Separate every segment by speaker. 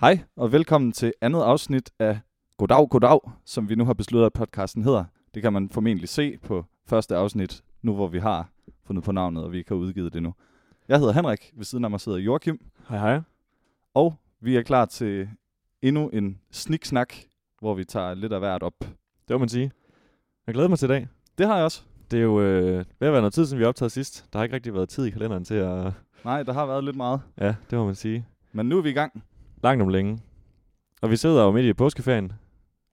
Speaker 1: Hej og velkommen til andet afsnit af Goddag, Goddag, som vi nu har besluttet, at podcasten hedder. Det kan man formentlig se på første afsnit, nu hvor vi har fundet på navnet, og vi ikke har udgivet det nu. Jeg hedder Henrik, ved siden af mig sidder Joachim,
Speaker 2: Hej hej.
Speaker 1: og vi er klar til endnu en sniksnak, hvor vi tager lidt af hvert op.
Speaker 2: Det må man sige. Jeg glæder mig til i dag.
Speaker 1: Det har jeg også.
Speaker 2: Det er jo øh, ved at være noget tid, siden vi optagede sidst. Der har ikke rigtig været tid i kalenderen til at...
Speaker 1: Nej, der har været lidt meget,
Speaker 2: Ja, det må man sige.
Speaker 1: men nu er vi i gang.
Speaker 2: Langt om længe. Og vi sidder jo midt i påskeferien.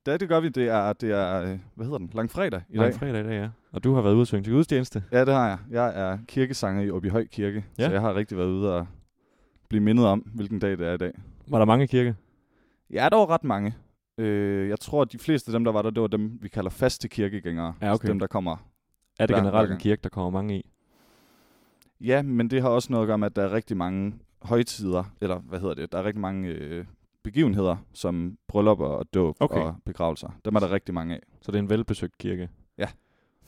Speaker 1: Ja, det gør vi. Det er, det er øh, hvad hedder den? Langfredag i
Speaker 2: I dag.
Speaker 1: dag.
Speaker 2: fredag i dag, ja. Og du har været ude og synge til gudstjeneste.
Speaker 1: Ja, det har jeg. Jeg er kirkesanger i Åbyhøj Kirke, ja.
Speaker 2: Ja.
Speaker 1: så jeg har rigtig været ude og blive mindet om, hvilken dag det er i dag.
Speaker 2: Var der mange kirke?
Speaker 1: Ja, der var ret mange. Øh, jeg tror, at de fleste af dem, der var der, det var dem, vi kalder faste kirkegængere.
Speaker 2: Ja, okay.
Speaker 1: Så Dem, der kommer.
Speaker 2: Er det
Speaker 1: Der er
Speaker 2: generelt en
Speaker 1: mange.
Speaker 2: kirke, der kommer mange i?
Speaker 1: Ja, men det har også noget at gøre med, at der er rigtig mange højtider, eller hvad hedder det, der er rigtig mange øh, begivenheder, som bryllupper og dåb
Speaker 2: Okay.
Speaker 1: og begravelser. Dem er der rigtig mange af.
Speaker 2: Så det er en velbesøgt kirke.
Speaker 1: Men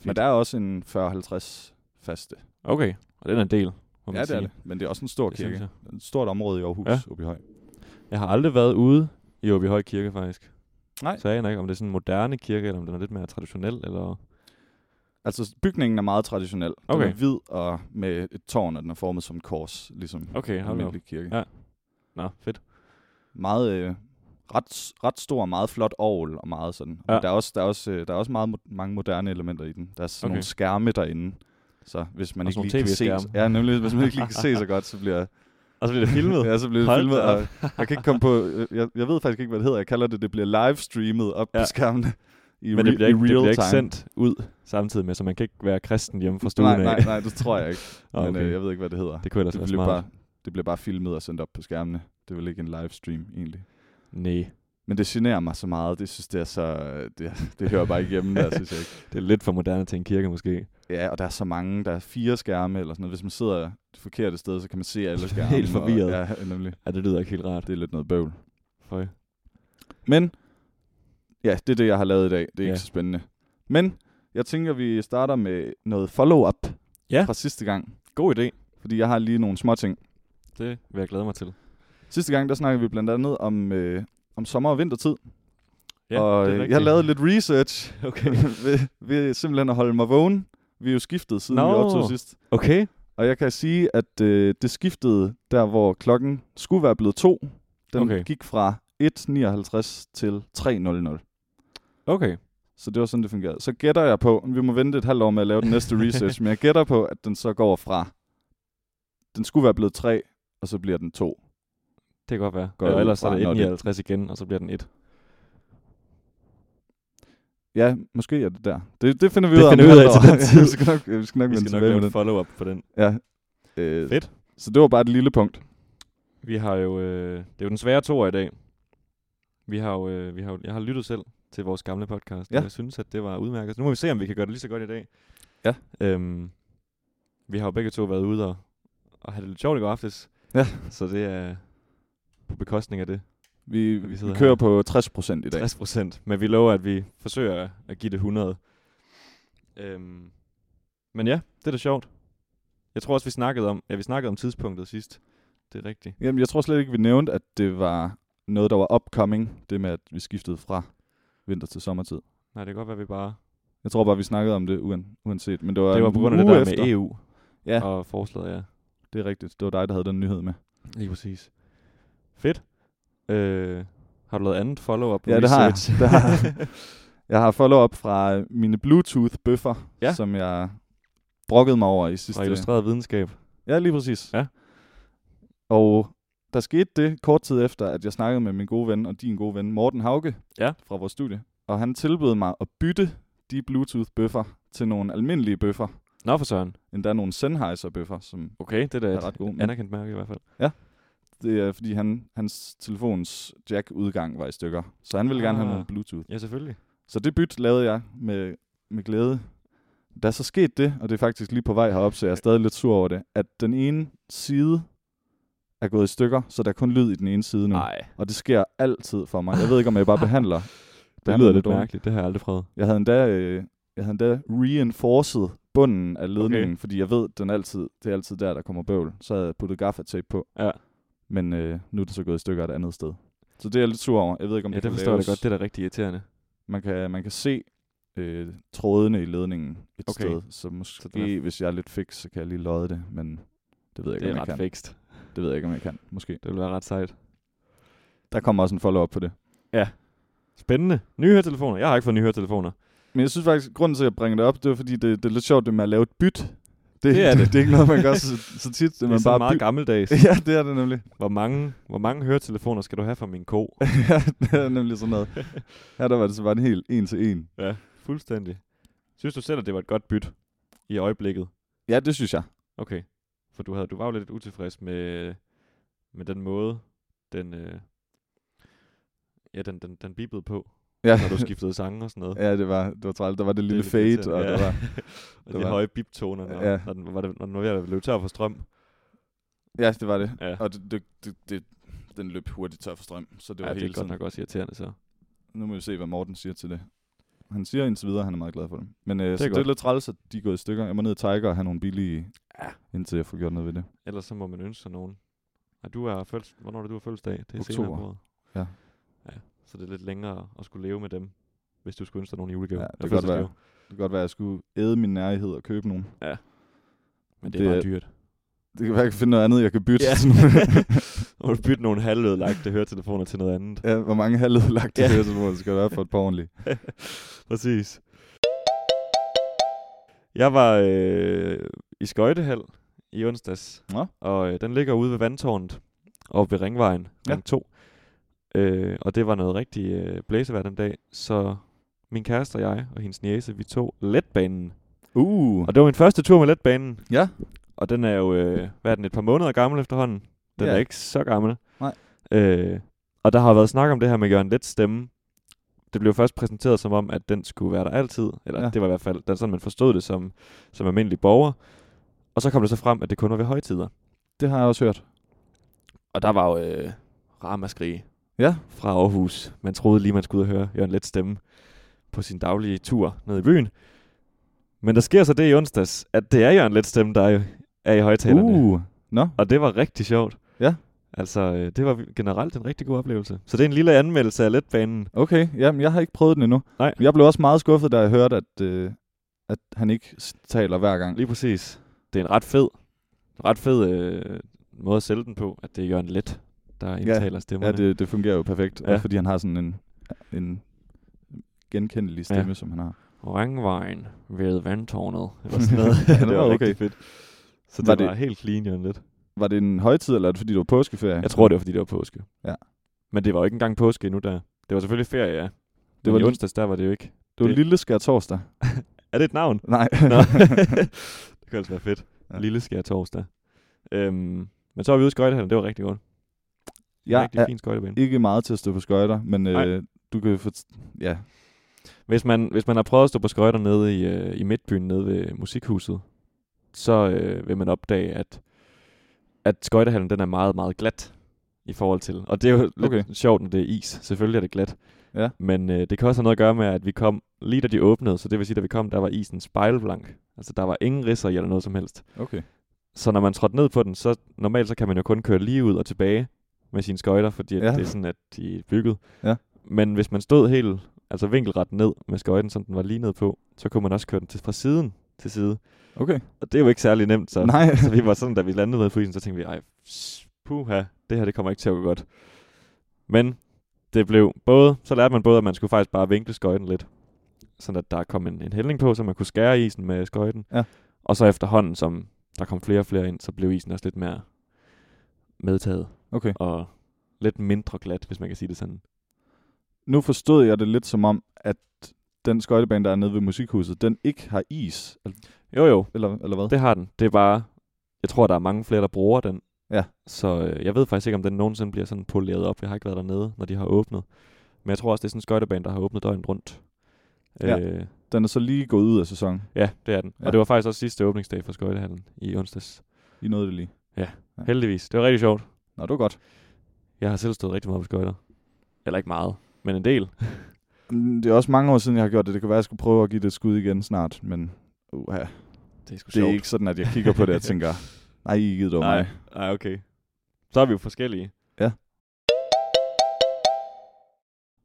Speaker 2: Fedt.
Speaker 1: der er også en 40-50 faste.
Speaker 2: Okay. Og den er en del, må man
Speaker 1: Ja, det
Speaker 2: sige.
Speaker 1: er det. Men det er også en stor
Speaker 2: Det synes
Speaker 1: kirke.
Speaker 2: jeg.
Speaker 1: Et stort område i Aarhus,
Speaker 2: Ja.
Speaker 1: ja. Åbyhøj.
Speaker 2: Jeg har aldrig været ude i Åbyhøj Kirke, faktisk.
Speaker 1: Nej.
Speaker 2: Så jeg aner ikke, om det er sådan en moderne kirke, eller om den er lidt mere traditionel, eller...
Speaker 1: Altså, bygningen er meget traditionel. Den
Speaker 2: Okay.
Speaker 1: er hvid og med et tårn, og den er formet som et kors, ligesom en
Speaker 2: Okay, hold nu.
Speaker 1: almindelig kirke.
Speaker 2: Ja. Nå, fedt.
Speaker 1: Meget, øh, ret, ret stor, meget flot ovl og meget sådan.
Speaker 2: Ja.
Speaker 1: Ja. Der er også, der er også, øh, der er også meget, mo- mange moderne elementer i den. Der er sådan
Speaker 2: Okay.
Speaker 1: okay. nogle skærme derinde, så hvis man ikke
Speaker 2: Også nogle
Speaker 1: lige kan se...
Speaker 2: TV-skærme.
Speaker 1: Ja, nemlig, hvis man ikke lige kan se så godt, så bliver
Speaker 2: Og så bliver det filmet.
Speaker 1: ja, så bliver det
Speaker 2: Hold
Speaker 1: filmet,
Speaker 2: da op.
Speaker 1: og jeg kan ikke komme på... øh, Jeg, jeg ved faktisk ikke, hvad det hedder. Jeg kalder det, det bliver livestreamet op ja.
Speaker 2: Ja.
Speaker 1: på skærmene i,
Speaker 2: Men
Speaker 1: re-
Speaker 2: det bliver,
Speaker 1: i
Speaker 2: ikke,
Speaker 1: real
Speaker 2: det bliver ikke
Speaker 1: time.
Speaker 2: sendt ud samtidig med, så man kan ikke være kristen hjemme fra stuen
Speaker 1: Nej,
Speaker 2: af.
Speaker 1: nej, nej, det tror jeg ikke.
Speaker 2: Nå,
Speaker 1: Men
Speaker 2: okay.
Speaker 1: øh, jeg ved ikke, hvad det hedder.
Speaker 2: Det kunne ellers
Speaker 1: Det
Speaker 2: være
Speaker 1: blev,
Speaker 2: smart.
Speaker 1: bare, det blev bare filmet og sendt op på skærmene. Det er vel ikke en livestream egentlig.
Speaker 2: Nej,
Speaker 1: Men det generer mig så meget. Det synes det er så... Det, det hører bare ikke hjemme der, synes jeg ikke.
Speaker 2: det er lidt for moderne til en kirke måske.
Speaker 1: Ja, og der er så mange. Der er fire skærme eller sådan noget. Hvis man sidder det forkerte sted, så kan man se alle skærme.
Speaker 2: Helt forvirret.
Speaker 1: Og, ja, nemlig.
Speaker 2: Ja, det lyder ikke helt rart.
Speaker 1: Det er lidt noget bøvl.
Speaker 2: Føj.
Speaker 1: Men, ja, det er det, jeg har lavet i dag. Det er ja.
Speaker 2: Ja.
Speaker 1: ikke så spændende. Men, jeg tænker, vi starter med noget follow-up
Speaker 2: Ja.
Speaker 1: fra sidste gang.
Speaker 2: God idé.
Speaker 1: Fordi jeg har lige nogle små ting.
Speaker 2: Det vil jeg glæde mig til.
Speaker 1: Sidste gang, der snakkede vi blandt andet om, øh, om sommer- og vintertid. Ja, og
Speaker 2: det er
Speaker 1: øh,
Speaker 2: rigtigt.
Speaker 1: jeg lavede lidt research
Speaker 2: Okay.
Speaker 1: ved, ved simpelthen at holde mig vågen. Vi er jo skiftet, siden no. vi
Speaker 2: Nå.
Speaker 1: optog sidst.
Speaker 2: okay.
Speaker 1: Og jeg kan sige, at øh, det skiftede der, hvor klokken skulle være blevet to. Den okay.
Speaker 2: Okay.
Speaker 1: gik fra 1.59 til 3.00.
Speaker 2: Okay.
Speaker 1: Så det var sådan, det fungerede. Så gætter jeg på, vi må vente et halvt år med at lave den næste research, men jeg gætter på, at den så går fra, den skulle være blevet 3, og så bliver den 2.
Speaker 2: Det kan godt være.
Speaker 1: Går
Speaker 2: Går
Speaker 1: jeg
Speaker 2: og
Speaker 1: ud
Speaker 2: ellers er
Speaker 1: fra,
Speaker 2: det
Speaker 1: når
Speaker 2: 159 igen, og så bliver den 1.
Speaker 1: Ja, måske er det der. Det, det finder vi
Speaker 2: Det
Speaker 1: ud af. om
Speaker 2: finder
Speaker 1: et
Speaker 2: vi ud
Speaker 1: halvt
Speaker 2: af til
Speaker 1: år.
Speaker 2: den tid.
Speaker 1: vi skal nok, øh, vi skal nok
Speaker 2: Vi
Speaker 1: vende
Speaker 2: skal
Speaker 1: tilbage
Speaker 2: nok lave
Speaker 1: med
Speaker 2: en
Speaker 1: den.
Speaker 2: follow-up på den.
Speaker 1: Ja. Øh,
Speaker 2: Fedt.
Speaker 1: Så det var bare et lille punkt.
Speaker 2: Vi har jo... Øh, det er jo den svære to i dag. Vi har jo, øh, vi har jo, jeg har lyttet selv til vores gamle podcast,
Speaker 1: Ja.
Speaker 2: ja. og jeg synes, at det var udmærket. Så nu må vi se, om vi kan gøre det lige så godt i dag.
Speaker 1: Ja.
Speaker 2: Øhm, vi har jo begge to været ude og, og have det lidt sjovt i går aftes.
Speaker 1: Ja.
Speaker 2: Så det er på bekostning af det.
Speaker 1: Vi, vi,
Speaker 2: Vi
Speaker 1: vi
Speaker 2: sidder
Speaker 1: kører
Speaker 2: her.
Speaker 1: på 60 procent i dag.
Speaker 2: 60 procent. Men vi lover, at vi forsøger at give det 100. Øhm, men ja, det er da sjovt. Jeg tror også, vi snakkede om, ja, vi snakkede om tidspunktet sidst. Det er rigtigt.
Speaker 1: Jamen, jeg tror slet ikke, vi nævnte, at det var noget, der var upcoming. Det med, at vi skiftede fra vinter til sommertid.
Speaker 2: Nej, det kan godt være, vi bare
Speaker 1: Jeg tror bare, vi snakkede om det uan, uanset. Men det var,
Speaker 2: Det
Speaker 1: en
Speaker 2: var på grund af det
Speaker 1: uge
Speaker 2: der
Speaker 1: efter.
Speaker 2: med EU
Speaker 1: Ja.
Speaker 2: ja. og forslaget, ja.
Speaker 1: Det er rigtigt. Det var dig, der havde den nyhed med.
Speaker 2: Lige præcis. Fedt. Øh, har du lavet andet follow-up
Speaker 1: Ja, det har jeg.
Speaker 2: research?
Speaker 1: Det har jeg. Jeg har follow-up fra øh, mine Bluetooth-bøffer,
Speaker 2: Ja.
Speaker 1: som jeg brokkede mig over i sidste...
Speaker 2: Fra illustreret videnskab.
Speaker 1: Ja, lige præcis.
Speaker 2: Ja.
Speaker 1: Og der skete det kort tid efter, at jeg snakkede med min gode ven og din gode ven, Morten Hauke,
Speaker 2: Ja.
Speaker 1: fra vores studie. Og han tilbød mig at bytte de Bluetooth-bøffer til nogle almindelige bøffer.
Speaker 2: Nå for søren.
Speaker 1: Endda nogle Sennheiser-bøffer, som
Speaker 2: Okay, det er da
Speaker 1: er
Speaker 2: et
Speaker 1: ret gode. Men
Speaker 2: anerkendt mærke i hvert fald.
Speaker 1: det er, fordi han, hans telefons jack-udgang var i stykker. Så han ville gerne have
Speaker 2: Ah.
Speaker 1: noget Bluetooth.
Speaker 2: Ja, selvfølgelig.
Speaker 1: Så det byt lavede jeg med, med glæde. Der er så sket det, og det er faktisk lige på vej herop, så jeg er stadig lidt sur over det, at den ene side er gået i stykker, så der er kun lyd i den ene side nu. Ej. Og det sker altid for mig. Jeg ved ikke, om jeg bare behandler.
Speaker 2: Det
Speaker 1: behandler
Speaker 2: lyder
Speaker 1: det
Speaker 2: lidt
Speaker 1: dårligt.
Speaker 2: mærkeligt. Det har jeg aldrig prøvet.
Speaker 1: Jeg havde endda, øh, jeg havde endda reinforced bunden af ledningen, okay. fordi jeg ved, den altid, det er altid der, der kommer bøvl. Så havde jeg puttet gaffatape på,
Speaker 2: Ja.
Speaker 1: men øh, nu er det så gået i stykker et andet sted. Så det er jeg lidt sur over. Jeg ved ikke, om
Speaker 2: Ja, det
Speaker 1: kan
Speaker 2: forstår jeg
Speaker 1: laves.
Speaker 2: da godt. Det er da rigtig irriterende.
Speaker 1: Man kan, man kan se øh, trådene i ledningen et
Speaker 2: Okay.
Speaker 1: okay. sted, så måske, så
Speaker 2: den
Speaker 1: hvis jeg er lidt fix, så kan jeg lige lodde det, men det ved jeg
Speaker 2: Det
Speaker 1: ikke, om
Speaker 2: er
Speaker 1: jeg kan.
Speaker 2: ret fikst.
Speaker 1: Det ved jeg ikke, om jeg kan, måske.
Speaker 2: Det ville være ret sejt.
Speaker 1: Der kommer også en follow-up på det.
Speaker 2: Spændende. Nye høretelefoner. Jeg har ikke fået nye høretelefoner.
Speaker 1: Men jeg synes faktisk, grunden til, at jeg bringer det op, det er, fordi det, det er lidt sjovt, det med at lave et byt. Det,
Speaker 2: Det er det.
Speaker 1: det er ikke noget, man gør så, så tit.
Speaker 2: Det er
Speaker 1: man
Speaker 2: man sådan
Speaker 1: bare
Speaker 2: meget
Speaker 1: by-
Speaker 2: gammeldags.
Speaker 1: Ja, det er det nemlig.
Speaker 2: Hvor mange, hvor mange høretelefoner skal du have fra min ko?
Speaker 1: ja, det er nemlig sådan noget. Her der var det så bare en helt en til en.
Speaker 2: Ja, fuldstændig. Synes du selv, at det var et godt byt i øjeblikket?
Speaker 1: Ja, det synes jeg.
Speaker 2: Okay. For du, havde, du var jo lidt utilfreds med, med den måde, den, øh, ja, den, den, den bibede på,
Speaker 1: Ja,
Speaker 2: når du skiftede sange og sådan noget.
Speaker 1: ja det, var, det var trælt. Der var det lille
Speaker 2: lidt
Speaker 1: fade,
Speaker 2: irriterende.
Speaker 1: og
Speaker 2: Ja.
Speaker 1: der var...
Speaker 2: og
Speaker 1: der
Speaker 2: de
Speaker 1: var-
Speaker 2: høje biptoner, når,
Speaker 1: Ja.
Speaker 2: ja. når, den, var det, når den var ved at løbe tør for strøm.
Speaker 1: Ja, det var det.
Speaker 2: Ja,
Speaker 1: Og det, det, det, det, den løb hurtigt tør for strøm, så det
Speaker 2: det,
Speaker 1: var
Speaker 2: ja,
Speaker 1: helt
Speaker 2: det er godt
Speaker 1: sådan.
Speaker 2: nok også irriterende så.
Speaker 1: Nu må vi se, hvad Morten siger til det. Han siger indtil videre, at han er meget glad for dem. Men øh, det, er så det er
Speaker 2: godt.
Speaker 1: lidt træls, at de er gået i stykker. Jeg må ned i Tiger og have nogle billige, ja. indtil jeg får gjort noget ved det.
Speaker 2: Ellers så må man ønske sig nogen. Og du har fødsel, hvornår er det, du har fødselsdag? Det er senere på
Speaker 1: Oktober.
Speaker 2: året.
Speaker 1: Ja.
Speaker 2: ja. Så det er lidt længere at skulle leve med dem, hvis du skulle ønske dig nogen julegave.
Speaker 1: Ja, det
Speaker 2: eller
Speaker 1: kan godt være.
Speaker 2: fødselsdagsgave.
Speaker 1: Det kan godt være, at jeg skulle æde min nærhed og købe nogle.
Speaker 2: Men det, det er
Speaker 1: Det
Speaker 2: bare
Speaker 1: er-
Speaker 2: dyrt.
Speaker 1: Det kan være, jeg kan finde noget andet, jeg kan bytte.
Speaker 2: Ja.
Speaker 1: Yeah.
Speaker 2: Og du bytte nogle halvødelagte høretelefoner til noget andet.
Speaker 1: ja, hvor mange halvødelagte
Speaker 2: Ja.
Speaker 1: yeah. høretelefoner skal der være for et par ordentlige?
Speaker 2: Præcis. Jeg var øh, i Skøjtehal i onsdags,
Speaker 1: Nå.
Speaker 2: og øh, den ligger ude ved vandtårnet, og ved Ringvejen,
Speaker 1: Ja.
Speaker 2: ja. 2. Øh, og det var noget rigtig øh, blæsevejr den dag, så min kæreste og jeg og hendes niece, vi tog letbanen.
Speaker 1: Uh,
Speaker 2: Og det var min første tur med letbanen,
Speaker 1: ja.
Speaker 2: og den er jo, øh, hvad er den, et par måneder gammel efterhånden. Den
Speaker 1: Ja.
Speaker 2: er ikke så gammel.
Speaker 1: Nej.
Speaker 2: Øh, og der har været snak om det her med Jørgen Lets stemme. Det blev først præsenteret som om, at den skulle være der altid. Eller
Speaker 1: Ja.
Speaker 2: ja. det var i hvert fald det er sådan, man forstod det som, som almindelig borger. Og så kom det så frem, at det kun var ved højtider.
Speaker 1: Det har jeg også hørt.
Speaker 2: Og der var jo øh, ramaskrig
Speaker 1: Ja,
Speaker 2: fra Aarhus. Man troede lige, man skulle ud og høre Jørgen Lets stemme på sin daglige tur ned i byen. Men der sker så det i onsdags, at det er Jørgen Lets stemme, der er i- er i højtalerne.
Speaker 1: uh. Nå,
Speaker 2: Og det var rigtig sjovt.
Speaker 1: Ja.
Speaker 2: Altså, øh, det var generelt en rigtig god oplevelse. Så det er en lille anmeldelse af letbanen.
Speaker 1: okay. Jamen, jeg har ikke prøvet den endnu.
Speaker 2: Nej.
Speaker 1: Jeg blev også meget skuffet, da jeg hørte, at, øh, at han ikke s- taler hver gang.
Speaker 2: Lige præcis. Det er en ret fed, ret fed øh, måde at sælge den på, at det er Jørgen Let, der indtaler ja.
Speaker 1: Ja,
Speaker 2: stemmerne.
Speaker 1: det, det fungerer jo perfekt. Ja.
Speaker 2: Ja.
Speaker 1: Også fordi han har sådan en, en genkendelig stemme, ja. som han har.
Speaker 2: Ringvejen ved vandtårnet. Eller sådan noget.
Speaker 1: Ja,
Speaker 2: det
Speaker 1: det
Speaker 2: var
Speaker 1: var
Speaker 2: rigtig
Speaker 1: okay.
Speaker 2: fedt. Så det
Speaker 1: Var
Speaker 2: var,
Speaker 1: det-
Speaker 2: var helt clean, Jørgen Let.
Speaker 1: Var det en højtid, eller er det fordi, det var påskeferie?
Speaker 2: Jeg tror, det var, fordi det var påske.
Speaker 1: Ja.
Speaker 2: Men det var jo ikke engang påske endnu der. Det var selvfølgelig ferie, ja. Det
Speaker 1: var
Speaker 2: var i
Speaker 1: lidt-
Speaker 2: onsdags, der var det jo ikke.
Speaker 1: det var
Speaker 2: det-
Speaker 1: lille skær torsdag.
Speaker 2: Er det et navn?
Speaker 1: Nej.
Speaker 2: Nå. det kunne altså være fedt.
Speaker 1: Ja.
Speaker 2: Ja. Lille skær torsdag. Øhm, men så var vi ude i skøjtehallen, det var rigtig godt. Ja,
Speaker 1: jeg
Speaker 2: rigtig
Speaker 1: er
Speaker 2: ja. fin skøjtebane.
Speaker 1: ikke meget til at stå på skøjter, men
Speaker 2: Nej.
Speaker 1: øh, du kan få... Ja,
Speaker 2: Hvis man, hvis man har prøvet at stå på skøjter nede i, øh, i midtbyen, nede ved musikhuset, så øh, vil man opdage, at, at skøjtehallen den er meget, meget glat i forhold til. Og det er jo lidt
Speaker 1: Okay.
Speaker 2: okay. sjovt, når det er is. Selvfølgelig er det glat.
Speaker 1: Ja.
Speaker 2: Men øh, det kan også have noget at gøre med, at vi kom lige da de åbnede, så det vil sige, da vi kom, der var isen spejlblank. Altså der var ingen ridser i eller noget som helst.
Speaker 1: okay.
Speaker 2: Så når man trådte ned på den, så normalt så kan man jo kun køre lige ud og tilbage med sine skøjter, fordi ja.
Speaker 1: Ja.
Speaker 2: det er sådan, at de er bygget.
Speaker 1: Ja.
Speaker 2: Men hvis man stod helt, altså vinkelret ned med skøjten, som den var lige ned på, så kunne man også køre den til, fra siden til side.
Speaker 1: Okay.
Speaker 2: Og det er jo ikke særlig nemt, så,
Speaker 1: Nej.
Speaker 2: så vi var sådan, da vi landede nede på isen, så tænkte vi, ej, s- puha, det her det kommer ikke til at gå godt. Men det blev både, så lærte man både, at man skulle faktisk bare vinkle skøjten lidt, sådan at der kom en, en hældning på, så man kunne skære isen med skøjten.
Speaker 1: Ja.
Speaker 2: Og så efterhånden, som der kom flere og flere ind, så blev isen også lidt mere medtaget
Speaker 1: Okay.
Speaker 2: og lidt mindre glat, hvis man kan sige det sådan.
Speaker 1: Nu forstod jeg det lidt som om, at den skøjtebane, der er nede ved musikhuset, den ikke har is, el-
Speaker 2: Jo jo,
Speaker 1: eller, eller hvad?
Speaker 2: det har den. Det er bare, jeg tror, der er mange flere, der bruger den.
Speaker 1: Ja.
Speaker 2: Så øh, jeg ved faktisk ikke, om den nogensinde bliver sådan poleret op. Jeg har ikke været dernede, når de har åbnet. Men jeg tror også, det er sådan en skøjtebane, der har åbnet døgnet rundt.
Speaker 1: Ja.
Speaker 2: Øh,
Speaker 1: Den er så lige gået ud af sæsonen.
Speaker 2: ja, det er den. Ja.
Speaker 1: Ja.
Speaker 2: Og det var faktisk også sidste åbningsdag for skøjtehallen i onsdags.
Speaker 1: I nåede det lige. Ja.
Speaker 2: Heldigvis. Det var rigtig sjovt.
Speaker 1: Nå, det var godt.
Speaker 2: Jeg har selv stået rigtig meget på skøjter. Eller ikke meget, men en del.
Speaker 1: Mm, Det er også mange år siden, jeg har gjort det. Det kan være, at jeg skulle prøve at give det et skud igen snart, men uh, det
Speaker 2: Det er sgu
Speaker 1: er ikke sådan, at jeg kigger på det og tænker, nej, I gider mig.
Speaker 2: Nej, okay. Så er vi jo forskellige.
Speaker 1: Ja.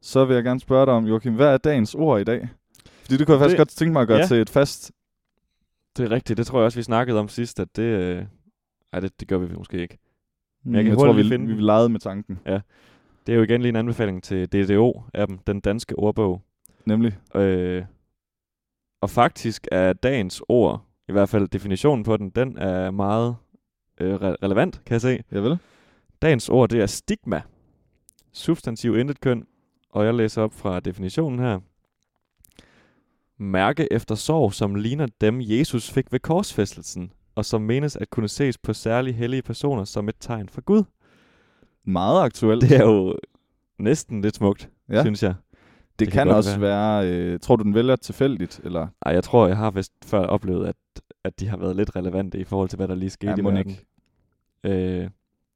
Speaker 1: så vil jeg gerne spørge dig om, Joachim, hvad er dagens ord i dag? Fordi det kunne jeg faktisk
Speaker 2: Det-
Speaker 1: godt tænke mig at gøre
Speaker 2: ja.
Speaker 1: til et fast...
Speaker 2: Det er rigtigt. Det tror jeg også, vi snakkede om sidst, at det... Øh... Ej, det, det gør vi måske ikke.
Speaker 1: Men
Speaker 2: jeg kan
Speaker 1: tror,
Speaker 2: hurtigt
Speaker 1: vi,
Speaker 2: lige finde
Speaker 1: vi
Speaker 2: den.
Speaker 1: legede med tanken.
Speaker 2: Det er jo igen lige en anbefaling til DDO-appen, den danske ordbog.
Speaker 1: Nemlig,
Speaker 2: Øh, og faktisk er dagens ord, i hvert fald definitionen på den, den er meget øh, re- relevant, kan jeg se.
Speaker 1: jeg vil.
Speaker 2: Dagens ord, det er stigma. Substantiv intet køn. Og jeg læser op fra definitionen her. Mærke efter sorg, som ligner dem, Jesus fik ved korsfæstelsen, og som menes at kunne ses på særlig hellige personer som et tegn fra Gud.
Speaker 1: Meget aktuelt.
Speaker 2: Det er jo næsten lidt smukt,
Speaker 1: Ja.
Speaker 2: ja. synes jeg.
Speaker 1: det,
Speaker 2: kan
Speaker 1: kan,
Speaker 2: godt
Speaker 1: også være... Øh, tror du, den vælger tilfældigt? Eller
Speaker 2: Ej, jeg tror, jeg har vist før oplevet, at, at de har været lidt relevante i forhold til, hvad der lige skete
Speaker 1: Ja,
Speaker 2: ja, i
Speaker 1: mon
Speaker 2: verden. Øh,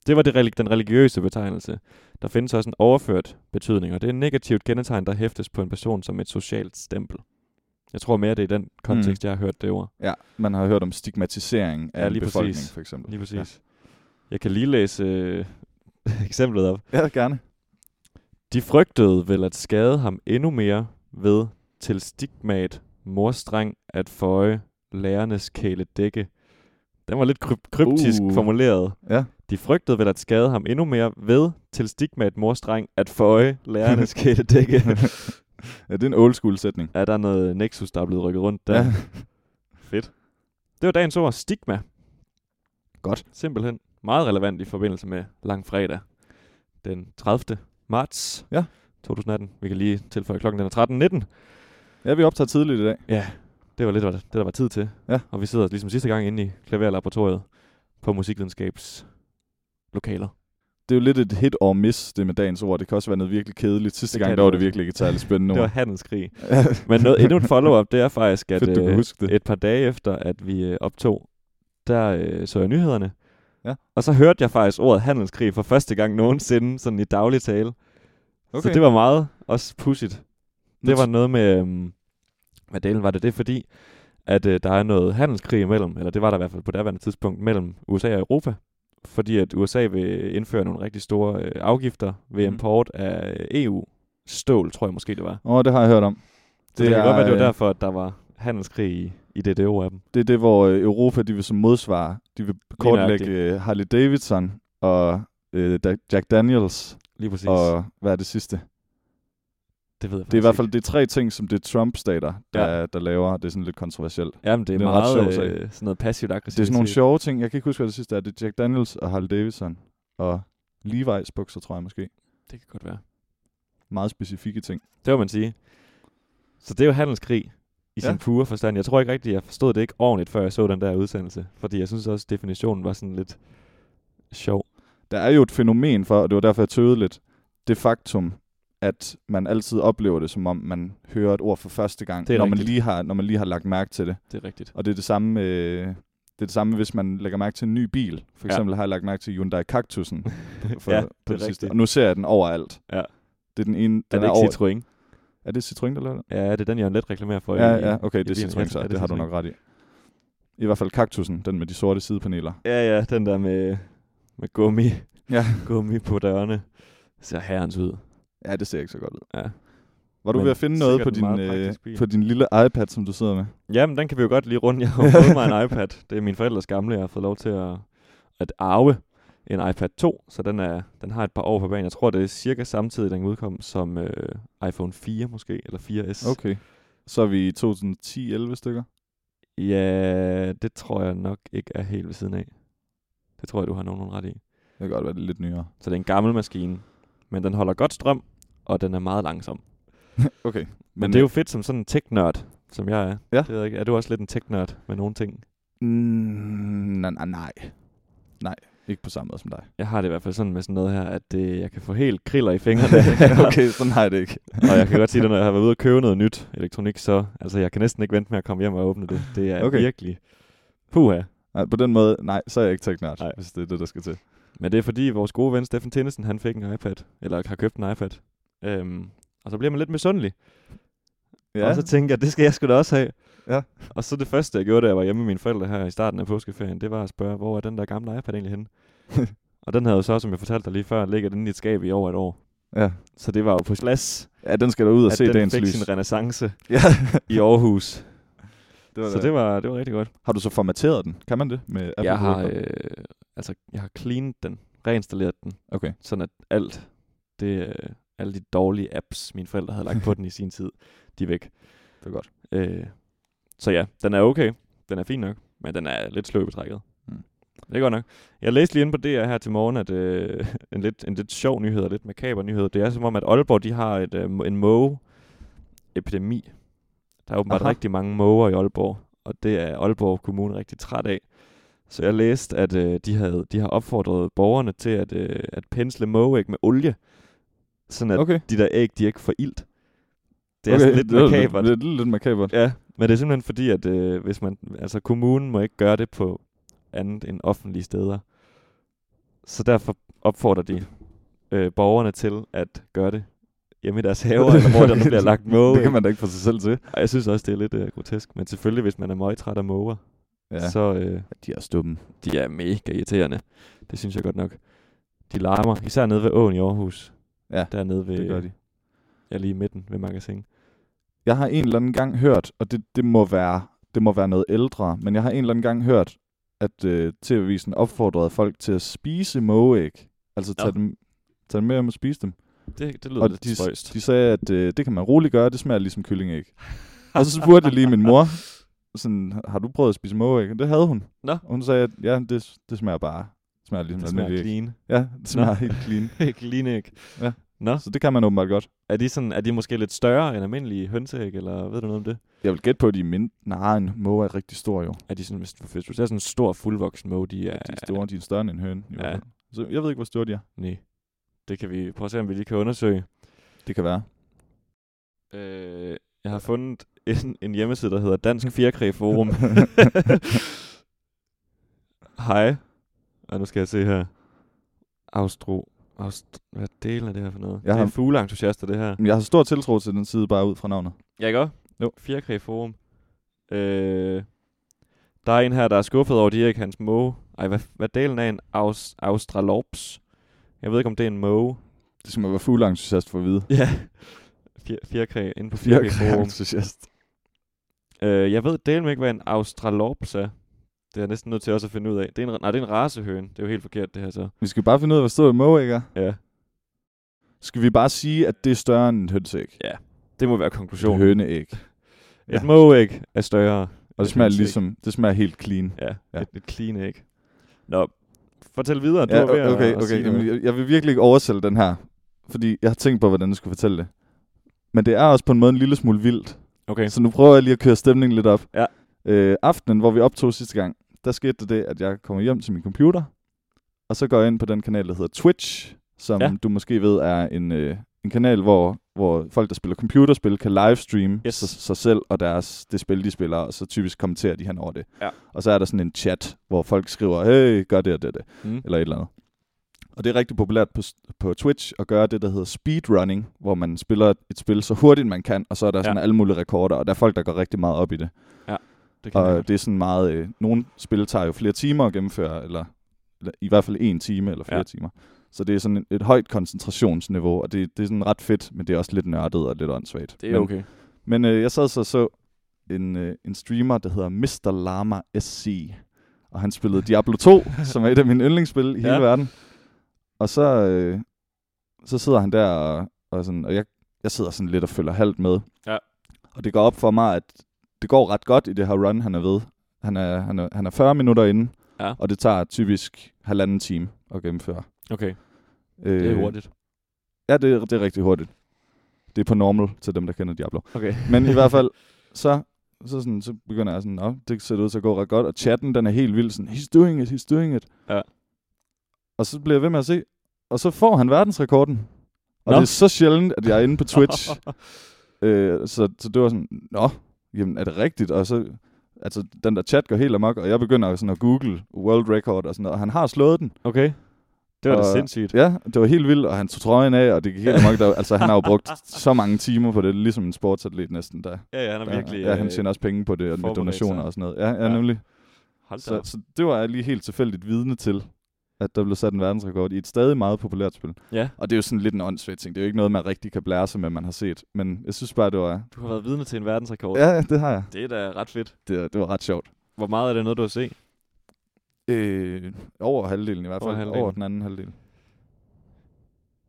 Speaker 2: det var det, relig- den religiøse betegnelse. Der findes også en overført betydning, og det er et negativt kendetegn, der hæftes på en person som et socialt stempel. Jeg tror mere, det er i den kontekst, mm. jeg har hørt det ord.
Speaker 1: Ja, man har hørt om stigmatisering af
Speaker 2: Ja,
Speaker 1: en
Speaker 2: lige
Speaker 1: befolkning,
Speaker 2: præcis.
Speaker 1: for eksempel.
Speaker 2: Lige præcis. Ja. Jeg kan lige læse øh, eksemplet op.
Speaker 1: Ja, gerne.
Speaker 2: De frygtede vel at skade ham endnu mere ved til stigmat morstreng at føje lærernes kæle dække. Den var lidt kryp- kryptisk
Speaker 1: Uh.
Speaker 2: uh. formuleret.
Speaker 1: Ja.
Speaker 2: De frygtede vel at skade ham endnu mere ved til stigmat morstreng at føje lærernes kæle dække.
Speaker 1: ja, det er en old school sætning.
Speaker 2: ja, der er noget Nexus, der er blevet rykket rundt der. Ja. Fedt. Det var dagens ord, stigma.
Speaker 1: Godt.
Speaker 2: Simpelthen meget relevant i forbindelse med langfredag den 30. marts
Speaker 1: Ja.
Speaker 2: 2018. Vi kan lige tilføje klokken, den er 13.19.
Speaker 1: Ja, vi optager tidligt i dag.
Speaker 2: Ja, det var lidt hvad det, der var tid til.
Speaker 1: Ja.
Speaker 2: Og vi sidder ligesom sidste gang inde i klaverlaboratoriet på musikvidenskabs lokaler.
Speaker 1: Det er jo lidt et hit or miss, det med dagens ord. Det kan også være noget virkelig kedeligt. Sidste
Speaker 2: Det
Speaker 1: gang,
Speaker 2: kan
Speaker 1: der
Speaker 2: det
Speaker 1: var det
Speaker 2: også.
Speaker 1: virkelig ikke et særligt spændende
Speaker 2: Det var
Speaker 1: ord.
Speaker 2: handelskrig. Men noget, endnu et follow-up, det er faktisk, at
Speaker 1: Fedt, du kan
Speaker 2: øh,
Speaker 1: huske det.
Speaker 2: et par dage efter, at vi øh, optog, der øh, så jeg nyhederne.
Speaker 1: Ja.
Speaker 2: Og så hørte jeg faktisk ordet handelskrig for første gang nogensinde, sådan i daglig tale. Okay.
Speaker 1: Okay.
Speaker 2: Så det var meget også pudsigt.
Speaker 1: Nu
Speaker 2: Det var
Speaker 1: t-
Speaker 2: noget med, øhm, hvad delen var det? Det er fordi, at øh, der er noget handelskrig imellem, eller det var der i hvert fald på daværende tidspunkt, mellem USA og Europa. Fordi at USA vil indføre nogle rigtig store øh, afgifter ved
Speaker 1: Mhm.
Speaker 2: import af øh, EU-stål, tror jeg måske det var.
Speaker 1: Åh, oh, det har jeg hørt om.
Speaker 2: Så det, det kan
Speaker 1: er,
Speaker 2: godt være, det var
Speaker 1: øh,
Speaker 2: derfor, at der var handelskrig i, i det DDO af dem.
Speaker 1: Det er det, hvor øh, Europa de vil som modsvare. De vil kortlægge øh, Harley Davidson og øh, Da- Jack Daniels
Speaker 2: Lige præcis.
Speaker 1: og hvad er det sidste?
Speaker 2: det ved jeg
Speaker 1: Det er i hvert
Speaker 2: faktisk
Speaker 1: fald det er tre ting, som det er Trump-stater, der, ja.
Speaker 2: Ja.
Speaker 1: der laver. Det er sådan lidt kontroversielt.
Speaker 2: ikke. Jamen, det er,
Speaker 1: det er en ret sjov
Speaker 2: meget
Speaker 1: sag.
Speaker 2: øh, sådan noget passivt aggressivt.
Speaker 1: Det er sådan nogle sjove ting. Jeg kan ikke huske, hvad det sidste er. Det er Jack Daniels og Harley Davidson og Levi's bukser, tror jeg måske.
Speaker 2: Det kan godt være.
Speaker 1: Meget specifikke ting.
Speaker 2: Det må man sige. Så det er jo handelskrig i
Speaker 1: Ja.
Speaker 2: sin pure forstand. Jeg tror ikke rigtigt, jeg forstod det ikke ordentligt, før jeg så den der udsendelse. Fordi jeg synes også, definitionen var sådan lidt sjov.
Speaker 1: Der er jo et fænomen for, og det var derfor, jeg tøvede lidt, det faktum, at man altid oplever det, som om man hører et ord for første gang,
Speaker 2: Det er
Speaker 1: når man,
Speaker 2: rigtigt.
Speaker 1: lige har, når man lige har lagt mærke til det.
Speaker 2: Det er rigtigt.
Speaker 1: Og det er det samme, øh, det er det samme hvis man lægger mærke til en ny bil. For
Speaker 2: Ja.
Speaker 1: eksempel har jeg lagt mærke til Hyundai Cactusen for,
Speaker 2: ja,
Speaker 1: på
Speaker 2: det er
Speaker 1: sidste.
Speaker 2: rigtigt.
Speaker 1: Og nu ser jeg den overalt.
Speaker 2: Ja.
Speaker 1: Det er den ene, den
Speaker 2: Er det
Speaker 1: er
Speaker 2: ikke
Speaker 1: over...
Speaker 2: Citroën?
Speaker 1: Er det Citroën, der laver det?
Speaker 2: Ja, det er den, jeg let reklamerer for.
Speaker 1: Ja,
Speaker 2: i-
Speaker 1: ja, okay,
Speaker 2: i
Speaker 1: det er
Speaker 2: bilen.
Speaker 1: Citroën,
Speaker 2: Ja,
Speaker 1: så
Speaker 2: er
Speaker 1: det har du
Speaker 2: Citroën.
Speaker 1: nok ret i. I hvert fald kaktusen, den med de sorte sidepaneler.
Speaker 2: Ja, ja, den der med, med gummi.
Speaker 1: Ja.
Speaker 2: gummi på dørene. Ser herrens ud.
Speaker 1: Ja, det ser ikke så godt ud.
Speaker 2: Ja.
Speaker 1: Var du
Speaker 2: Men
Speaker 1: ved at finde noget
Speaker 2: sikkert
Speaker 1: på
Speaker 2: en
Speaker 1: din,
Speaker 2: meget
Speaker 1: øh,
Speaker 2: praktisk bil.
Speaker 1: på din lille iPad, som du sidder med?
Speaker 2: Jamen, den kan vi jo godt lige runde. Jeg har jo fået mig en iPad. Det er mine forældres gamle. Jeg har fået lov til at, at arve en iPad 2, så den, er, den har et par år på banen. Jeg tror, det er cirka samtidig, den udkom som øh, iPhone 4 måske, eller 4S.
Speaker 1: Okay. Så er vi i 2010-11 stykker.
Speaker 2: Ja, det tror jeg nok ikke er helt ved siden af. Det tror jeg, du har nogen ret i.
Speaker 1: Det kan godt være, det er lidt nyere.
Speaker 2: Så det er en gammel maskine, men den holder godt strøm, og den er meget langsom. Men,
Speaker 1: Okay. Men,
Speaker 2: men det er jo fedt som sådan en tech-nørd, som jeg er.
Speaker 1: Ja.
Speaker 2: Det ved jeg ikke. Er du også lidt en tech-nørd med nogle ting?
Speaker 1: Mm, nej, nej, nej. Nej, ikke på samme måde som dig.
Speaker 2: Jeg har det i hvert fald sådan med sådan noget her, at det, jeg kan få helt kriller i fingrene.
Speaker 1: okay, sådan har jeg det ikke.
Speaker 2: og jeg kan godt sige det, når jeg har været ude og købe noget nyt elektronik, så altså, jeg kan næsten ikke vente med at komme hjem og åbne det. Det er
Speaker 1: Okay.
Speaker 2: okay. virkelig puha.
Speaker 1: Nej, på den måde, nej, så er jeg ikke teknart,
Speaker 2: Nej.
Speaker 1: hvis det er det, der skal til.
Speaker 2: Men det er fordi, vores gode ven Steffen Tennesen, han fik en iPad, eller har købt en iPad. Øhm, og så bliver man lidt misundelig. Ja. Og så tænker jeg, det skal jeg sgu da også have.
Speaker 1: Ja.
Speaker 2: Og så det første, jeg gjorde, da jeg var hjemme med mine forældre her i starten af påskeferien, det var at spørge, hvor er den der gamle iPad egentlig henne? og den havde jo så, som jeg fortalte dig lige før, ligget inde i et skab i over et år.
Speaker 1: Ja.
Speaker 2: Så det var jo på plads,
Speaker 1: ja, den skal da ud og
Speaker 2: at
Speaker 1: se
Speaker 2: den
Speaker 1: dagens
Speaker 2: fik
Speaker 1: lys.
Speaker 2: sin renaissance
Speaker 1: ja,
Speaker 2: i Aarhus.
Speaker 1: det var
Speaker 2: så det var, det var rigtig godt.
Speaker 1: Har du så formateret den? Kan man det? Med Apple
Speaker 2: jeg har,
Speaker 1: Recorder?
Speaker 2: øh, altså, jeg har cleanet den, reinstalleret den,
Speaker 1: Okay.
Speaker 2: sådan at alt, det, øh, alle de dårlige apps, mine forældre havde lagt på den i sin tid, de er væk.
Speaker 1: Det var godt.
Speaker 2: Øh, så ja, den er okay. Den er fin nok, men den er lidt sløv i betrækket.
Speaker 1: Mm.
Speaker 2: Mm. Det er godt nok. Jeg læste lige inde på DR her til morgen, at øh, en, lidt, en lidt sjov nyhed og lidt makaber nyhed, det er som om, at Aalborg de har et, øh, en måge-epidemi. Der er åbenbart
Speaker 1: Aha.
Speaker 2: Aha. rigtig mange måger i Aalborg, og det er Aalborg Kommune rigtig træt af. Så jeg læste, at øh, de, havde, de har opfordret borgerne til at, øh, at pensle mågeæg med olie, sådan at okay.
Speaker 1: Okay.
Speaker 2: de der æg, de ikke får ilt. Det er
Speaker 1: okay.
Speaker 2: okay, sådan lidt
Speaker 1: det er
Speaker 2: makabert.
Speaker 1: Lidt, lidt, lidt makabert.
Speaker 2: Ja, men det er simpelthen fordi, at øh, hvis man, altså, kommunen må ikke gøre det på andet end offentlige steder. Så derfor opfordrer de øh, borgerne til at gøre det hjemme i deres haver, eller hvor der nu bliver lagt måge.
Speaker 1: Det kan man da ikke få sig selv til.
Speaker 2: Og jeg synes også, det er lidt øh, grotesk. Men selvfølgelig, hvis man er møgtræt af måger, ja. så øh,
Speaker 1: de er stumme.
Speaker 2: de er mega irriterende. Det synes jeg godt nok. De larmer, især nede ved åen i Aarhus.
Speaker 1: Ja,
Speaker 2: dernede ved,
Speaker 1: Det gør de.
Speaker 2: Ja, lige i midten ved magasin.
Speaker 1: Jeg har en eller anden gang hørt, og det, det, må, være, det må være noget ældre, men jeg har en eller anden gang hørt, at øh, TV-avisen opfordrede folk til at spise mågeæg. Altså tage,
Speaker 2: Nå.
Speaker 1: dem, tage dem med hjem og spise dem.
Speaker 2: Det, det lyder
Speaker 1: Og
Speaker 2: lidt
Speaker 1: de,
Speaker 2: spøjst.
Speaker 1: de sagde, at øh, det kan man roligt gøre, det smager ligesom kyllingæg. og så spurgte jeg lige min mor, sådan, har du prøvet at spise mågeæg? Og Det havde hun.
Speaker 2: Nå.
Speaker 1: Og hun sagde, at ja, det, det smager bare. Det smager ligesom
Speaker 2: Det smager
Speaker 1: almindeligt æg.
Speaker 2: clean.
Speaker 1: Ja, det smager helt clean.
Speaker 2: Glinæg.
Speaker 1: Ja.
Speaker 2: Nå,
Speaker 1: Så det kan man åbenbart godt.
Speaker 2: er de, sådan, er de måske lidt større end almindelige hønseæg, eller ved du noget om det?
Speaker 1: Jeg vil gætte på, at de er mindre. Nej, en måge er rigtig stor jo.
Speaker 2: Er de sådan, hvis, hvis du ser sådan en stor fuldvoksen måge, de er...
Speaker 1: De er store, de er større end en høne. i hvert
Speaker 2: Ja.
Speaker 1: fald. Så jeg ved ikke, hvor store de er.
Speaker 2: Nej. Det kan vi prøve at se, om vi lige kan undersøge.
Speaker 1: Det kan være.
Speaker 2: Øh, jeg har fundet en, en hjemmeside, der hedder Dansk Fjerkræforum. Hej. Og nu skal jeg se her. Austro. Aust Hvad delen er det her for noget?
Speaker 1: Jeg
Speaker 2: det er
Speaker 1: har-
Speaker 2: fugleentusiaster, det her.
Speaker 1: Men jeg har stor tiltro til den side, bare ud fra navnet.
Speaker 2: Ja, ikke også?
Speaker 1: Jo.
Speaker 2: Fjerkræforum. Øh, der er en her, der er skuffet over Dirk, hans måge. Ej, hvad, hvad delen af en aus, australorps? Jeg ved ikke, om det er en måge.
Speaker 1: Det skal man være fugleentusiast for at vide.
Speaker 2: Ja. Fjer, fjerkræ, inde på Fjerkræforum.
Speaker 1: Fjerkræentusiast.
Speaker 2: Øh, jeg ved delen ikke, hvad en australorps er. Det er jeg næsten nødt til også at finde ud af. Det er en, nej, det er en racehøne. Det er jo helt forkert, det her så.
Speaker 1: Vi skal bare finde ud af, hvor stor en måge ikke er.
Speaker 2: Ja.
Speaker 1: Skal vi bare sige, at det er større end et hønseæg?
Speaker 2: Det må være
Speaker 1: Jo. Et
Speaker 2: konklusionen.
Speaker 1: høneæg.
Speaker 2: Et
Speaker 1: ja.
Speaker 2: mågeæg er større.
Speaker 1: Og
Speaker 2: end
Speaker 1: det smager
Speaker 2: et hønseæg.
Speaker 1: ligesom, det smager helt clean.
Speaker 2: Ja,
Speaker 1: Ja.
Speaker 2: ja. Et, et clean æg. Nå, fortæl videre. Du
Speaker 1: Ja,
Speaker 2: var ved at-
Speaker 1: okay,
Speaker 2: at
Speaker 1: okay.
Speaker 2: sige
Speaker 1: Jamen,
Speaker 2: noget.
Speaker 1: jeg, jeg vil virkelig ikke oversælge den her, fordi jeg har tænkt på, hvordan jeg skulle fortælle det. Men det er også på en måde en lille smule vildt.
Speaker 2: okay.
Speaker 1: Så nu prøver jeg lige at køre stemningen lidt op.
Speaker 2: Ja.
Speaker 1: Øh, aftenen, hvor vi optog sidste gang, der skete der det, at jeg kommer hjem til min computer, og så går jeg ind på den kanal, der hedder Twitch, som ja.
Speaker 2: Ja.
Speaker 1: du måske ved er en, øh, en kanal, hvor, hvor folk, der spiller computerspil, kan livestreame
Speaker 2: Yes.
Speaker 1: sig, sig selv og deres, det spil, de spiller, og så typisk kommenterer de hen over det.
Speaker 2: Ja.
Speaker 1: Og så er der sådan en chat, hvor folk skriver, hey, gør det og det og det,
Speaker 2: Mm.
Speaker 1: eller et eller andet. Og det er rigtig populært på, s- på Twitch at gøre det, der hedder speedrunning, hvor man spiller et- et spil så hurtigt man kan, og så er der ja. sådan
Speaker 2: Ja.
Speaker 1: alle mulige rekorder, og der er folk, der går rigtig meget op i det.
Speaker 2: Det kan jeg
Speaker 1: Og
Speaker 2: godt.
Speaker 1: det er sådan meget, øh, nogle spil tager jo flere timer at gennemføre, eller, eller i hvert fald en time eller flere ja.
Speaker 2: Ja.
Speaker 1: timer. Så det er sådan et højt koncentrationsniveau, og det, det er sådan ret fedt, men det er også lidt nørdet og lidt åndssvagt.
Speaker 2: det er
Speaker 1: men,
Speaker 2: okay.
Speaker 1: Men øh, jeg sad så så en, øh, en streamer, der hedder Mr. Lama SC, og han spillede Diablo 2, som er et af mine yndlingsspil i ja. hele
Speaker 2: Ja.
Speaker 1: verden. Og så, øh, så sidder han der, og, og, sådan, og jeg, jeg sidder sådan lidt og følger halvt med.
Speaker 2: Ja.
Speaker 1: Og det går op for mig, at det går ret godt i det her run, han er ved. Han er, han er, han er 40 minutter inde,
Speaker 2: Ja.
Speaker 1: og det tager typisk halvanden time at gennemføre.
Speaker 2: Okay,
Speaker 1: Øh,
Speaker 2: det er hurtigt.
Speaker 1: Ja, det, er- det er rigtig hurtigt. Det er på normal til dem, der kender Diablo.
Speaker 2: Okay.
Speaker 1: Men i hvert fald, så, så, sådan, så begynder jeg sådan, Nå, det ser ud til at gå ret godt, og chatten, den er helt vild, sådan, he's doing it, he's doing it.
Speaker 2: Ja.
Speaker 1: Og så bliver jeg ved med at se, og så får han verdensrekorden. Og
Speaker 2: Nå.
Speaker 1: det er så sjældent, at jeg er inde på Twitch. øh, så, så det var sådan, nå, jamen er det rigtigt? Og så, altså den der chat går helt amok, og jeg begynder sådan at google world record og sådan noget, og han har slået den.
Speaker 2: Okay. Det var da
Speaker 1: Og-
Speaker 2: sindssygt.
Speaker 1: Ja, det var helt vildt, og han tog trøjen af, og det gik helt amok. Der, altså, han har jo brugt så mange timer på det, ligesom en sportsatlet næsten. Der,
Speaker 2: Ja, ja, han er
Speaker 1: der,
Speaker 2: virkelig...
Speaker 1: ja, han
Speaker 2: øh,
Speaker 1: tjener også penge på det, og med
Speaker 2: forberedt
Speaker 1: donationer
Speaker 2: sig.
Speaker 1: og sådan noget. Ja, ja,
Speaker 2: Ja.
Speaker 1: nemlig.
Speaker 2: Hold da
Speaker 1: Så,
Speaker 2: op.
Speaker 1: så det var jeg lige helt tilfældigt vidne til. at der blev sat en verdensrekord i et stadig meget populært spil.
Speaker 2: Ja,
Speaker 1: Og det er jo sådan lidt en åndssvagt ting. Det er jo ikke noget, man rigtig kan blære sig med, man har set. Men jeg synes bare, det var...
Speaker 2: du har været vidne til en verdensrekord.
Speaker 1: Ja, ja, det har jeg.
Speaker 2: Det er da ret fedt.
Speaker 1: Det, det var ret sjovt.
Speaker 2: Hvor meget er det noget, du har set?
Speaker 1: Øh, over halvdelen i hvert
Speaker 2: Over
Speaker 1: fald. Over,
Speaker 2: halvdelen.
Speaker 1: over den anden halvdel.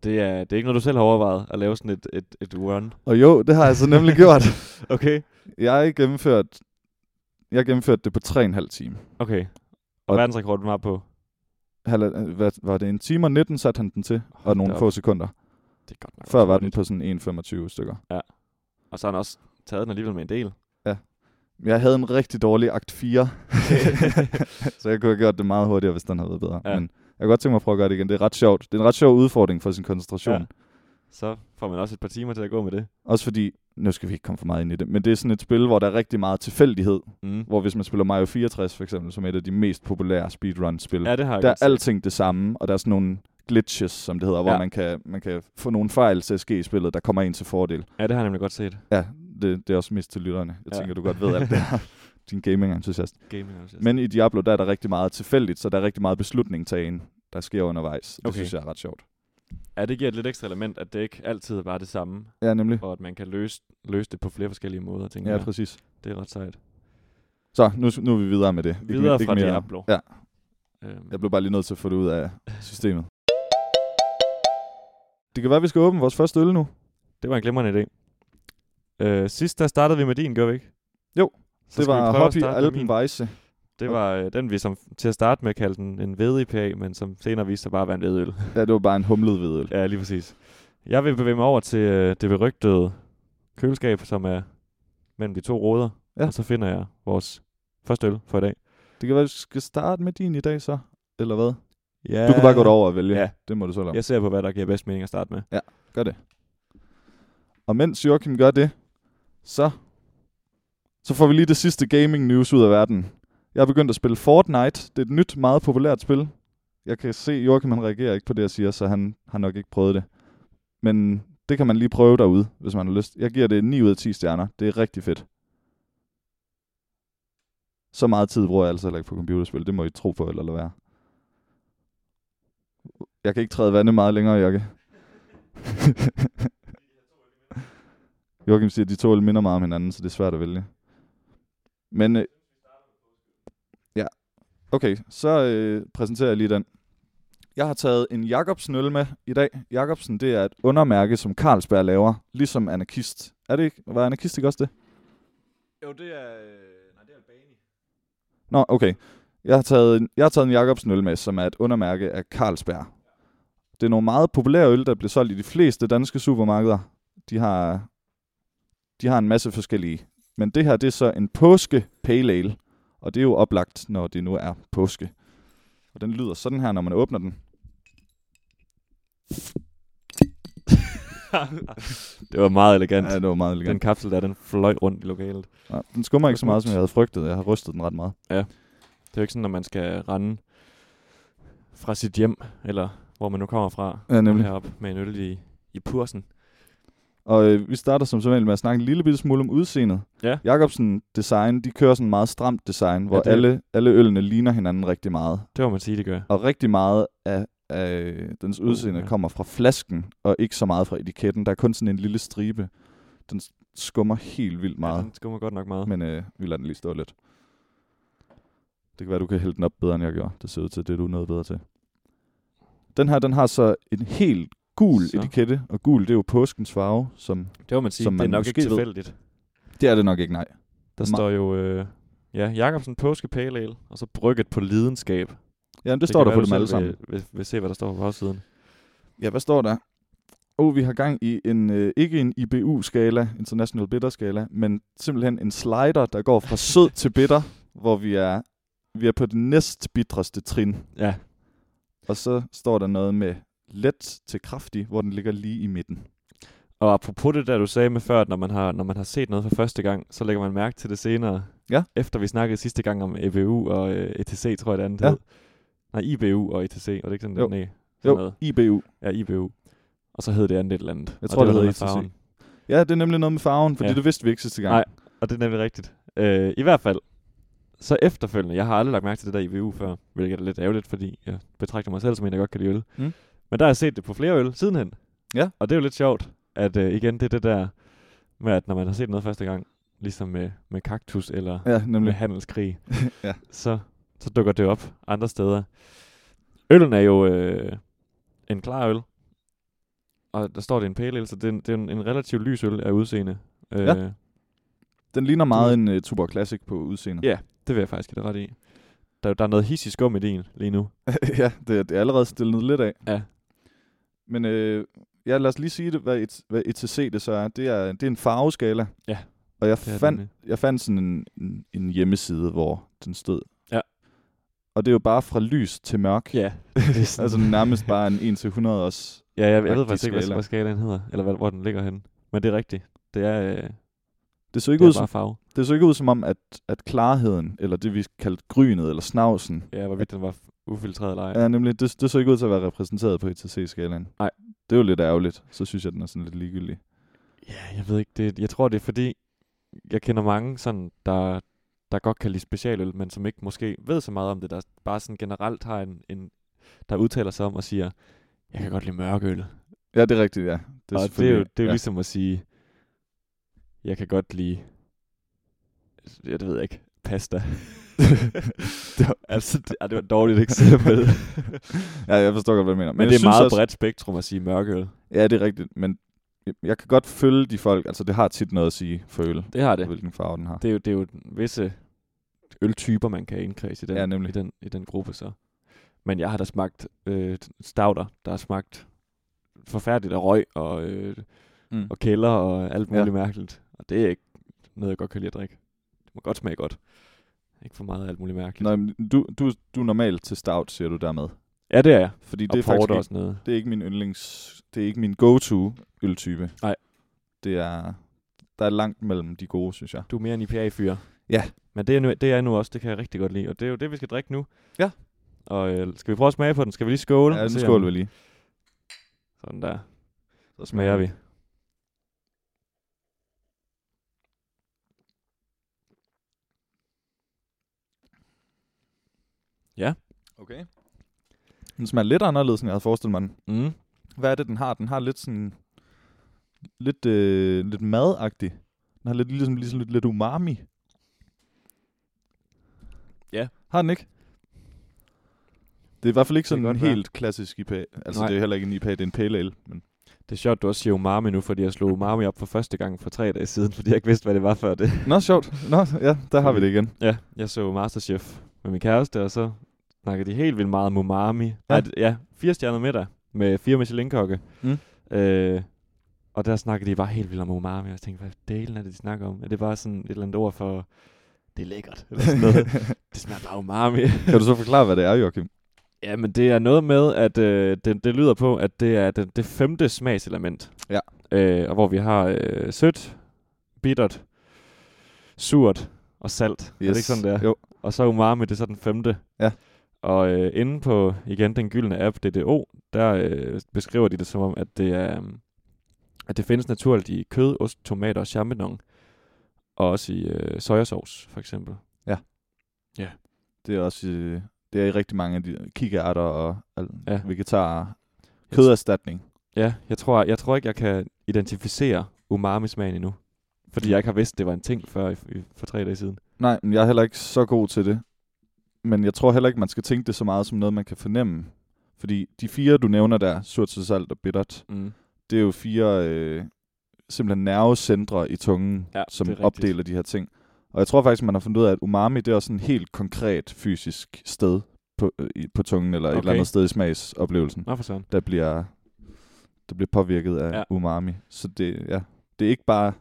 Speaker 2: Det er, det er ikke noget, du selv har overvejet at lave sådan et, et, et run.
Speaker 1: Og jo, det har jeg så nemlig gjort.
Speaker 2: Okay.
Speaker 1: Jeg gennemførte, jeg gennemførte det på 3,5 timer.
Speaker 2: Okay. Og,
Speaker 1: Og-
Speaker 2: og verdensrekorden var på?
Speaker 1: Halv, øh, hvad, var det en time og 19, satte han den til, og nogle
Speaker 2: da op.
Speaker 1: få sekunder.
Speaker 2: Det er godt nok
Speaker 1: Før
Speaker 2: også
Speaker 1: var den
Speaker 2: hurtigt.
Speaker 1: på sådan 1,25 stykker.
Speaker 2: Og så har han også taget den alligevel med en del.
Speaker 1: Jeg havde en rigtig dårlig akt 4, så jeg kunne have gjort det meget hurtigere, hvis den havde været bedre.
Speaker 2: Ja.
Speaker 1: Men jeg kunne godt tænke mig at prøve at gøre det igen. Det er ret sjovt. Det er en ret sjov udfordring for sin koncentration.
Speaker 2: Ja. så får man også et par timer til at gå med det.
Speaker 1: Også fordi, nu skal vi ikke komme for meget ind i det, men det er sådan et spil, hvor der er rigtig meget tilfældighed.
Speaker 2: Mm.
Speaker 1: Hvor hvis man spiller Mario 64 for eksempel, som er et af de mest populære speedrun-spil,
Speaker 2: Ja, det har jeg
Speaker 1: der er
Speaker 2: godt set.
Speaker 1: alting det samme, og der er sådan nogle glitches, som det hedder, hvor
Speaker 2: Ja.
Speaker 1: man, kan, man kan få nogle fejl til at ske i spillet, der kommer en til fordel.
Speaker 2: Ja, det har jeg nemlig godt set.
Speaker 1: Ja, det, det er også mest til lytterne. Jeg
Speaker 2: Ja.
Speaker 1: tænker, du godt ved alt det her. Din gaming-entusiast.
Speaker 2: Gaming også.
Speaker 1: Men i Diablo, der er der rigtig meget tilfældigt, så der er rigtig meget beslutningstagen, der sker undervejs. Det
Speaker 2: Okay.
Speaker 1: okay. synes jeg er ret sjovt.
Speaker 2: ja, det giver et lidt ekstra element, at det ikke altid er bare det samme,
Speaker 1: Ja, nemlig.
Speaker 2: og at man kan løse, løse det på flere forskellige måder, tænker
Speaker 1: Ja,
Speaker 2: jeg.
Speaker 1: præcis.
Speaker 2: Det er ret sejt.
Speaker 1: Så, nu, nu er vi videre med det. Ikke-
Speaker 2: Videre
Speaker 1: ikke
Speaker 2: fra
Speaker 1: mere-
Speaker 2: Diablo.
Speaker 1: Ja,
Speaker 2: Øhm,
Speaker 1: jeg blev bare lige nødt til at få det ud af systemet. Det kan være, at vi skal åbne vores første øl nu.
Speaker 2: Det var en glimrende idé. Øh, sidst der startede vi med din, gør vi ikke?
Speaker 1: Jo,
Speaker 2: Så
Speaker 1: Det
Speaker 2: skal vi
Speaker 1: var
Speaker 2: prøve at
Speaker 1: Hobby
Speaker 2: starte med min.
Speaker 1: Alpenweisse.
Speaker 2: Det var øh, den, vi som til at starte med kaldte en, en ved IPA, men som senere viste sig bare at være en vedøl.
Speaker 1: Ja, det var bare en humlet hvidøl.
Speaker 2: ja, lige præcis. Jeg vil bevæge mig over til øh, det berygtede køleskab, som er mellem de to råder.
Speaker 1: Ja.
Speaker 2: Ja. Og så finder jeg vores første øl for i dag.
Speaker 1: Det kan være, at vi skal starte med din i dag så, eller hvad?
Speaker 2: Ja.
Speaker 1: Du kan bare gå derover og vælge.
Speaker 2: Ja.
Speaker 1: Det må du selv om.
Speaker 2: Jeg ser på, hvad der giver bedst mening at starte med.
Speaker 1: Gør det. Og mens Joachim gør det, så, så får vi lige det sidste gaming news ud af verden. Jeg er begyndt at spille Fortnite. Det er et nyt, meget populært spil. Jeg kan se, Joachim han reagerer ikke på det, jeg siger, så han har nok ikke prøvet det. Men det kan man lige prøve derude, hvis man har lyst. Jeg giver det 9 ud af 10 stjerner. Det er rigtig fedt. Så meget tid bruger jeg altså heller ikke på computerspil. Det må I tro på, eller lade være. Jeg kan ikke træde vandet meget længere, Jokke. Joachim siger, at de to øl minder meget om hinanden, så det er svært at vælge. Men, øh, ja. Okay, så øh, præsenterer jeg lige den. Jeg har taget en Jacobsen øl med i dag. Jacobsen, det er et undermærke, som Carlsberg laver, ligesom anarkist. Er det ikke? Var anarkist ikke også det?
Speaker 2: Jo, det er... Øh, nej, det er Albani.
Speaker 1: Nå, okay. Jeg har taget en, jeg har taget en Jacobsen øl med, som er et undermærke af Carlsberg. Det er nogle meget populære øl, der bliver solgt i de fleste danske supermarkeder. De har, de har en masse forskellige. Men det her, det er så en påske pale ale. Og det er jo oplagt, når det nu er påske. Og den lyder sådan her, når man åbner den.
Speaker 2: det var meget elegant.
Speaker 1: Ja, det var meget
Speaker 2: Den
Speaker 1: elegant.
Speaker 2: kapsel der, den fløj rundt i lokalet.
Speaker 1: Den, den skummer ikke så meget, som jeg havde frygtet. Jeg har rystet den ret meget.
Speaker 2: Det er jo ikke sådan, at man skal rende fra sit hjem, eller hvor man nu kommer fra,
Speaker 1: Ja, nemlig.
Speaker 2: heroppe med en øl i, i pursen.
Speaker 1: Og øh, vi starter som sædvanligt med at snakke en lille bitte smule om udseendet.
Speaker 2: Ja.
Speaker 1: Jacobsen Design, de kører sådan en meget stramt design, hvor
Speaker 2: det
Speaker 1: ja,
Speaker 2: er-
Speaker 1: alle, alle ølene ligner hinanden rigtig meget.
Speaker 2: Det må man sige, det gør.
Speaker 1: Og rigtig meget af, af dens udseende
Speaker 2: ja.
Speaker 1: kommer fra flasken, og ikke så meget fra etiketten. Der er kun sådan en lille stribe. Den s- skummer helt vildt
Speaker 2: Ja,
Speaker 1: meget,
Speaker 2: den skummer godt nok meget.
Speaker 1: men øh, vi lader den lige stå lidt. Det kan være, du kan hælde den op bedre, end jeg gjorde. Det ser ud til, det er du noget bedre til. Den her, den har så en helt gul
Speaker 2: Så.
Speaker 1: så. etikette, og gul, det er jo påskens farve, som
Speaker 2: Det må man sige,
Speaker 1: Som
Speaker 2: det
Speaker 1: man
Speaker 2: er nok
Speaker 1: måske
Speaker 2: ikke
Speaker 1: ved.
Speaker 2: tilfældigt.
Speaker 1: Det er det nok ikke, nej.
Speaker 2: Der
Speaker 1: Ma-
Speaker 2: står jo, øh, ja, Jacobsen Påske Pale Ale, og så brygget på lidenskab. Det,
Speaker 1: Ja, men det, det står
Speaker 2: kan
Speaker 1: der på
Speaker 2: være,
Speaker 1: dem
Speaker 2: du
Speaker 1: alle
Speaker 2: selv
Speaker 1: sammen.
Speaker 2: Vil, vil, vil se, hvad der står på bagsiden.
Speaker 1: Ja, hvad står der? Oh, vi har gang i en, øh, ikke en IBU-skala, International Bitter-skala, men simpelthen en slider, der går fra sød til bitter, hvor vi er, vi er på det næst bitreste trin.
Speaker 2: Ja,
Speaker 1: Og så står der noget med let til kraftig, hvor den ligger lige i midten.
Speaker 2: og apropos det der, du sagde med før, at når man har, når man har set noget for første gang, så lægger man mærke til det senere.
Speaker 1: Ja.
Speaker 2: Efter vi snakkede sidste gang om EBU og øh, ETC, tror jeg det andet
Speaker 1: Ja.
Speaker 2: hed. Nej, IBU og ETC, var det ikke sådan,
Speaker 1: Jo.
Speaker 2: det Nej, sådan
Speaker 1: Jo,
Speaker 2: noget.
Speaker 1: IBU.
Speaker 2: Ja, IBU. Og så hed det andet et eller andet.
Speaker 1: Jeg
Speaker 2: og
Speaker 1: tror, det E
Speaker 2: var
Speaker 1: hed
Speaker 2: noget med
Speaker 1: ETC.
Speaker 2: farven.
Speaker 1: Ja, det er nemlig noget med farven, fordi ja.
Speaker 2: Ja.
Speaker 1: det vidste vi ikke sidste gang.
Speaker 2: Nej. Og det er nemlig rigtigt. Øh, I hvert fald, Så efterfølgende, jeg har aldrig lagt mærke til det der IVU før, hvilket er lidt ærgerligt, fordi jeg betragter mig selv som en, der godt kan lide øl.
Speaker 1: Mm.
Speaker 2: Men der har jeg set det på flere øl sidenhen.
Speaker 1: Ja.
Speaker 2: Og det er jo lidt sjovt, at øh, igen, det er det der med, at når man har set noget første gang, ligesom med, med kaktus eller
Speaker 1: Ja,
Speaker 2: med
Speaker 1: nemlig.
Speaker 2: handelskrig,
Speaker 1: Ja.
Speaker 2: så, så dukker det op andre steder. Øllen er jo øh, en klar øl, og der står det er en pale ale, så det er en, det er en, en relativt lys øl af udseende. Øh,
Speaker 1: Ja. Den ligner meget en uh, Tuborg Classic på udseendet.
Speaker 2: Ja, det vil jeg faktisk give dig ret i. Der, der er noget hissig skum i din lige nu.
Speaker 1: ja, det, er- det er allerede stillet lidt af.
Speaker 2: Ja.
Speaker 1: Men øh, ja, lad os lige sige, det, hvad, et, hvad ETC det så er. Det er, det er en farveskala.
Speaker 2: Ja,
Speaker 1: Og jeg
Speaker 2: Det er
Speaker 1: fandt,
Speaker 2: den, øh.
Speaker 1: jeg fandt sådan en, en, en hjemmeside, hvor den stod.
Speaker 2: Ja.
Speaker 1: Og det er jo bare fra lys til mørk.
Speaker 2: Ja. Det er sådan,
Speaker 1: Altså nærmest bare en 1 til 100 også.
Speaker 2: ja, jeg, jeg ved
Speaker 1: rigtig
Speaker 2: faktisk ikke, hvad,
Speaker 1: skala.
Speaker 2: hvad skalaen hedder, eller hvad, hvor den ligger henne. Men det er rigtigt. Det er, øh, det
Speaker 1: Det så ikke, ud,
Speaker 2: er
Speaker 1: som,
Speaker 2: bare farve.
Speaker 1: det så ikke ud som om, at, at klarheden, eller det vi kaldte grynet, eller snavsen,
Speaker 2: Ja, hvorvidt den var f- ufiltreret eller ej.
Speaker 1: Ja, nemlig, det, det så ikke ud til at være repræsenteret på ETC-skalaen.
Speaker 2: Nej.
Speaker 1: Det er jo lidt ærgerligt. Så synes jeg, den er sådan lidt ligegyldig.
Speaker 2: Ja, jeg ved ikke. Det, jeg tror, det er fordi, jeg kender mange, sådan, der, der godt kan lide specialøl, men som ikke måske ved så meget om det, der bare sådan generelt har en, en der udtaler sig om og siger, jeg kan godt lide mørkøl.
Speaker 1: Ja, det er rigtigt, ja.
Speaker 2: Det er og det er jo,
Speaker 1: selvfølgelig-
Speaker 2: det er jo ja.
Speaker 1: ja.
Speaker 2: ligesom at sige, jeg kan godt lide, ja, det ved jeg ikke, pasta. det var, altså, det, ej, det var et dårligt eksempel. Men,
Speaker 1: Ja, jeg forstår godt, hvad du mener.
Speaker 2: men
Speaker 1: jeg
Speaker 2: det er
Speaker 1: synes også,
Speaker 2: meget også... bredt spektrum at sige mørkøl.
Speaker 1: Ja, det er rigtigt, men jeg- jeg kan godt følge de folk. Altså, det har tit noget at sige for øl,
Speaker 2: Det har det.
Speaker 1: hvilken farve den har.
Speaker 2: Det er jo, det er jo visse øltyper, man kan indkredse i den,
Speaker 1: Ja,
Speaker 2: i
Speaker 1: nemlig.
Speaker 2: den, i den gruppe så. Men jeg har da smagt øh, stouter, der har smagt forfærdeligt af røg og, øh,
Speaker 1: Mm.
Speaker 2: og kælder og alt muligt ja.
Speaker 1: Ja.
Speaker 2: mærkeligt. Og det er ikke noget, jeg godt kan lide at drikke. Det må godt smage godt. Ikke for meget af alt muligt mærkeligt.
Speaker 1: Nå, men du, du, du er normalt til stout, siger du dermed.
Speaker 2: Ja, det er jeg.
Speaker 1: Fordi
Speaker 2: Og
Speaker 1: det er
Speaker 2: det
Speaker 1: faktisk
Speaker 2: porter og
Speaker 1: ikke,
Speaker 2: sådan noget.
Speaker 1: det er ikke min yndlings... Det er ikke min go-to øltype.
Speaker 2: Nej.
Speaker 1: Det er... Der er langt mellem de gode, synes jeg.
Speaker 2: Du er mere en IPA-fyr.
Speaker 1: Ja.
Speaker 2: Men det er, nu, det er jeg nu også, det kan jeg rigtig godt lide. Og det er jo det, vi skal drikke nu.
Speaker 1: Ja.
Speaker 2: Og øh, skal vi prøve at smage på den? Skal vi lige skåle?
Speaker 1: Ja,
Speaker 2: og
Speaker 1: den
Speaker 2: se, om-
Speaker 1: skål vi lige.
Speaker 2: Sådan der.
Speaker 1: Så
Speaker 2: smager vi.
Speaker 1: Okay. Den smager lidt anderledes, end jeg havde forestillet mig den.
Speaker 2: Mm.
Speaker 1: Hvad er det, den har? Den har lidt sådan... Lidt, øh, lidt madagtig. Den har lidt, ligesom, ligesom lidt, lidt umami.
Speaker 2: Ja.
Speaker 1: Har den ikke? Det er i hvert fald ikke
Speaker 2: Det kan
Speaker 1: sådan en
Speaker 2: godt være.
Speaker 1: helt klassisk IPA. Altså,
Speaker 2: Nej.
Speaker 1: Nej. det er heller ikke en IPA, det er en pale ale. Men
Speaker 2: Det er sjovt, du også siger umami nu, fordi jeg slog umami op for første gang for tre dage siden, fordi jeg ikke vidste, hvad det var før det.
Speaker 1: Nå, sjovt. Nå, ja, der har vi det igen.
Speaker 2: Ja, jeg så Masterchef med min kæreste, og så snakkede de helt vildt meget om umami. Ja. Nej, d- ja, fire stjerner middag med fire Michelin-kokke.
Speaker 1: Mm.
Speaker 2: Øh, og der snakkede de bare helt vildt om umami, og jeg tænkte, hvad delen er det, de snakker om? Er det bare sådan et eller andet ord for, det er lækkert, eller sådan noget? det smager bare umami.
Speaker 1: Kan du så forklare, hvad det er, Joachim?
Speaker 2: ja, men det er noget med, at øh, det, det lyder på, at det er det, det femte smagselement.
Speaker 1: Ja.
Speaker 2: Øh, og hvor vi har øh, sødt, bittert, surt og salt. Yes. Er det ikke sådan, det er?
Speaker 1: Jo.
Speaker 2: Og så umami, det er så den femte.
Speaker 1: Ja.
Speaker 2: Og øh, inde på, igen, den gyldne app, DDO, der øh, beskriver de det som om, at det er, øhm, at det findes naturligt i kød, ost, tomater og champignon. Og også i øh, sojasauce, for eksempel.
Speaker 1: Det er også... Øh, det er i rigtig mange af de kikærter og al,
Speaker 2: Ja.
Speaker 1: ja. vegetarer.
Speaker 2: Jeg-
Speaker 1: Køderstatning.
Speaker 2: Ja, jeg tror, jeg tror ikke, jeg kan identificere umami-smagen endnu. Fordi jeg ikke har vidst, det var en ting før i, i, for tre dage siden.
Speaker 1: Nej, men jeg er heller ikke så god til det. Men jeg tror heller ikke, man skal tænke det så meget som noget, man kan fornemme. Fordi de fire, du nævner der, surt, sødt, salt og bittert,
Speaker 2: Mm.
Speaker 1: det er jo fire øh, simpelthen nervecentre i tungen,
Speaker 2: Ja,
Speaker 1: som
Speaker 2: det er rigtigt.
Speaker 1: opdeler de her ting. Og jeg tror faktisk, man har fundet ud af, at umami, det er også sådan et helt konkret fysisk sted på, øh, i- på tungen, eller et
Speaker 2: Okay.
Speaker 1: eller andet sted i smagsoplevelsen,
Speaker 2: Nå for søren.
Speaker 1: der bliver, der bliver påvirket af
Speaker 2: Ja.
Speaker 1: ja. umami. Så det, ja, det er ikke bare...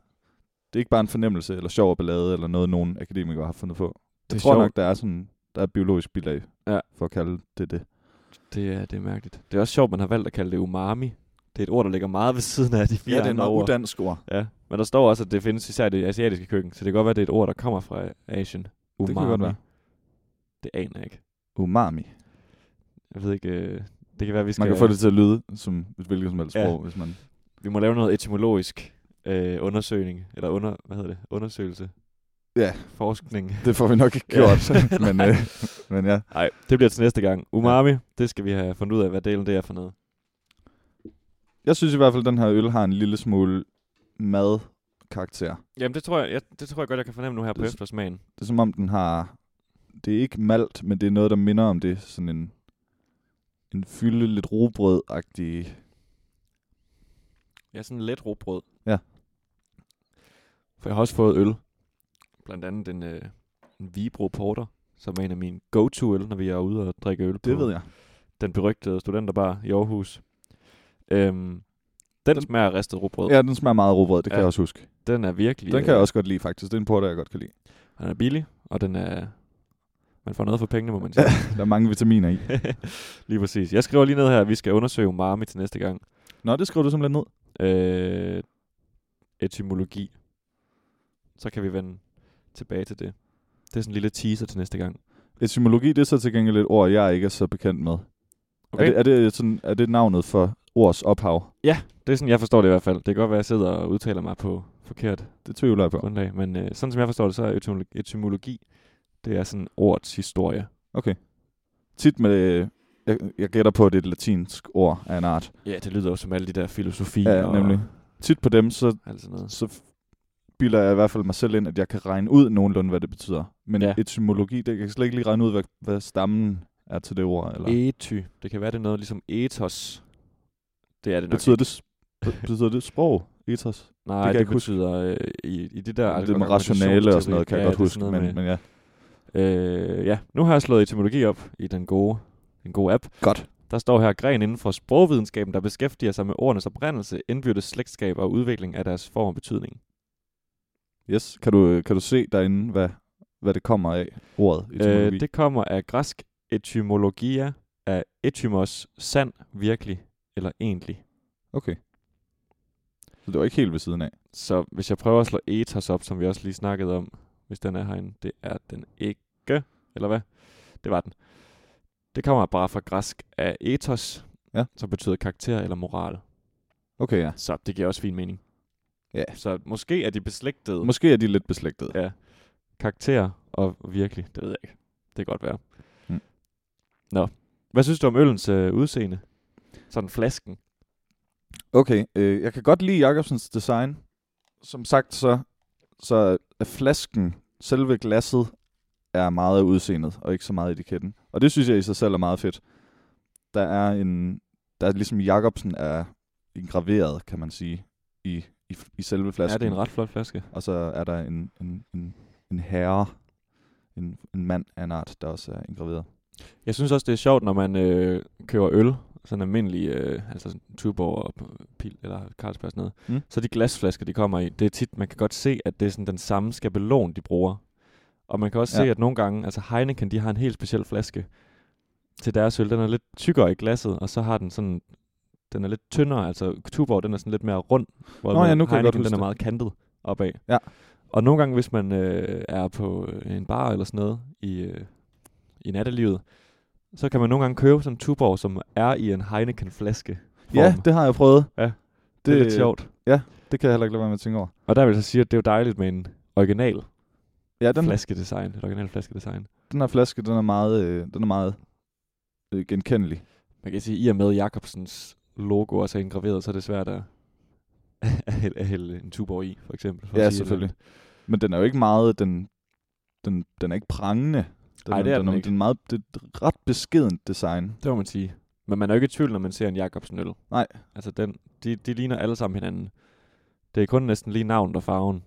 Speaker 1: Det er ikke bare en fornemmelse, eller sjov og ballade, eller noget, nogen akademikere har fundet på.
Speaker 2: Det
Speaker 1: Jeg
Speaker 2: er
Speaker 1: tror
Speaker 2: sjovt.
Speaker 1: nok, der er sådan der er et biologisk bilag,
Speaker 2: Ja.
Speaker 1: for at kalde det det.
Speaker 2: Det er, det er mærkeligt. Det er også sjovt, man har valgt at kalde det umami. Det er et ord, der ligger meget ved siden af de fire andre ord.
Speaker 1: udansk ord.
Speaker 2: Ja, men der står også, at det findes især i det asiatiske køkken, så det kan godt være, at det er et ord, der kommer fra Asien. Umami.
Speaker 1: kan godt være.
Speaker 2: Det aner jeg ikke.
Speaker 1: Umami.
Speaker 2: Jeg ved ikke, øh, det kan være, vi skal...
Speaker 1: Man kan få det til at lyde som et hvilket som helst
Speaker 2: Ja.
Speaker 1: ja. sprog, hvis man...
Speaker 2: Vi må lave noget etymologisk øh, undersøgning, eller under... Hvad hedder det? Undersøgelse.
Speaker 1: Ja.
Speaker 2: Forskning.
Speaker 1: Det får vi nok ikke
Speaker 2: Ja.
Speaker 1: gjort. men, øh, men ja.
Speaker 2: Nej, det bliver til næste gang. Umami, det skal vi have fundet ud af, hvad delen det er for noget.
Speaker 1: Jeg synes i hvert fald, at den her øl har en lille smule madkarakter.
Speaker 2: Jamen, det tror jeg, jeg, det tror jeg godt, jeg kan fornemme nu her på
Speaker 1: Det-
Speaker 2: eftersmagen.
Speaker 1: Det er som om, den har... Det er ikke malt, men det er noget, der minder om det. Sådan en, en fylde, lidt robrød-agtig...
Speaker 2: Ja, sådan let robrød.
Speaker 1: Ja.
Speaker 2: For jeg har også fået øl. Blandt andet en, øh, en Vibro Porter, som er en af mine go-to-øl, når vi er ude og drikke øl
Speaker 1: Det
Speaker 2: på
Speaker 1: ved jeg.
Speaker 2: den berygtede studenterbar i Aarhus. Øhm, den,
Speaker 1: Den-
Speaker 2: den smager af ristet robrød.
Speaker 1: Ja, den smager meget af robrød, det ja. kan
Speaker 2: Ja.
Speaker 1: jeg også huske.
Speaker 2: Den er virkelig...
Speaker 1: Den kan jeg
Speaker 2: øh,
Speaker 1: også godt lide, faktisk. Det er en porter, jeg godt kan lide.
Speaker 2: Den er billig, og den er... Man får noget for pengene, må man sige.
Speaker 1: Der er mange vitaminer i.
Speaker 2: lige præcis. Jeg skriver lige ned her, at vi skal undersøge umami til næste gang.
Speaker 1: Nå, det skriver du simpelthen ned.
Speaker 2: Øh, etymologi. Så kan vi vende tilbage til det. Det er sådan en lille teaser til næste gang.
Speaker 1: Etymologi, det er så til gengæld et ord, jeg ikke er så bekendt med. Okay. Er, det, er, det sådan, er det navnet for ords ophav?
Speaker 2: det er sådan, jeg forstår det i hvert fald. Det kan godt være, at jeg sidder og udtaler mig på forkert
Speaker 1: Det tvivler jeg på.
Speaker 2: grundlag. Men øh, sådan som jeg forstår det, så er etymologi, etymologi det er sådan ordets historie.
Speaker 1: Okay. Tit med... øh, Jeg, jeg gætter på, at det er et latinsk ord af en art.
Speaker 2: Ja, det lyder jo som alle de der filosofi
Speaker 1: Ja,
Speaker 2: og
Speaker 1: nemlig. Tit på dem, så
Speaker 2: alt sådan noget.
Speaker 1: så f- bilder jeg i hvert fald mig selv ind, at jeg kan regne ud nogenlunde, hvad det betyder. Men ja.
Speaker 2: Ja.
Speaker 1: etymologi, det jeg kan slet ikke lige regne ud, hvad, hvad stammen er til det ord. Eller e-
Speaker 2: Ety. Det kan være, det er noget ligesom ethos. Det er det nok
Speaker 1: betyder,
Speaker 2: ikke.
Speaker 1: det, s- be- betyder det sprog? Etos?
Speaker 2: Nej,
Speaker 1: kan jeg
Speaker 2: det,
Speaker 1: ikke
Speaker 2: det
Speaker 1: huske.
Speaker 2: betyder øh, i, i det der...
Speaker 1: det med rationale og sådan noget, kan jeg
Speaker 2: ja,
Speaker 1: godt
Speaker 2: det er sådan
Speaker 1: huske.
Speaker 2: noget
Speaker 1: Men, men ja.
Speaker 2: med- Øh, ja, nu har jeg slået etymologi op i den gode, den gode app.
Speaker 1: Godt.
Speaker 2: Der står her gren inden for sprogvidenskaben, der beskæftiger sig med ordenes oprindelse, indbyrdes slægtskab og udvikling af deres form og betydning.
Speaker 1: Yes, kan du, øh, kan du se derinde, hvad, hvad det kommer af, ordet etymologi?
Speaker 2: Øh, det kommer af græsk etymologia, af etymos, sand, virkelig eller egentlig.
Speaker 1: Okay. Så det var ikke helt ved siden af.
Speaker 2: Så hvis jeg prøver at slå ethos op, som vi også lige snakkede om, hvis den er herinde, det er den ikke, eller hvad? Det var den. Det kommer bare fra græsk af ethos,
Speaker 1: Ja.
Speaker 2: som betyder karakter eller moral.
Speaker 1: Okay, ja.
Speaker 2: Så det giver også fin mening.
Speaker 1: Ja.
Speaker 2: Så måske er de beslægtede.
Speaker 1: Måske er de lidt beslægtede.
Speaker 2: ja. Karakter og virkelig, det ved jeg ikke. Det kan godt være.
Speaker 1: Mm.
Speaker 2: Nå. Hvad synes du om øllens øh, udseende? Sådan flasken.
Speaker 1: Okay, øh, jeg kan godt lide Jacobsens design. Som sagt, så, så er flasken, selve glasset, er meget af udseendet, og ikke så meget etiketten. Og det synes jeg i sig selv er meget fedt. Der er en, der er ligesom Jacobsen er engraveret, kan man sige, i, i, i selve
Speaker 2: Ja,
Speaker 1: flasken.
Speaker 2: det er en ret flot flaske.
Speaker 1: Og så er der en, en, en, en herre, en, en mand af en art, der også er engraveret.
Speaker 2: Jeg synes også, det er sjovt, når man øh, køber øl, sådan almindelig, øh, altså sådan Tuborg og Pil eller Carlsberg og sådan noget,
Speaker 1: Mm.
Speaker 2: mm. så de glasflasker, de kommer i, det er tit, man kan godt se, at det er sådan den samme skabelon, de bruger. Og man kan også ja.
Speaker 1: Ja.
Speaker 2: se, at nogle gange, altså Heineken, de har en helt speciel flaske til deres øl. Den er lidt tykkere i glasset, og så har den sådan, den er lidt tyndere, altså Tuborg, den er sådan lidt mere rund, hvor
Speaker 1: Nå ja, nu kan jeg
Speaker 2: Heineken,
Speaker 1: godt huske
Speaker 2: den er
Speaker 1: det.
Speaker 2: meget kantet opad.
Speaker 1: Ja.
Speaker 2: Og nogle gange, hvis man øh, er på øh, en bar eller sådan noget i, øh, i nattelivet, så kan man nogle gange købe sådan en Tuborg, som er i en Heineken-flaske.
Speaker 1: Ja, det har jeg prøvet.
Speaker 2: Ja, det
Speaker 1: det,
Speaker 2: det er lidt sjovt.
Speaker 1: Det kan jeg heller ikke lade være med at tænke over.
Speaker 2: Og der vil jeg så sige, at det er jo dejligt med en original
Speaker 1: Ja, den,
Speaker 2: flaskedesign. Et original flaskedesign.
Speaker 1: den her flaske, den er meget, øh, den er meget øh, genkendelig.
Speaker 2: Man kan sige, at i og med Jacobsens logo også er engraveret, så er det svært at, at, hælde, at hælde en Tuborg i, for eksempel. For
Speaker 1: Ja,
Speaker 2: at sige et
Speaker 1: selvfølgelig. Men den er jo ikke meget, den, den, den er ikke prangende. Den,
Speaker 2: Nej, det er den
Speaker 1: den
Speaker 2: ikke.
Speaker 1: Den er meget, det er et ret beskedent design.
Speaker 2: eller andet. Det må man sige. Men man er jo ikke i tvivl, når man ser en Jacobsen øl.
Speaker 1: Nej.
Speaker 2: Altså, den, de, de ligner alle sammen hinanden. Det er kun næsten lige navnet og farven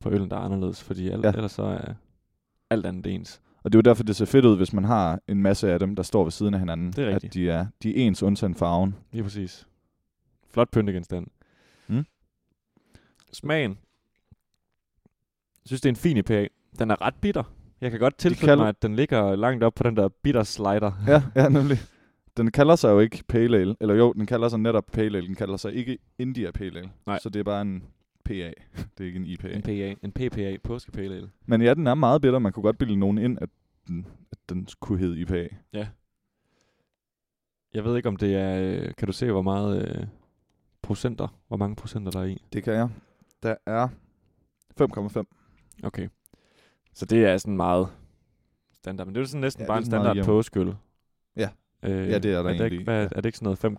Speaker 2: på øllen, der er anderledes, fordi al,
Speaker 1: Ja.
Speaker 2: ja. ellers så er alt andet ens.
Speaker 1: Og det er jo derfor, det ser fedt ud, hvis man har en masse af dem, der står ved siden af hinanden.
Speaker 2: Det er
Speaker 1: at
Speaker 2: rigtigt.
Speaker 1: de er, de er ens undtagen farven.
Speaker 2: Lige præcis. Flot pyntegenstand.
Speaker 1: Mm.
Speaker 2: Smagen. Jeg synes, det er en fin IPA. Den er ret bitter. Jeg kan godt tilføje
Speaker 1: kalder-
Speaker 2: mig, at den ligger langt op på den der bitter slider.
Speaker 1: Ja, ja, nemlig. Den kalder sig jo ikke Pale Ale. Eller jo, den kalder sig netop Pale Ale. Den kalder sig ikke India Pale Ale.
Speaker 2: Nej.
Speaker 1: Så det er bare en PA. Det er ikke en IPA.
Speaker 2: En PA. En PPA. Påskepale ale.
Speaker 1: Men ja, den er meget bitter. Man kunne godt bilde nogen ind, at den, at den kunne hedde IPA.
Speaker 2: Jeg ved ikke, om det er... øh, Kan du se, hvor meget øh, procenter, hvor mange procenter der er i?
Speaker 1: Det kan jeg. Der er 5,5.
Speaker 2: Okay. Så det er sådan meget standard. Men det er jo sådan næsten
Speaker 1: Ja,
Speaker 2: ja,
Speaker 1: det
Speaker 2: bare
Speaker 1: er sådan
Speaker 2: en
Speaker 1: meget
Speaker 2: standard
Speaker 1: jævnt.
Speaker 2: påskeøl.
Speaker 1: Ja.
Speaker 2: Øh,
Speaker 1: Ja, det er der
Speaker 2: er det
Speaker 1: egentlig,
Speaker 2: Ikke, hvad,
Speaker 1: ja.
Speaker 2: Er det ikke sådan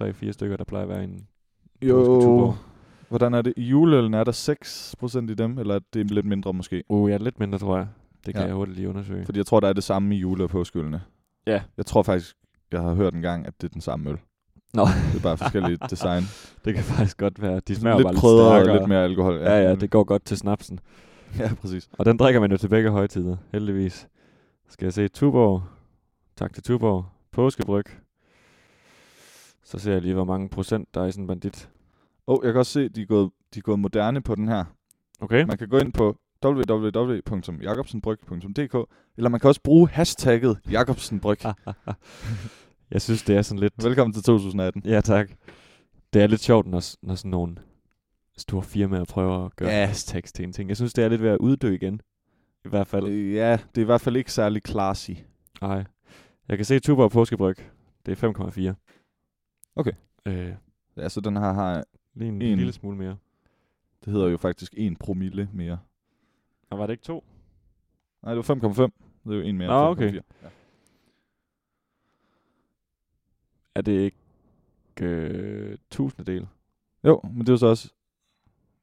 Speaker 2: noget 5,2-3-4 stykker, der plejer at være i en
Speaker 1: Jo.
Speaker 2: påsketuborg?
Speaker 1: Hvordan er det? I juleøllen er der 6% i dem, eller er det lidt mindre måske?
Speaker 2: Uh, ja, lidt mindre, tror jeg. Det kan
Speaker 1: Ja.
Speaker 2: ja. jeg hurtigt lige undersøge.
Speaker 1: Fordi jeg tror, der er det samme i jule- og påskeølene.
Speaker 2: Ja.
Speaker 1: Jeg tror faktisk, jeg har hørt en gang, at det er den samme øl.
Speaker 2: Nå.
Speaker 1: Det er bare forskellige design.
Speaker 2: Det kan faktisk godt være. De smager bare
Speaker 1: lidt krydder
Speaker 2: lidt
Speaker 1: og
Speaker 2: stærkere.
Speaker 1: lidt mere alkohol.
Speaker 2: Ja, ja, det går godt til snapsen.
Speaker 1: ja, præcis.
Speaker 2: Og den drikker man jo til begge højtider, heldigvis. Skal jeg se Tuborg. Tak til Tuborg. Påskebryg. Så ser jeg lige, hvor mange procent der er i sådan en bandit.
Speaker 1: Åh, oh, jeg kan også se, at de er gået, de er gået moderne på den her.
Speaker 2: Okay.
Speaker 1: Man kan gå ind på www.jacobsenbryg.dk eller man kan også bruge hashtagget Jacobsenbryg.
Speaker 2: Ah. Jeg synes, det er sådan lidt...
Speaker 1: Velkommen til 2018.
Speaker 2: Ja, tak. Det er lidt sjovt, når, når sådan nogle store firmaer prøver at gøre
Speaker 1: Ja.
Speaker 2: ja. hashtags til en ting. Jeg synes, det er lidt ved at uddø igen. I hvert fald.
Speaker 1: Øh, Ja, det er i hvert fald ikke særlig classy.
Speaker 2: Nej. Jeg kan se Tuborg Påskebryg. Det er 5,4.
Speaker 1: Okay.
Speaker 2: Øh,
Speaker 1: Ja, så den her har,
Speaker 2: lige en,
Speaker 1: En.
Speaker 2: en lille smule mere.
Speaker 1: det hedder jo faktisk 1 promille mere.
Speaker 2: Og var det ikke to?
Speaker 1: Nej, det var 5,5. Det er jo en mere. end
Speaker 2: Nå, okay.
Speaker 1: 5,4. Ja.
Speaker 2: er det ikke øh, tusindedel?
Speaker 1: Jo, men det er jo så også,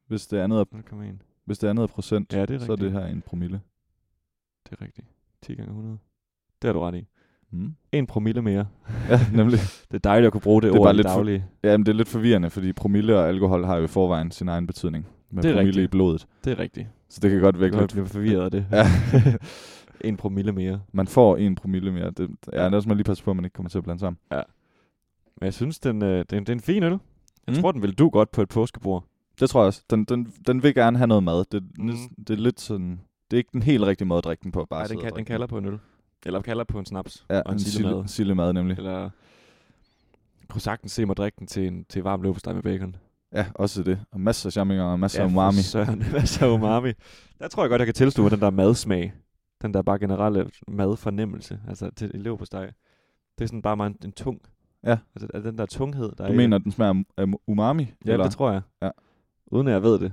Speaker 1: hvis det andet er,
Speaker 2: 0,1.
Speaker 1: hvis det andet er procent, ja,
Speaker 2: Ja, det er rigtigt.
Speaker 1: så er det her en promille.
Speaker 2: Det er rigtigt. 10 gange 100. Det har du ret i.
Speaker 1: Mm.
Speaker 2: En promille mere.
Speaker 1: Ja, nemlig.
Speaker 2: Det er dejligt at kunne bruge det,
Speaker 1: Det er
Speaker 2: det
Speaker 1: bare
Speaker 2: ord i
Speaker 1: lidt for-
Speaker 2: daglige.
Speaker 1: Ja, men det er lidt forvirrende, fordi promille og alkohol har jo i forvejen sin egen betydning. Med
Speaker 2: Det er
Speaker 1: promille
Speaker 2: rigtigt.
Speaker 1: i blodet.
Speaker 2: Det er rigtigt.
Speaker 1: Så det kan godt
Speaker 2: Jeg
Speaker 1: vække
Speaker 2: kan
Speaker 1: lidt.
Speaker 2: blive forvirret af det.
Speaker 1: Ja.
Speaker 2: en promille mere.
Speaker 1: Man får en promille mere. Det, ja, der skal man lige passe på, at man ikke kommer til at blande sammen.
Speaker 2: Men jeg synes, den, øh, den, den er en fin øl. Jeg
Speaker 1: Mm.
Speaker 2: mm. tror, den vil du godt på et påskebord.
Speaker 1: Det tror jeg også. Den, den, den vil gerne have noget mad. Det,
Speaker 2: Mm.
Speaker 1: mm. det er lidt sådan... Det er ikke den helt rigtige måde at drikke den på. Bare
Speaker 2: Nej, den,
Speaker 1: sidde og
Speaker 2: kan, den
Speaker 1: drikke
Speaker 2: kalder på en øl. Eller kalder på en snaps.
Speaker 1: Ja,
Speaker 2: og en,
Speaker 1: en
Speaker 2: sillemad.
Speaker 1: sille, sille mad nemlig.
Speaker 2: Eller jeg kunne sagtens se mig drikke den til, en, til varm løbesteg med bacon.
Speaker 1: Ja, også det. Og masser af champinger og masser af
Speaker 2: for
Speaker 1: umami.
Speaker 2: Søren. Masser af umami. Der tror jeg godt, jeg kan tilstå den der madsmag. Den der bare generelle madfornemmelse. Altså til elev på steg. Det er sådan bare meget en, en tung.
Speaker 1: Ja.
Speaker 2: Altså er den der tunghed, der er
Speaker 1: Du
Speaker 2: i
Speaker 1: mener,
Speaker 2: det.
Speaker 1: at den smager af mu- af mu- umami?
Speaker 2: Ja,
Speaker 1: eller?
Speaker 2: det tror jeg.
Speaker 1: Ja.
Speaker 2: Uden at jeg ved det.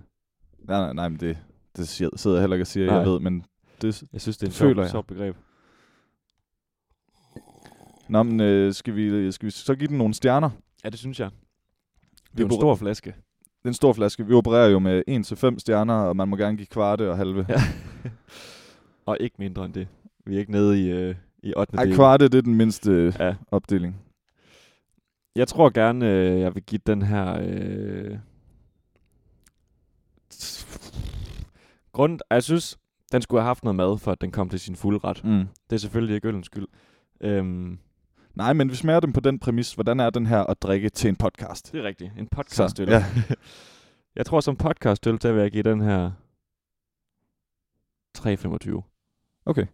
Speaker 1: Nej, nej, nej, men det, det siger- sidder jeg heller ikke og siger, jeg
Speaker 2: Nej.
Speaker 1: ved, men det...
Speaker 2: Jeg synes, det er
Speaker 1: Det
Speaker 2: en
Speaker 1: føler
Speaker 2: sjov,
Speaker 1: jeg.
Speaker 2: sjov begreb.
Speaker 1: Nå, men øh, skal, vi, skal vi så give den nogle stjerner?
Speaker 2: Ja, det synes jeg. Det
Speaker 1: Vi
Speaker 2: er en
Speaker 1: bor-
Speaker 2: stor flaske.
Speaker 1: Det er en stor flaske. Vi opererer jo med 1-5 stjerner, og man må gerne give kvarte og halve.
Speaker 2: Ja. Og ikke mindre end det. Vi er ikke nede i, øh, i 8.
Speaker 1: Ej, kvarte, det er den mindste øh,
Speaker 2: Ja.
Speaker 1: opdeling.
Speaker 2: Jeg tror gerne, øh, jeg vil give den her... Øh... Grund, jeg synes, den skulle have haft noget mad, for at den kom til sin fulde ret.
Speaker 1: Mm.
Speaker 2: Det er selvfølgelig ikke øllens skyld. Øhm,
Speaker 1: Nej, men vi smager dem på den præmis. Hvordan er den her at drikke til en podcast?
Speaker 2: det er rigtigt. En
Speaker 1: Så,
Speaker 2: podcastøl.
Speaker 1: ja.
Speaker 2: Jeg tror, som podcastøl, der vil jeg give den her 3,25.
Speaker 1: Okay.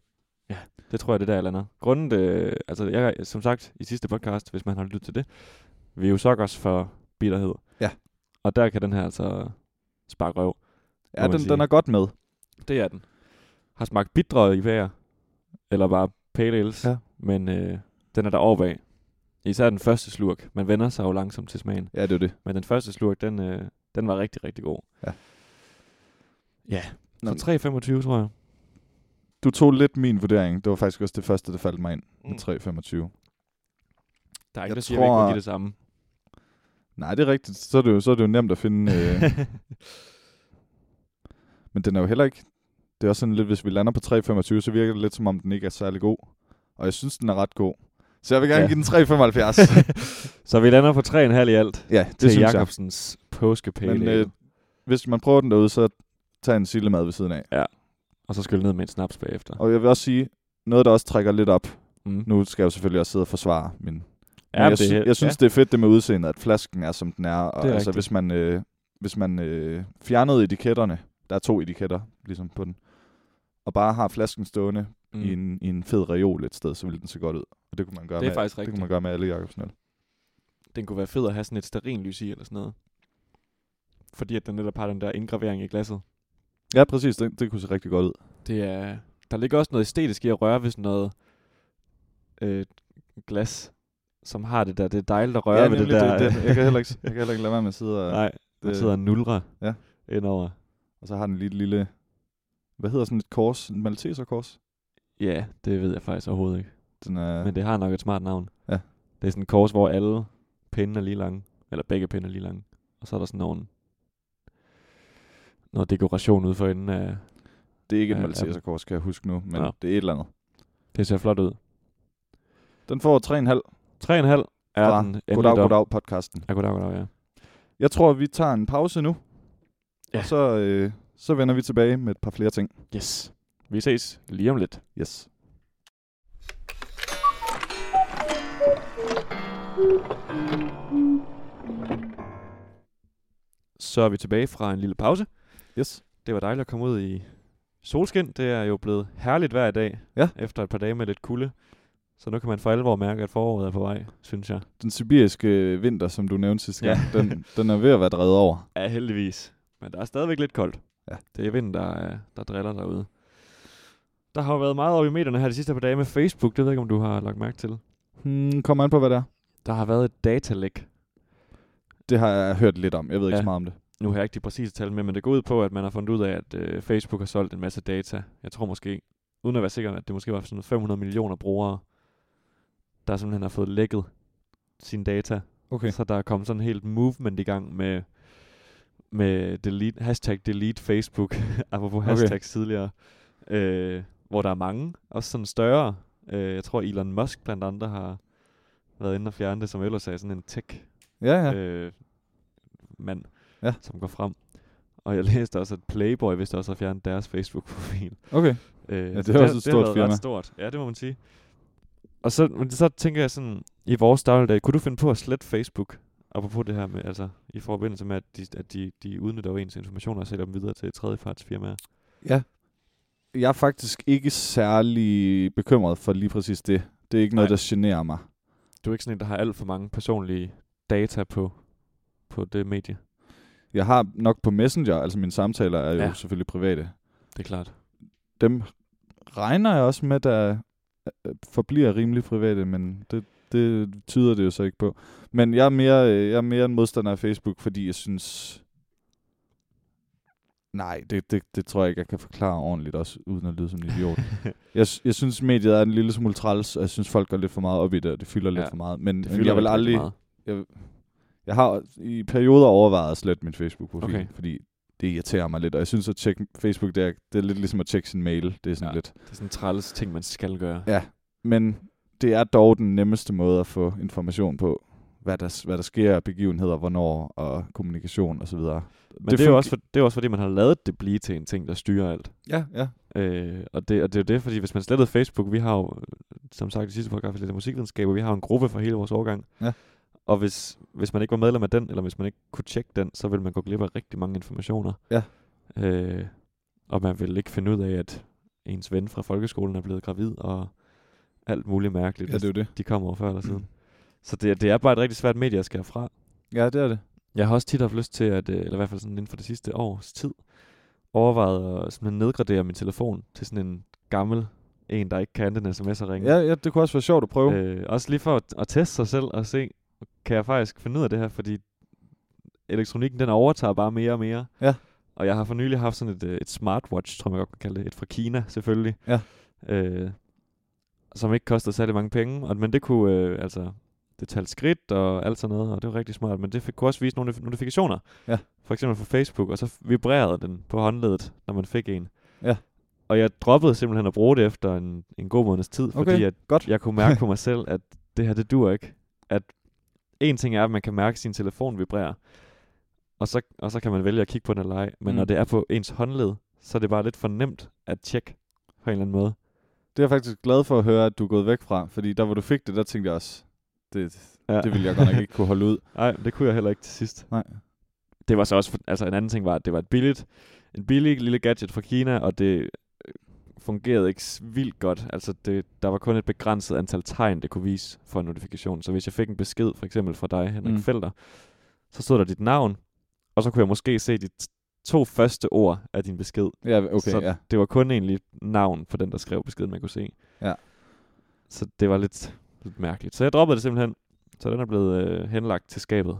Speaker 2: Ja, det tror jeg, det er der eller andet. Grunden, øh, altså jeg, som sagt, i sidste podcast, hvis man har lyttet til det, vi er jo så også for bitterhed.
Speaker 1: Ja.
Speaker 2: Og der kan den her altså sparke røv. Må
Speaker 1: Ja,
Speaker 2: man
Speaker 1: den,
Speaker 2: sige.
Speaker 1: den er godt med.
Speaker 2: Det er den. Har smagt bitre i vejr, eller bare pale ales,
Speaker 1: Ja.
Speaker 2: ja. men øh, den er der over bag. Især den første slurk. Man vender sig jo langsomt til smagen.
Speaker 1: Ja, det er jo det.
Speaker 2: Men den første slurk, den, øh, den var rigtig, rigtig god.
Speaker 1: Ja.
Speaker 2: Ja,
Speaker 1: Nå,
Speaker 2: så 3,25 tror jeg.
Speaker 1: Du tog lidt min vurdering. Det var faktisk også det første, der faldt mig ind.
Speaker 2: Mm.
Speaker 1: Med 3,25.
Speaker 2: Der er
Speaker 1: Jeg
Speaker 2: ikke, der siger, tror... vi ikke
Speaker 1: tror-
Speaker 2: må give det samme.
Speaker 1: Nej, det er rigtigt. Så er det jo, så er det jo nemt at finde... Øh, Men den er jo heller ikke... Det er også sådan lidt, hvis vi lander på 3,25, så virker det lidt som om, den ikke er særlig god. Og jeg synes, den er ret god. Så jeg vil gerne ja.
Speaker 2: Ja.
Speaker 1: give den 3,75.
Speaker 2: så vi lander på 3,5 i alt.
Speaker 1: ja, det,
Speaker 2: Det til
Speaker 1: synes jeg.
Speaker 2: Jacobsens påskepæle.
Speaker 1: Men øh,
Speaker 2: øh...
Speaker 1: hvis man prøver den derude, så tag en sillemad ved siden af.
Speaker 2: Og så skylle ned med en snaps bagefter.
Speaker 1: Og jeg vil også sige, noget der også trækker lidt op.
Speaker 2: Mm.
Speaker 1: Nu skal jeg jo selvfølgelig også sidde og forsvare min
Speaker 2: Ja,
Speaker 1: Men
Speaker 2: det
Speaker 1: jeg, sy-
Speaker 2: er-
Speaker 1: jeg synes, ja. det er fedt det med udseendet, at flasken er, som den er. Og
Speaker 2: Det er
Speaker 1: altså,
Speaker 2: rigtigt.
Speaker 1: hvis man, øh, hvis man øh, fjernede etiketterne, der er to etiketter ligesom på den, og bare har flasken stående mm. i, en, i en fed reol et sted, så ville den se godt ud. Og det kunne man gøre,
Speaker 2: Det er
Speaker 1: med,
Speaker 2: faktisk
Speaker 1: det
Speaker 2: rigtigt.
Speaker 1: kunne man gøre med alle Jacobsen. øl.
Speaker 2: den kunne være fed at have sådan et sterinlys i, eller sådan noget. Fordi at den netop har den der indgravering i glasset.
Speaker 1: Ja, præcis. Det, det kunne se rigtig godt ud.
Speaker 2: Det er... Der ligger også noget æstetisk i at røre ved sådan noget øh, glas, som har det der. Det er dejligt at røre
Speaker 1: ja,
Speaker 2: ved det
Speaker 1: nemlig,
Speaker 2: der.
Speaker 1: Det, det, jeg, kan heller ikke, jeg kan heller ikke lade være med at sidde og... øh,
Speaker 2: Nej, det
Speaker 1: det-
Speaker 2: sidder og nulrer
Speaker 1: Ja.
Speaker 2: indover.
Speaker 1: Og så har den lige et lille Hvad hedder sådan et kors? En malteserkors?
Speaker 2: Ja, det ved jeg faktisk overhovedet ikke.
Speaker 1: Den er...
Speaker 2: Men det har nok et smart navn.
Speaker 1: Ja.
Speaker 2: Det er sådan et kors, hvor alle pinde er lige lange. Eller begge pinde er lige lange. Og så er der sådan nogle, noget dekoration ude for enden af...
Speaker 1: det er ikke et
Speaker 2: Ja, ja.
Speaker 1: malteserkors, kan jeg huske nu, men
Speaker 2: Nå.
Speaker 1: det er et eller andet.
Speaker 2: Det ser flot ud.
Speaker 1: Den får 3,5
Speaker 2: 3,5 er
Speaker 1: Fra
Speaker 2: den endelig
Speaker 1: goddag,
Speaker 2: dom.
Speaker 1: goddag podcasten.
Speaker 2: Ja, goddag, goddag, ja.
Speaker 1: Jeg tror, vi tager en pause nu,
Speaker 2: Ja.
Speaker 1: og så, øh, så vender vi tilbage med et par flere ting.
Speaker 2: Yes. Vi ses lige om lidt.
Speaker 1: Yes.
Speaker 2: Så er vi tilbage fra en lille pause.
Speaker 1: Yes.
Speaker 2: Det var dejligt at komme ud i solskin. Det er jo blevet herligt hver dag.
Speaker 1: Ja.
Speaker 2: Efter et par dage med lidt kulde. Så nu kan man for alvor mærke, at foråret er på vej, synes jeg.
Speaker 1: Den sibiriske øh, vinter, som du nævnte sidste
Speaker 2: Ja.
Speaker 1: gang, den, den er ved at være drevet over.
Speaker 2: Ja, heldigvis. Men der er stadigvæk lidt koldt.
Speaker 1: Ja.
Speaker 2: Det er vinden, der, øh, der driller derude. Der har jo været meget op i medierne her de sidste par dage med Facebook. Det ved jeg ikke, om du har lagt mærke til.
Speaker 1: Hmm, kom an på, hvad det er.
Speaker 2: Der har været et datalæk.
Speaker 1: Det har jeg hørt lidt om. Jeg ved ikke
Speaker 2: Ja.
Speaker 1: så meget om det.
Speaker 2: Nu har jeg ikke de præcise tal med, men det går ud på, at man har fundet ud af, at øh, Facebook har solgt en masse data. Jeg tror måske, uden at være sikker, at det måske var sådan 500 millioner brugere, der simpelthen har fået lækket sine data.
Speaker 1: Okay.
Speaker 2: Så der er kommet sådan en helt movement i gang med, med delete, hashtag delete Facebook, apropos
Speaker 1: Okay.
Speaker 2: hashtags tidligere, øh, hvor der er mange, også sådan større. Øh, jeg tror Elon Musk blandt andre har været inde og fjerne det, som ellers er sådan en tech
Speaker 1: Ja, ja.
Speaker 2: ja. øh, mand,
Speaker 1: Ja.
Speaker 2: ja. som går frem. Og jeg læste også, at Playboy vist også har fjernet deres Facebook-profil.
Speaker 1: Okay.
Speaker 2: Øh,
Speaker 1: det
Speaker 2: så
Speaker 1: er også et
Speaker 2: har-
Speaker 1: stort
Speaker 2: det har været
Speaker 1: firma.
Speaker 2: Ret stort. Ja, det må man sige. Og så, men så tænker jeg sådan, i vores dagligdag, kunne du finde på at slette Facebook? Apropos det her med, altså i forbindelse med, at de, at de, de udnytter jo ens informationer og sælger dem videre til tredjepartsfirmaer.
Speaker 1: Ja. Jeg er faktisk ikke særlig bekymret for lige præcis det. Det er ikke noget,
Speaker 2: Nej.
Speaker 1: der generer mig.
Speaker 2: Du er ikke sådan en, der har alt for mange personlige data på, på det medie.
Speaker 1: Jeg har nok på Messenger, altså mine samtaler er jo ja.
Speaker 2: Ja.
Speaker 1: selvfølgelig private.
Speaker 2: Det er klart.
Speaker 1: Dem regner jeg også med, der øh, forbliver rimelig private, men det, det tyder det jo så ikke på. Men jeg er mere, øh, jeg er mere en modstander af Facebook, fordi jeg synes... Nej, det, det, det tror jeg ikke, jeg kan forklare ordentligt, også uden at lyde som en idiot. jeg, sy- jeg synes, mediet er en lille smule træls, og jeg synes, folk går lidt for meget op i det, og det fylder ja, lidt
Speaker 2: Ja,
Speaker 1: for meget. Men,
Speaker 2: Det
Speaker 1: men jeg vil
Speaker 2: rigtig
Speaker 1: aldrig...
Speaker 2: meget.
Speaker 1: Jeg har i perioder overvejet at slette min Facebook-profil, okay.
Speaker 2: Okay.
Speaker 1: fordi det irriterer mig lidt. Og jeg synes, at tjekke Facebook, det er, det er lidt ligesom at tjekke sin mail. Det er sådan ja.
Speaker 2: Ja.
Speaker 1: lidt.
Speaker 2: Det er sådan en træls ting, man skal gøre.
Speaker 1: Men det er dog den nemmeste måde at få information på, hvad der, s- hvad der sker, begivenheder, hvornår, og kommunikation osv.
Speaker 2: Men det, det, er jo også for, det er jo også fordi, man har lavet det blive til en ting, der styrer alt.
Speaker 1: Ja, ja.
Speaker 2: Øh, og, det, og det er jo det, fordi hvis man slettede Facebook, vi har jo, øh, som sagt i sidste podcast, lidt af musikvidenskab, og vi har jo en gruppe for hele vores årgang.
Speaker 1: Ja.
Speaker 2: Og hvis, hvis man ikke var medlem af den, eller hvis man ikke kunne tjekke den, så ville man gå glip af rigtig mange informationer.
Speaker 1: Ja.
Speaker 2: Øh, og man ville ikke finde ud af, at ens ven fra folkeskolen er blevet gravid, og alt muligt mærkeligt.
Speaker 1: Ja, det er jo det. Mm.
Speaker 2: De kommer over før eller siden. Så det, er- det er bare et rigtig svært medie at skære fra.
Speaker 1: Ja, det er det.
Speaker 2: Jeg har også tit haft lyst til, at, øh, eller i hvert fald sådan inden for det sidste års tid, overvejet at simpelthen nedgradere min telefon til sådan en gammel en, der ikke kan den sms og ringe.
Speaker 1: Ja, ja, det kunne også være sjovt at prøve. Øh.
Speaker 2: Øh, også lige for at, at teste sig selv og se, kan jeg faktisk finde ud af det her, fordi elektronikken den overtager bare mere og mere.
Speaker 1: Ja.
Speaker 2: Og jeg har for nylig haft sådan et, øh, et smartwatch, tror jeg man godt kan kalde det, et fra Kina selvfølgelig.
Speaker 1: Ja.
Speaker 2: Øh, som ikke kostede særlig mange penge, og, men det kunne, øh, altså, det talte skridt og alt sådan noget, og det var rigtig smart, men det fik, kunne også vise nogle notif- notifikationer.
Speaker 1: Ja.
Speaker 2: For eksempel fra Facebook, og så vibrerede den på håndledet, når man fik en.
Speaker 1: Ja.
Speaker 2: Og jeg droppede simpelthen at bruge det efter en, en god måneds tid,
Speaker 1: Okay.
Speaker 2: fordi at
Speaker 1: Godt.
Speaker 2: jeg kunne mærke på mig selv, at det her, det dur ikke. At en ting er, at man kan mærke, at sin telefon vibrerer, og så, og så kan man vælge at kigge på den eller ej. Men
Speaker 1: Mm.
Speaker 2: mm. når det er på ens håndled, så er det bare lidt for nemt at tjekke på en eller anden måde.
Speaker 1: Det er jeg faktisk glad for at høre, at du er gået væk fra, fordi der hvor du fik det, der tænkte jeg også, det,
Speaker 2: Ja.
Speaker 1: det ville jeg godt nok ikke kunne holde ud.
Speaker 2: Nej, det kunne jeg heller ikke til sidst.
Speaker 1: Nej.
Speaker 2: Det var så også, for- altså en anden ting var, at det var et billigt, en billig lille gadget fra Kina, og det øh, fungerede ikke s- vildt godt. Altså det, der var kun et begrænset antal tegn, det kunne vise for en notifikation. Så hvis jeg fik en besked, for eksempel fra dig, Henrik
Speaker 1: Mm.
Speaker 2: mm. Felter, så stod der dit navn, og så kunne jeg måske se de t- to første ord af din besked.
Speaker 1: Ja, okay,
Speaker 2: Så-
Speaker 1: ja.
Speaker 2: Det var kun egentlig navn for den, der skrev beskeden, man kunne se.
Speaker 1: Ja.
Speaker 2: Så det var lidt, lidt mærkeligt. Så jeg droppede det simpelthen. Så den er blevet øh, henlagt til skabet.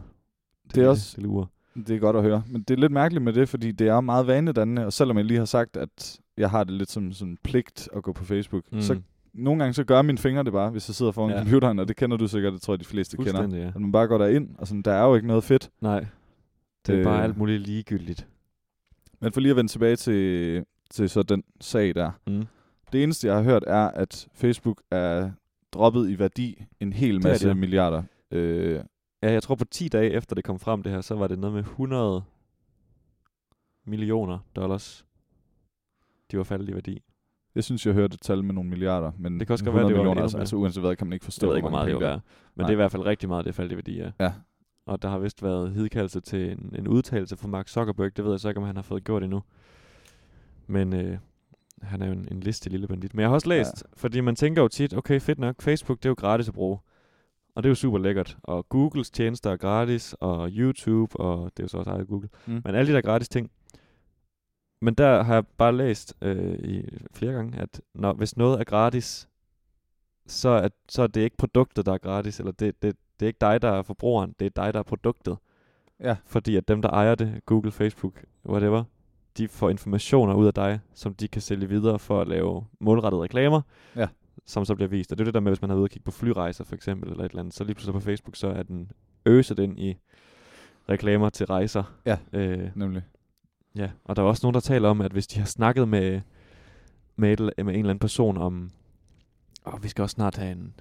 Speaker 1: Det er også-
Speaker 2: Til ur.
Speaker 1: Det er godt at høre. Men det er lidt mærkeligt med det, fordi det er meget vanedannende, og selvom jeg lige har sagt, at jeg har det lidt som sådan en pligt at gå på Facebook, mm.
Speaker 2: Mm.
Speaker 1: så nogle gange så gør mine fingre det bare, hvis jeg sidder foran ja.
Speaker 2: Ja.
Speaker 1: computeren, og det kender du sikkert, det tror jeg, de fleste kender.
Speaker 2: Fuldstændig, ja.
Speaker 1: At man bare går derind, og sådan, der er jo ikke noget fedt.
Speaker 2: Nej. Det er
Speaker 1: Øh.
Speaker 2: øh. bare alt muligt ligegyldigt.
Speaker 1: Men for lige at vende tilbage til, til så den sag der.
Speaker 2: Mm.
Speaker 1: Det eneste, jeg har hørt, er, at Facebook er droppet i værdi en hel
Speaker 2: er
Speaker 1: masse
Speaker 2: det.
Speaker 1: milliarder. Øh,
Speaker 2: Ja, jeg tror på 10 dage efter det kom frem det her, så var det noget med 100 millioner dollars. De var faldet i værdi.
Speaker 1: jeg synes, jeg hørte et tal med nogle milliarder, men
Speaker 2: Det kan også godt
Speaker 1: 100
Speaker 2: være, det var
Speaker 1: millioner,
Speaker 2: endnu
Speaker 1: altså,
Speaker 2: mere.
Speaker 1: altså uanset hvad, kan man ikke forstå,
Speaker 2: Jeg ved ikke, hvor meget det
Speaker 1: penge der
Speaker 2: var. Men
Speaker 1: Nej.
Speaker 2: det er i hvert fald rigtig meget, det er faldet i værdi, ja.
Speaker 1: Ja.
Speaker 2: Og der har vist været hidkaldelse til en, en udtalelse fra Mark Zuckerberg. Det ved jeg så ikke, om han har fået gjort endnu. Men øh, han er jo en, en listig lille bandit. Men jeg har også
Speaker 1: Ja.
Speaker 2: læst, ja. fordi man tænker jo tit, okay, fedt nok, Facebook, det er jo gratis at bruge. Og det er jo super lækkert. Og Googles tjenester er gratis, og YouTube, og det er jo så også ejet af Google.
Speaker 1: Mm.
Speaker 2: Men alle de der gratis ting. Men der har jeg bare læst øh, i flere gange, at når, hvis noget er gratis, så er, så er det ikke produktet, der er gratis, eller det, det, det er ikke dig, der er forbrugeren, det er dig, der er produktet.
Speaker 1: Ja.
Speaker 2: Fordi at dem, der ejer det, Google, Facebook, whatever, de får informationer ud af dig, som de kan sælge videre for at lave målrettede reklamer,
Speaker 1: Ja.
Speaker 2: som så bliver vist. Og det er det der med, hvis man har været ude og kigge på flyrejser for eksempel, eller et eller andet, så lige pludselig på Facebook, så er den øset ind i reklamer til rejser.
Speaker 1: Ja.
Speaker 2: Øh,
Speaker 1: Nemlig.
Speaker 2: Ja, og der er også nogen, der taler om, at hvis de har snakket med, med, et, eller- med en eller anden person om, åh, vi skal også snart have en,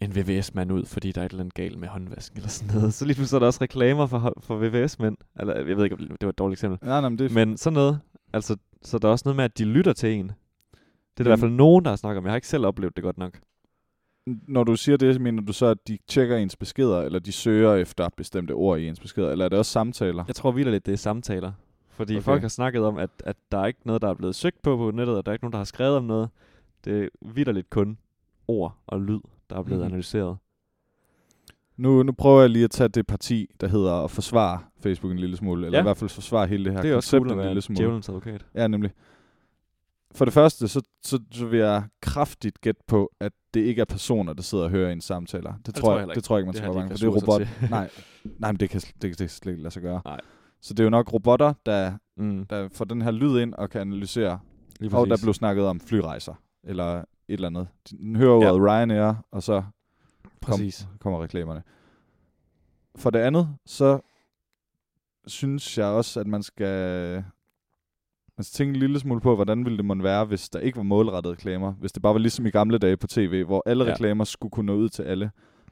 Speaker 2: en VVS-mand ud, fordi der er et eller andet galt med håndvasken eller sådan noget. Så lige pludselig er der også reklamer for, hå- for VVS-mænd. Eller, jeg ved ikke, om det var et dårligt eksempel.
Speaker 1: Nej, nej, men det er
Speaker 2: Men sådan noget. Altså, så der er også noget med, at de lytter til en. Det er der i
Speaker 1: Jamen-
Speaker 2: hvert fald nogen, der har snakket om. Jeg har ikke selv oplevet det godt nok.
Speaker 1: Når du siger det, mener du så, at de tjekker ens beskeder, eller de søger efter bestemte ord i ens beskeder, eller er det også samtaler?
Speaker 2: Jeg tror vildt lidt, det er samtaler. Fordi
Speaker 1: Okay.
Speaker 2: okay. folk har snakket om, at, at der er ikke noget, der er blevet søgt på på nettet, og der er ikke nogen, der har skrevet om noget. Det er vildt kun ord og lyd, der er blevet
Speaker 1: Mhm.
Speaker 2: mm-hmm. analyseret.
Speaker 1: Nu, nu prøver jeg lige at tage det parti, der hedder at forsvare Facebook en lille smule, eller
Speaker 2: Ja.
Speaker 1: i hvert fald forsvare hele det her
Speaker 2: det er også
Speaker 1: koncept
Speaker 2: cool at
Speaker 1: en
Speaker 2: være
Speaker 1: lille smule.
Speaker 2: djævelens advokat.
Speaker 1: Ja, nemlig. For det første, så, så, så vil jeg kraftigt gætte på, at det ikke er personer, der sidder og hører ens samtaler. Det, det, tror,
Speaker 2: tror
Speaker 1: jeg,
Speaker 2: jeg heller
Speaker 1: det tror jeg ikke, man
Speaker 2: Det
Speaker 1: skal
Speaker 2: har
Speaker 1: være bange
Speaker 2: de
Speaker 1: for.
Speaker 2: ikke
Speaker 1: Det er robot.
Speaker 2: ressourcer til.
Speaker 1: Nej, nej men det kan, sl- det, kan- det kan slet ikke lade sig gøre.
Speaker 2: Nej.
Speaker 1: Så det er jo nok robotter, der,
Speaker 2: Mm,
Speaker 1: der får den her lyd ind og kan analysere
Speaker 2: lige
Speaker 1: Og der
Speaker 2: præcis.
Speaker 1: blev snakket om flyrejser, eller et eller andet. Den hører ordet ja. Ryanair, og så
Speaker 2: præcis.
Speaker 1: kommer reklamerne. For det andet, så synes jeg også, at man skal man skal tænke en lille smule på, hvordan ville det måtte være, hvis der ikke var målrettede reklamer. Hvis det bare var ligesom i gamle dage på tv, hvor alle ja.
Speaker 2: Ja.
Speaker 1: reklamer skulle kunne nå ud til alle.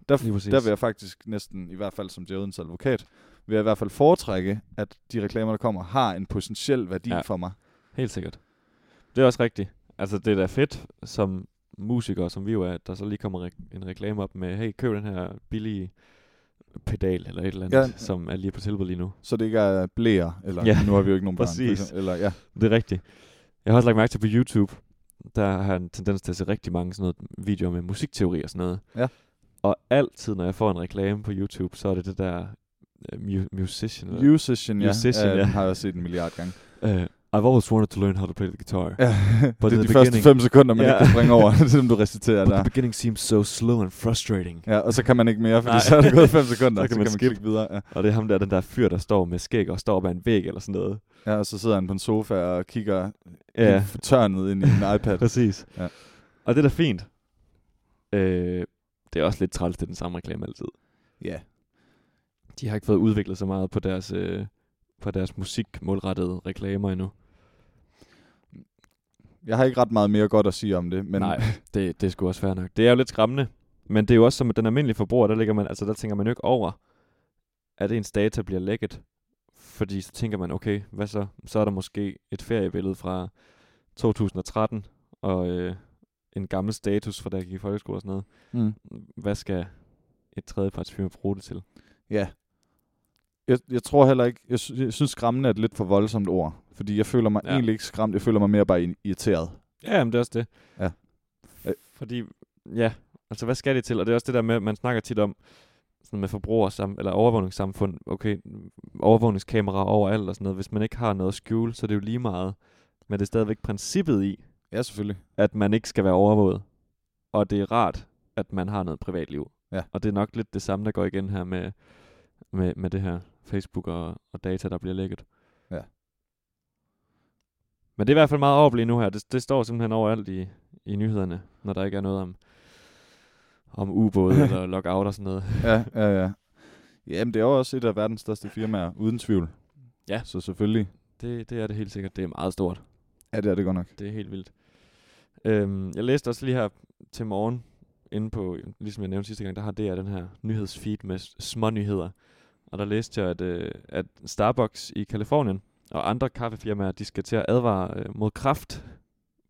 Speaker 1: Der,
Speaker 2: Lige præcis.
Speaker 1: der vil jeg faktisk næsten, i hvert fald som djævelens advokat, vil jeg i hvert fald foretrække, at de reklamer, der kommer, har en potentiel værdi ja.
Speaker 2: Ja.
Speaker 1: for mig.
Speaker 2: Helt sikkert. Det er også rigtigt. Altså, det er da fedt, som musikere, som vi jo er, at der så lige kommer re- en reklame op med, hey, køb den her billige pedal eller et eller andet,
Speaker 1: Ja.
Speaker 2: ja. som er lige på tilbud lige nu.
Speaker 1: Så det ikke er blæer, eller ja.
Speaker 2: Ja,
Speaker 1: nu har vi jo ikke nogen børn. for
Speaker 2: præcis.
Speaker 1: eksempel, Eller, ja.
Speaker 2: Det er rigtigt. Jeg har også lagt mærke til på YouTube, der har jeg en tendens til at se rigtig mange sådan noget videoer med musikteori og sådan noget.
Speaker 1: Ja.
Speaker 2: Og altid, når jeg får en reklame på YouTube, så er det det der uh, mu- musician. Eller,
Speaker 1: Musician, ja.
Speaker 2: Musician,
Speaker 1: ja.
Speaker 2: ja.
Speaker 1: Den har jeg set en milliard gange.
Speaker 2: uh, I've always wanted to learn how to play the guitar.
Speaker 1: Ja,
Speaker 2: But
Speaker 1: det
Speaker 2: in
Speaker 1: er de
Speaker 2: the
Speaker 1: første
Speaker 2: beginning-
Speaker 1: fem sekunder, man
Speaker 2: Ja.
Speaker 1: ikke kan springe over, som du reciterer
Speaker 2: But
Speaker 1: der.
Speaker 2: the beginning seems so slow and frustrating.
Speaker 1: Ja, og så kan man ikke mere, fordi
Speaker 2: Nej.
Speaker 1: så er det gået fem sekunder,
Speaker 2: Så kan
Speaker 1: så kan
Speaker 2: man
Speaker 1: man
Speaker 2: skip.
Speaker 1: klikke videre. Ja.
Speaker 2: Og det er ham der, den der fyr, der står med skæg og står bag en væg eller sådan noget.
Speaker 1: ja, og så sidder han på en sofa og kigger
Speaker 2: Ja,
Speaker 1: ja. tørnet ind i en iPad.
Speaker 2: præcis.
Speaker 1: Ja.
Speaker 2: Og det er da fint. Øh, det er også lidt træls, det er den samme reklame altid.
Speaker 1: ja.
Speaker 2: de har ikke fået udviklet så meget på deres, øh, på deres musikmålrettede reklamer endnu.
Speaker 1: Jeg har ikke ret meget mere godt at sige om det, men
Speaker 2: Nej, det, det skulle også være nok. Det er jo lidt skræmmende, men det er jo også som at den almindelige forbruger, der, ligger man, altså, der tænker man jo ikke over, at ens data bliver lækket. Fordi så tænker man, okay, hvad så? Så er der måske et feriebillede fra 2013, og øh, en gammel status fra da jeg gik i folkeskole og sådan noget.
Speaker 1: Mm.
Speaker 2: Hvad skal et tredjepartsfirma bruge det til?
Speaker 1: Ja. Jeg, jeg tror heller ikke, jeg, sy- jeg synes skræmmende er et lidt for voldsomt ord, fordi jeg føler mig ja.
Speaker 2: Ja.
Speaker 1: egentlig ikke skræmt, jeg føler mig mere bare in- irriteret.
Speaker 2: Ja, men det er også det.
Speaker 1: Ja. Øh.
Speaker 2: Fordi, ja, altså hvad skal det til? Og det er også det der med, at man snakker tit om, sådan med forbruger eller overvågningssamfund, okay, overvågningskameraer overalt og sådan noget. Hvis man ikke har noget at skjule, så er det jo lige meget. Men det er stadigvæk princippet i,
Speaker 1: Ja, selvfølgelig.
Speaker 2: at man ikke skal være overvåget. Og det er rart, at man har noget privatliv.
Speaker 1: Ja.
Speaker 2: Og det er nok lidt det samme, der går igen her med, med, med det her Facebook og, og data, der bliver lækket. Men det er i hvert fald meget overblik nu her. Det, det står simpelthen overalt i, i nyhederne, når der ikke er noget om, om ubåde eller lockout og sådan noget.
Speaker 1: ja, ja, ja. Jamen, det er jo også et af verdens største firmaer, uden tvivl.
Speaker 2: Ja.
Speaker 1: Så selvfølgelig.
Speaker 2: Det, det er det helt sikkert. Det er meget stort.
Speaker 1: Ja, det er det godt nok.
Speaker 2: Det er helt vildt. Øhm, jeg læste også lige her til morgen, inde på, ligesom jeg nævnte sidste gang, der har DR den her nyhedsfeed med s- små nyheder. Og der læste jeg, at, øh, at Starbucks i Kalifornien og andre kaffefirmaer, de skal til at advare øh, mod kraft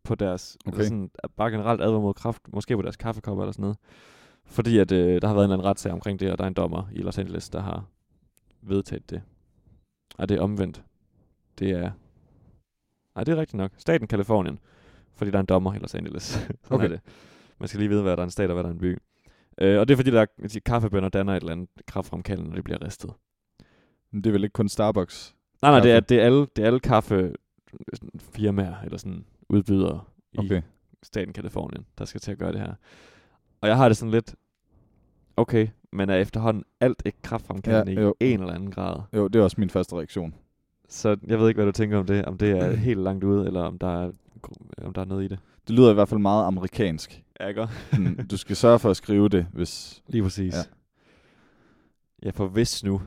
Speaker 2: på deres, okay.
Speaker 1: Okay.
Speaker 2: altså sådan, at bare generelt advare mod kraft, måske på deres kaffekopper eller sådan noget. Fordi at øh, der har været en eller anden retssag omkring det, og der er en dommer i Los Angeles, der har vedtaget det. Og det er omvendt. Det er... Nej, det er rigtigt nok. Staten Kalifornien. Fordi der er en dommer i Los Angeles. Sådan okay.
Speaker 1: Okay.
Speaker 2: er det. Man skal lige vide, hvad der er en stat og hvad der er en by. Øh, og det er fordi, der er de kaffebønder danner et eller andet kraftfremkaldende, når de bliver ristet.
Speaker 1: Men det er vel ikke kun Starbucks.
Speaker 2: Nej, nej, det er,
Speaker 1: Kaffe.
Speaker 2: det er alle, det er alle kaffefirmaer eller sådan udbydere i
Speaker 1: Okay.
Speaker 2: staten Kalifornien, der skal til at gøre det her. Og jeg har det sådan lidt, okay, men er efterhånden alt ikke kraftfremkaldende
Speaker 1: Ja,
Speaker 2: ja, i
Speaker 1: jo.
Speaker 2: en eller anden grad.
Speaker 1: Jo, det er også min første reaktion.
Speaker 2: Så jeg ved ikke, hvad du tænker om det. Om det er helt langt ude, eller om der er, om der er noget i det.
Speaker 1: Det lyder i hvert fald meget amerikansk.
Speaker 2: Ja, godt.
Speaker 1: Sådan, du skal sørge for at skrive det, hvis...
Speaker 2: Lige præcis. Ja.
Speaker 1: Ja.
Speaker 2: ja, for hvis nu,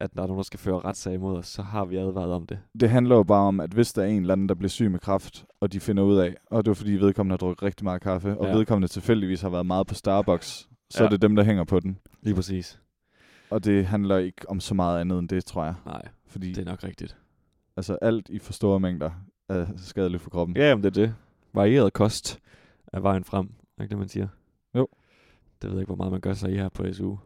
Speaker 2: at der er nogen, der skal føre retssag imod os, så har vi advaret om det.
Speaker 1: Det handler jo bare om, at hvis der er en eller anden, der bliver syg med kraft, og de finder ud af, og det er fordi vedkommende har drukket rigtig meget kaffe, og
Speaker 2: Ja.
Speaker 1: ja. vedkommende tilfældigvis har været meget på Starbucks, så
Speaker 2: Ja.
Speaker 1: ja. er det dem, der hænger på den.
Speaker 2: Lige præcis.
Speaker 1: Og det handler ikke om så meget andet end det, tror jeg.
Speaker 2: Nej,
Speaker 1: Fordi
Speaker 2: det
Speaker 1: det.
Speaker 2: er nok rigtigt.
Speaker 1: altså, alt i for store mængder er skadeligt for kroppen.
Speaker 2: Ja, jamen det er det. Varieret kost er vejen frem, er ikke det, man siger?
Speaker 1: Jo.
Speaker 2: Det ved jeg ikke, hvor meget man gør sig i her på SU.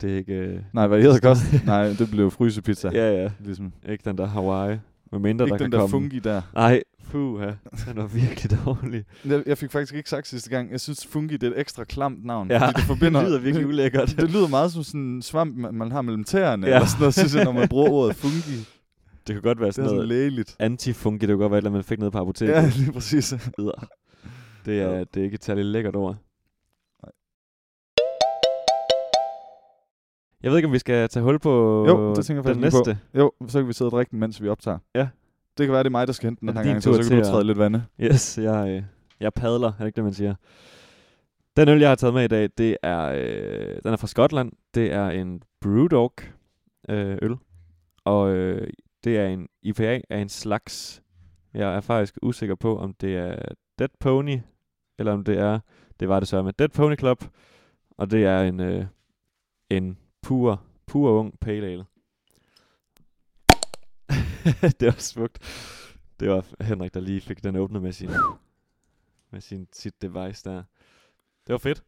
Speaker 2: Det er ikke... Øh...
Speaker 1: Nej, hvad hedder kost? Nej, det blev frysepizza. Ja.
Speaker 2: Ja, ja.
Speaker 1: Ligesom.
Speaker 2: Ikke den der Hawaii. Med mindre, der
Speaker 1: ikke
Speaker 2: kan
Speaker 1: den der
Speaker 2: komme...
Speaker 1: fungi der.
Speaker 2: Nej, puha. Den var virkelig dårlig.
Speaker 1: Jeg, jeg fik faktisk ikke sagt sidste gang, jeg synes fungi det er et ekstra klamt navn.
Speaker 2: Ja,
Speaker 1: fordi det, forbinder,
Speaker 2: det lyder virkelig ulækkert.
Speaker 1: det lyder meget som sådan en svamp, man man har mellem tæerne.
Speaker 2: Ja.
Speaker 1: Ja. Eller sådan noget, synes jeg, når man bruger ordet fungi.
Speaker 2: Det kan godt være
Speaker 1: Det er
Speaker 2: sådan
Speaker 1: sådan
Speaker 2: noget
Speaker 1: lægeligt.
Speaker 2: antifungi, det kunne godt være et eller andet, man fik ned på apoteket.
Speaker 1: Ja, lige præcis.
Speaker 2: Edder. Det er,
Speaker 1: Jo.
Speaker 2: det er ikke et særligt lækkert ord.
Speaker 1: Nej.
Speaker 2: Jeg ved ikke, om vi skal tage hul på
Speaker 1: Jo, det tænker jeg
Speaker 2: den
Speaker 1: faktisk lige på.
Speaker 2: næste.
Speaker 1: Jo, så kan vi sidde og drikke den, mens vi optager.
Speaker 2: Ja.
Speaker 1: Det kan være, det er mig, der skal hente den
Speaker 2: Er
Speaker 1: den
Speaker 2: det
Speaker 1: her
Speaker 2: din
Speaker 1: gang,
Speaker 2: tur
Speaker 1: så, så
Speaker 2: til
Speaker 1: kan
Speaker 2: at-
Speaker 1: du træde lidt vande.
Speaker 2: Yes, jeg, øh, jeg padler, er det ikke det, man siger? Den øl, jeg har taget med i dag, det er, øh, den er fra Skotland. Det er en Brewdog øh, øl, og øh, det er en IPA af en slags. Jeg er faktisk usikker på, om det er Dead Pony, eller om det er, det var det så med Dead Pony Club, og det er en, øh, en pur, pur ung pale ale. det var smukt. Det var Henrik, der lige fik den åbnet med sin, med sin, sit device der. Det var fedt.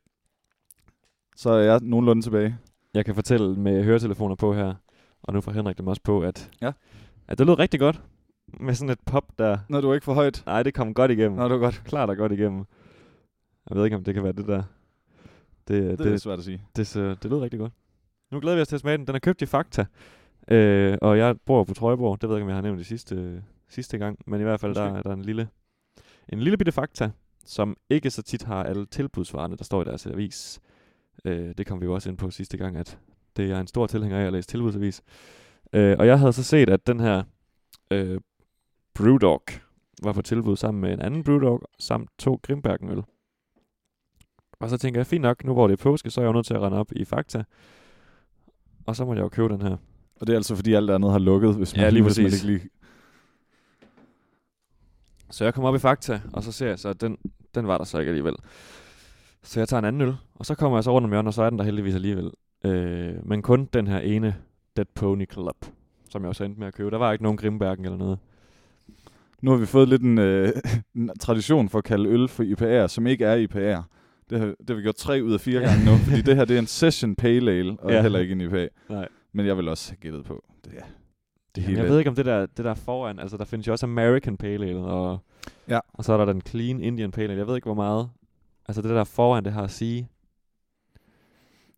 Speaker 1: Så er jeg nogenlunde tilbage.
Speaker 2: Jeg kan fortælle med høretelefoner på her, og nu får Henrik dem også på, at,
Speaker 1: Ja.
Speaker 2: at det lød rigtig godt. Med sådan et pop der.
Speaker 1: Når du er ikke for højt.
Speaker 2: Nej, det kom godt igennem.
Speaker 1: Nå, det var godt.
Speaker 2: Klart og godt igennem. Jeg ved ikke, om det kan være det der. Det,
Speaker 1: Det, det er
Speaker 2: det,
Speaker 1: svært at sige.
Speaker 2: Det, så, det lød rigtig godt. Nu glæder vi os til at smage den. Den er købt i Fakta. Øh, og jeg bor på Trøjborg. Det ved jeg ikke, om jeg har nævnt det sidste, sidste gang. Men i hvert fald, der,
Speaker 1: Måske.
Speaker 2: er der en lille, en lille bitte Fakta, som ikke så tit har alle tilbudsvarerne, der står i deres avis. Øh, det kom vi jo også ind på sidste gang, at det er en stor tilhænger af at læse tilbudsavis. Øh, og jeg havde så set, at den her øh, Brewdog var på tilbud sammen med en anden Brewdog, samt to Grimbergen-øl. Og så tænker jeg, fint nok, nu hvor det er påske, så er jeg jo nødt til at rende op i Fakta. Og så må jeg jo købe den her.
Speaker 1: Og det er altså, fordi alt andet har lukket, hvis man,
Speaker 2: Ja, lige
Speaker 1: hvis man
Speaker 2: præcis.
Speaker 1: ikke lige...
Speaker 2: Så jeg kommer op i Fakta, og så ser jeg så, at den, den var der så ikke alligevel. Så jeg tager en anden øl, og så kommer jeg så rundt om hjørnet, og så er den der heldigvis alligevel. Øh, men kun den her ene Dead Pony Club, som jeg også endte med at købe. Der var ikke nogen Grimbergen eller noget.
Speaker 1: Nu har vi fået lidt en, øh, en tradition for at kalde øl for IPA'er, som ikke er IPA'er. Det har, det har vi gjort tre ud af fire
Speaker 2: Ja.
Speaker 1: gange nu, fordi det her det er en session pale ale, og
Speaker 2: Ja.
Speaker 1: ja. heller ikke en IPA.
Speaker 2: Nej.
Speaker 1: Men jeg vil også have gættet på. Det er det
Speaker 2: Jamen,
Speaker 1: hele.
Speaker 2: jeg ved ikke om det der, det der foran, altså der findes jo også American Pale Ale, og,
Speaker 1: Ja.
Speaker 2: og så er der den Clean Indian Pale Ale. Jeg ved ikke, hvor meget, altså det der foran, det har at sige.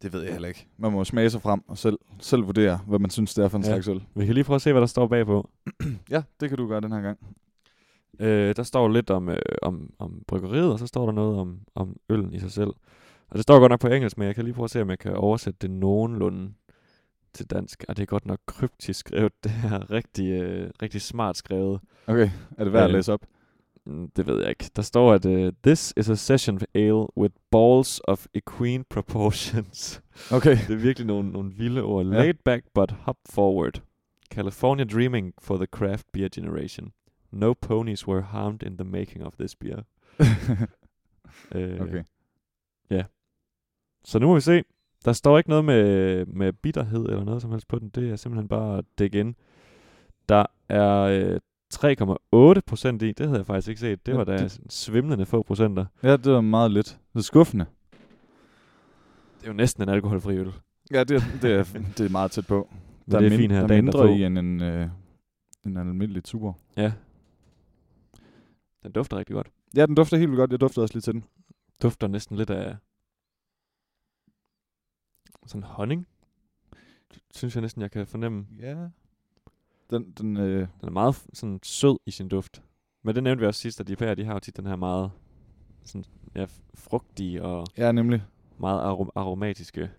Speaker 1: det ved jeg heller ikke. Man må jo smage sig frem og selv, selv vurdere, hvad man synes, det er for en
Speaker 2: Ja.
Speaker 1: ja. slags øl.
Speaker 2: Vi kan lige prøve at se, hvad der står bagpå.
Speaker 1: Ja, det kan du gøre den her gang.
Speaker 2: Øh, der står lidt om, øh, om, om bryggeriet, og så står der noget om, om øllen i sig selv. Og det står godt nok på engelsk, men jeg kan lige prøve at se, om jeg kan oversætte det nogenlunde til dansk, og det er godt nok kryptisk skrevet. Det er rigtig, øh, rigtig smart skrevet.
Speaker 1: Okay, er det værd at
Speaker 2: Øh,
Speaker 1: læse op?
Speaker 2: Mm, Det ved jeg ikke. Der står, at uh, this is a session ale with balls of equine proportions.
Speaker 1: Okay.
Speaker 2: det er virkelig nogle, nogle vilde ord.
Speaker 1: Ja.
Speaker 2: Laid back but hop forward. California dreaming for the craft beer generation. No ponies were harmed in the making of this beer. Uh,
Speaker 1: okay.
Speaker 2: Så nu må vi se. Der står ikke noget med, med bitterhed eller noget som helst på den. Det er simpelthen bare dæk ind. Der er øh, 3,8 procent i. Det havde jeg faktisk ikke set. Det
Speaker 1: Ja,
Speaker 2: var da
Speaker 1: det-
Speaker 2: sådan svimlende få procenter.
Speaker 1: Ja, det var meget lidt. Det er skuffende.
Speaker 2: Det er jo næsten en alkoholfri øl.
Speaker 1: Ja, det, det, er, det er meget tæt på.
Speaker 2: Men det er fint her.
Speaker 1: der er
Speaker 2: dagen
Speaker 1: mindre
Speaker 2: derpå.
Speaker 1: i end en, øh, en almindelig tur.
Speaker 2: Ja. Den dufter rigtig godt.
Speaker 1: Ja, den dufter helt vildt godt. Jeg duftede også lige til den.
Speaker 2: Dufter næsten lidt af sådan honning. Synes jeg næsten, jeg kan fornemme.
Speaker 1: Ja. Den, den, øh,
Speaker 2: Den er meget f- sådan sød i sin duft. Men det nævnte vi også sidst, at de pærer, de har jo tit den her meget sådan, ja, f- frugtige og
Speaker 1: ja, nemlig.
Speaker 2: meget arom- aromatiske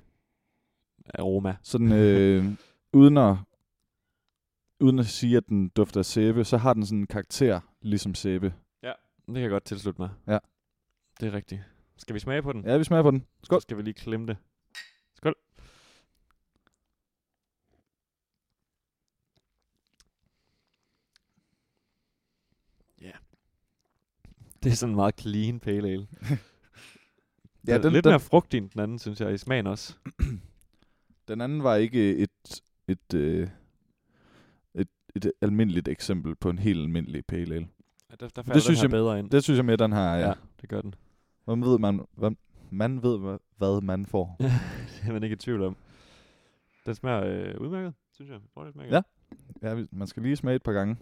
Speaker 2: aroma.
Speaker 1: Sådan, øh, uden at uden at sige, at den dufter af sæbe, så har den sådan en karakter, ligesom sæbe.
Speaker 2: Det kan jeg godt tilslutte mig.
Speaker 1: Ja.
Speaker 2: Det er rigtigt. Skal vi smage på den?
Speaker 1: Ja, vi smager på den. Skål.
Speaker 2: Så skal vi lige klemme det. Skål. Ja. Yeah. Det er sådan en meget clean pale ale. ja, den, er lidt den, mere frugtig end den anden, synes jeg, i smagen også.
Speaker 1: Den anden var ikke et, et, øh, et, et almindeligt eksempel på en helt almindelig pale ale.
Speaker 2: Ja, der, der falder det synes
Speaker 1: synes
Speaker 2: den
Speaker 1: jeg-
Speaker 2: her bedre ind.
Speaker 1: Det synes jeg mere, den har. Ja.
Speaker 2: Mm. ja,
Speaker 1: ja.
Speaker 2: det gør den.
Speaker 1: Man ved, man, hvad, man ved hvad, hvad man får.
Speaker 2: det er man ikke i tvivl om. Den smager øh, udmærket, synes jeg. Hvor det smager.
Speaker 1: Ja. Ja, vi- man skal lige smage et par gange.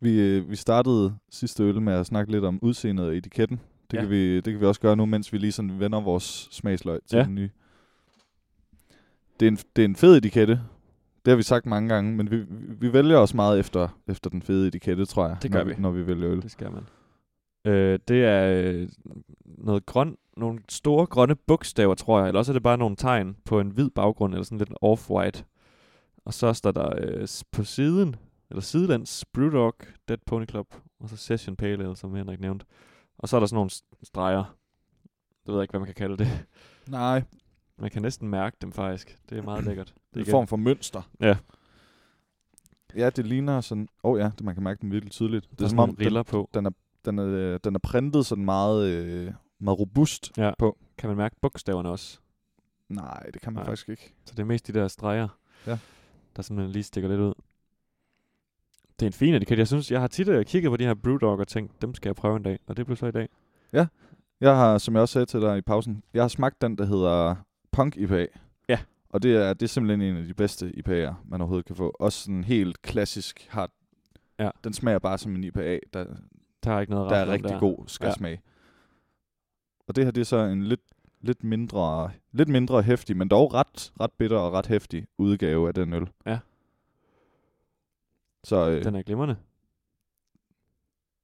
Speaker 1: Vi, øh, vi startede sidste øl med at snakke lidt om udseendet og etiketten. Det,
Speaker 2: Ja.
Speaker 1: ja. kan vi, det kan vi også gøre nu, mens vi lige sådan vender vores smagsløg til
Speaker 2: Ja.
Speaker 1: ja. den nye. Det er, en, det er en fed etikette. Det har vi sagt mange gange, men vi, vi- vi vælger os meget efter, efter den fede etikette, tror jeg.
Speaker 2: Det gør
Speaker 1: når,
Speaker 2: vi.
Speaker 1: Når vi vælger øl.
Speaker 2: Det skal man. Øh, det er øh, noget grøn, nogle store grønne bogstaver, tror jeg. Eller også er det bare nogle tegn på en hvid baggrund, eller sådan lidt en off-white. Og så står der øh, s- på siden, eller sidelands, Brewdog, Dead Pony Club, og så Session Pale Ale, som Henrik nævnte. Og så er der sådan nogle s- streger. Det ved jeg ikke, hvad man kan kalde det.
Speaker 1: Nej,
Speaker 2: Man kan næsten mærke dem faktisk. Det er meget lækkert.
Speaker 1: det er en
Speaker 2: igen-
Speaker 1: form for mønster.
Speaker 2: Ja.
Speaker 1: Ja, det ligner sådan... Åh oh ja, det, man kan mærke den virkelig tydeligt.
Speaker 2: der er sådan nogle riller på.
Speaker 1: den er, øh, den er printet sådan meget, øh, meget robust.
Speaker 2: Kan man mærke bogstaverne også?
Speaker 1: Nej, det kan man
Speaker 2: Nej.
Speaker 1: faktisk ikke.
Speaker 2: Så det er mest de der streger,
Speaker 1: Ja.
Speaker 2: der simpelthen lige stikker lidt ud. Det er en fin etiket. Jeg synes, jeg har tit øh, kigget på de her Brewdog og tænkt, dem skal jeg prøve en dag. Og det blev så i dag.
Speaker 1: Jeg har, som jeg også sagde til dig i pausen, jeg har smagt den, der hedder Punk IPA.
Speaker 2: Ja.
Speaker 1: Og det er, det er simpelthen en af de bedste IPA'er, man overhovedet kan få. Også sådan helt klassisk hard.
Speaker 2: Ja.
Speaker 1: Den smager bare som en IPA, der,
Speaker 2: Der er ikke noget
Speaker 1: der
Speaker 2: ret
Speaker 1: er
Speaker 2: om
Speaker 1: rigtig
Speaker 2: der.
Speaker 1: god skal
Speaker 2: Ja.
Speaker 1: ja. smage. Og det her, det er så en lidt, lidt mindre, lidt mindre hæftig, men dog ret, ret bitter og ret hæftig udgave af den øl.
Speaker 2: Ja.
Speaker 1: Så øh,
Speaker 2: Den er glimrende.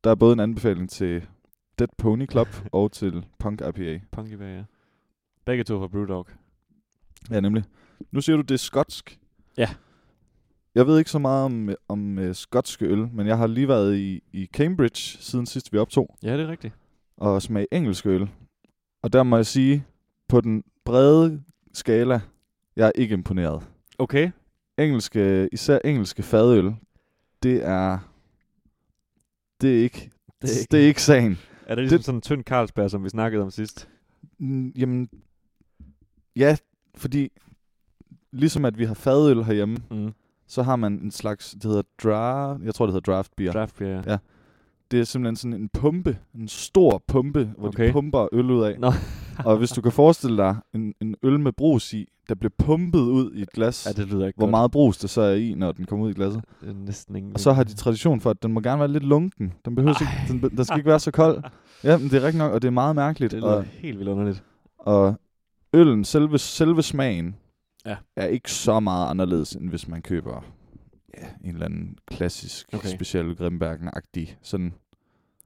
Speaker 1: Der er både en anbefaling til Dead Pony Club og til Punk IPA.
Speaker 2: Punk i bag, ja. Begge to fra Brewdog.
Speaker 1: Ja, nemlig. Nu siger du, det er skotsk.
Speaker 2: Ja.
Speaker 1: Jeg ved ikke så meget om, øh, om uh, skotske øl, men jeg har lige været i, i Cambridge siden sidst vi optog
Speaker 2: Ja, det er rigtigt.
Speaker 1: og smage engelsk øl. Og der må jeg sige, på den brede skala, jeg er ikke imponeret.
Speaker 2: Okay.
Speaker 1: Engelske, især engelske fadøl, det er... Det er ikke, det er ikke, det er ikke sagen.
Speaker 2: er det ligesom
Speaker 1: det-
Speaker 2: sådan en tynd Carlsberg, som vi snakkede om sidst?
Speaker 1: Mm, Jamen, ja, fordi ligesom at vi har fadøl herhjemme,
Speaker 2: Mm.
Speaker 1: så har man en slags, det hedder draft, jeg tror det hedder draft beer.
Speaker 2: Ja. Draft beer. Ja.
Speaker 1: Ja. Det er simpelthen sådan en pumpe, en stor pumpe, hvor okay.
Speaker 2: Okay.
Speaker 1: de pumper øl ud af.
Speaker 2: Nå.
Speaker 1: Og hvis du kan forestille dig en, en øl med brus i, der bliver pumpet ud i et glas,
Speaker 2: ja, det lyder ikke
Speaker 1: hvor
Speaker 2: godt.
Speaker 1: meget brus der så er i, når den kommer ud i glasset.
Speaker 2: Det er næsten ingen
Speaker 1: Og så har de
Speaker 2: vinkel.
Speaker 1: tradition for, at den må gerne være lidt lunken. Den, behøver ikke,
Speaker 2: Ej.
Speaker 1: den, be- den skal ikke være så kold. Ja, men det er rigtig nok, og det er meget mærkeligt.
Speaker 2: Det
Speaker 1: og,
Speaker 2: lyder helt vildt underligt.
Speaker 1: Og øllen, selve, selve smagen,
Speaker 2: Ja.
Speaker 1: er ikke så meget anderledes, end hvis man køber ja, en eller anden klassisk,
Speaker 2: Okay.
Speaker 1: okay. speciel Grimbergen-agtig. Sådan,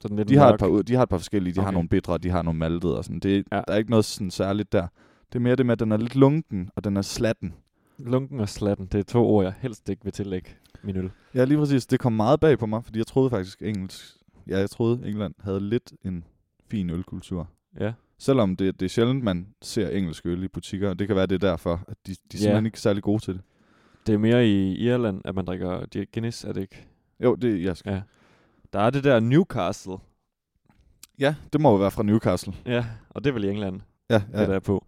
Speaker 2: Sådan lidt
Speaker 1: de, har et
Speaker 2: mørk.
Speaker 1: par, ud- de har et par forskellige, de okay. har
Speaker 2: Okay.
Speaker 1: nogle bitre, de har nogle maltede og sådan. Det,
Speaker 2: Ja.
Speaker 1: ja. Der er ikke noget sådan særligt der. Det er mere det med, at den er lidt lunken, og den er slatten.
Speaker 2: Lunken og slatten, det er to ord, jeg helst ikke vil tillægge min øl.
Speaker 1: Ja, lige præcis. Det kom meget bag på mig, fordi jeg troede faktisk, engelsk... Ja, jeg troede, England havde lidt en fin ølkultur.
Speaker 2: Ja.
Speaker 1: Selvom det, det er sjældent, man ser engelsk øl i butikker, og det kan være, det er derfor, at de, de er
Speaker 2: Ja.
Speaker 1: simpelthen ikke særlig gode til det.
Speaker 2: Det er mere i Irland, at man drikker de- Guinness, er det ikke?
Speaker 1: Jo, det, jeg skal.
Speaker 2: Ja. Der er det der Newcastle.
Speaker 1: ja, det må jo være fra Newcastle.
Speaker 2: Ja, og det er vel i England,
Speaker 1: Ja,
Speaker 2: ja. det der er på.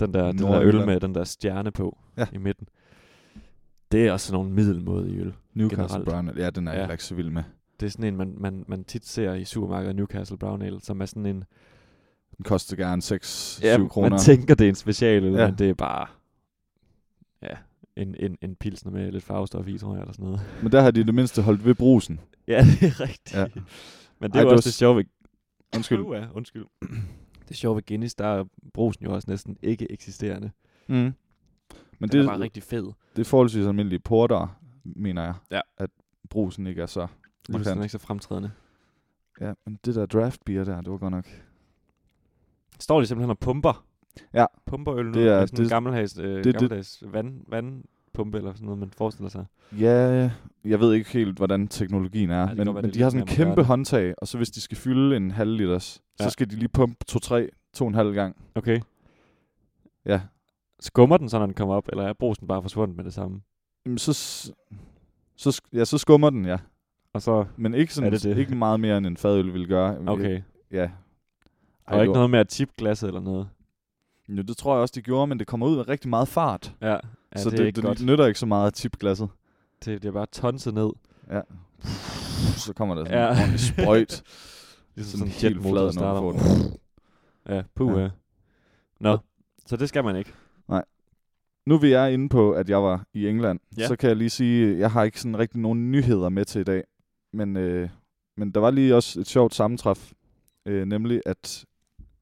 Speaker 2: Den der, den der øl
Speaker 1: Nordjylland.
Speaker 2: med den der stjerne på
Speaker 1: Ja.
Speaker 2: ja. i midten. Det er også sådan nogle middelmåde i øl.
Speaker 1: Newcastle
Speaker 2: generelt.
Speaker 1: Brown Ale. Ja, den er jeg
Speaker 2: Ja.
Speaker 1: heller ikke så vild med.
Speaker 2: Det er sådan en, man, man, man tit ser i supermarkedet Newcastle Brown Ale, som er sådan en
Speaker 1: Den koster gerne 6-7
Speaker 2: ja,
Speaker 1: kroner.
Speaker 2: man tænker, det er en special, eller
Speaker 1: Ja.
Speaker 2: ja. men det er bare ja, en, en, en pilsner med lidt farvestof i, tror jeg, eller sådan noget.
Speaker 1: Men der har de i det mindste holdt ved brusen.
Speaker 2: Ja, det er rigtigt.
Speaker 1: Ja.
Speaker 2: Ja. Men det er
Speaker 1: Ej,
Speaker 2: jo
Speaker 1: det
Speaker 2: også
Speaker 1: var
Speaker 2: det sjove ved...
Speaker 1: Undskyld.
Speaker 2: Ja, undskyld. Det sjove ved Guinness, der er brusen jo også næsten ikke eksisterende.
Speaker 1: Mm. Men
Speaker 2: Den
Speaker 1: det,
Speaker 2: er bare rigtig fed.
Speaker 1: det er forholdsvis almindelige porter, mener jeg.
Speaker 2: Ja.
Speaker 1: At brusen ikke er så
Speaker 2: Lige hvis den er
Speaker 1: markant.
Speaker 2: ikke så fremtrædende.
Speaker 1: Ja, men det der draft beer der, det var godt nok.
Speaker 2: Står de simpelthen og pumper?
Speaker 1: Ja.
Speaker 2: Pumper øl nu?
Speaker 1: Det er-
Speaker 2: Det er sådan
Speaker 1: det-
Speaker 2: en gammeldags, øh,
Speaker 1: det-
Speaker 2: gammeldags vand, vandpumpe eller sådan noget, man forestiller sig.
Speaker 1: Ja, jeg ved ikke helt, hvordan teknologien er,
Speaker 2: det
Speaker 1: ja,
Speaker 2: kan
Speaker 1: men,
Speaker 2: godt være,
Speaker 1: men
Speaker 2: det
Speaker 1: de
Speaker 2: er
Speaker 1: har
Speaker 2: lidt
Speaker 1: sådan en
Speaker 2: nemmere at gøre
Speaker 1: kæmpe
Speaker 2: det.
Speaker 1: håndtag, og så hvis de skal fylde en halv liters, ja. så
Speaker 2: Ja.
Speaker 1: skal de lige pumpe 2-3, 2,5 gang.
Speaker 2: Okay.
Speaker 1: Ja.
Speaker 2: Skummer den så, når den kommer op, eller er brusen bare forsvundet med det samme?
Speaker 1: Jamen, så, s- så, sk- ja, så skummer den, ja.
Speaker 2: Og så...
Speaker 1: Men ikke, sådan,
Speaker 2: Er det det?
Speaker 1: ikke meget mere, end en fadøl ville gøre.
Speaker 2: Okay.
Speaker 1: Ja.
Speaker 2: Og ikke
Speaker 1: det, var-
Speaker 2: noget med at tippe glasset eller noget.
Speaker 1: Jo, det tror jeg også, de gjorde, men det kommer ud med rigtig meget fart.
Speaker 2: Ja, ja
Speaker 1: så
Speaker 2: det, er ikke
Speaker 1: det
Speaker 2: godt.
Speaker 1: nytter ikke så meget at tippe glasset.
Speaker 2: Det, det er bare tonset ned.
Speaker 1: Ja. Så kommer der sådan ja.
Speaker 2: Ja.
Speaker 1: en ordentlig sprøjt.
Speaker 2: Ligesom
Speaker 1: sådan
Speaker 2: sådan,
Speaker 1: en
Speaker 2: sådan
Speaker 1: helt flad,
Speaker 2: en flad,
Speaker 1: når du
Speaker 2: starter.
Speaker 1: får den.
Speaker 2: Ja, puh,
Speaker 1: Ja.
Speaker 2: ja. ja. Nå, så det skal man ikke.
Speaker 1: Nu vi er inde på, at jeg var i England, ja.
Speaker 2: Ja.
Speaker 1: så kan jeg lige sige, jeg har ikke sådan rigtig nogen nyheder med til i dag. Men, øh, men der var lige også et sjovt sammentræf, øh, nemlig at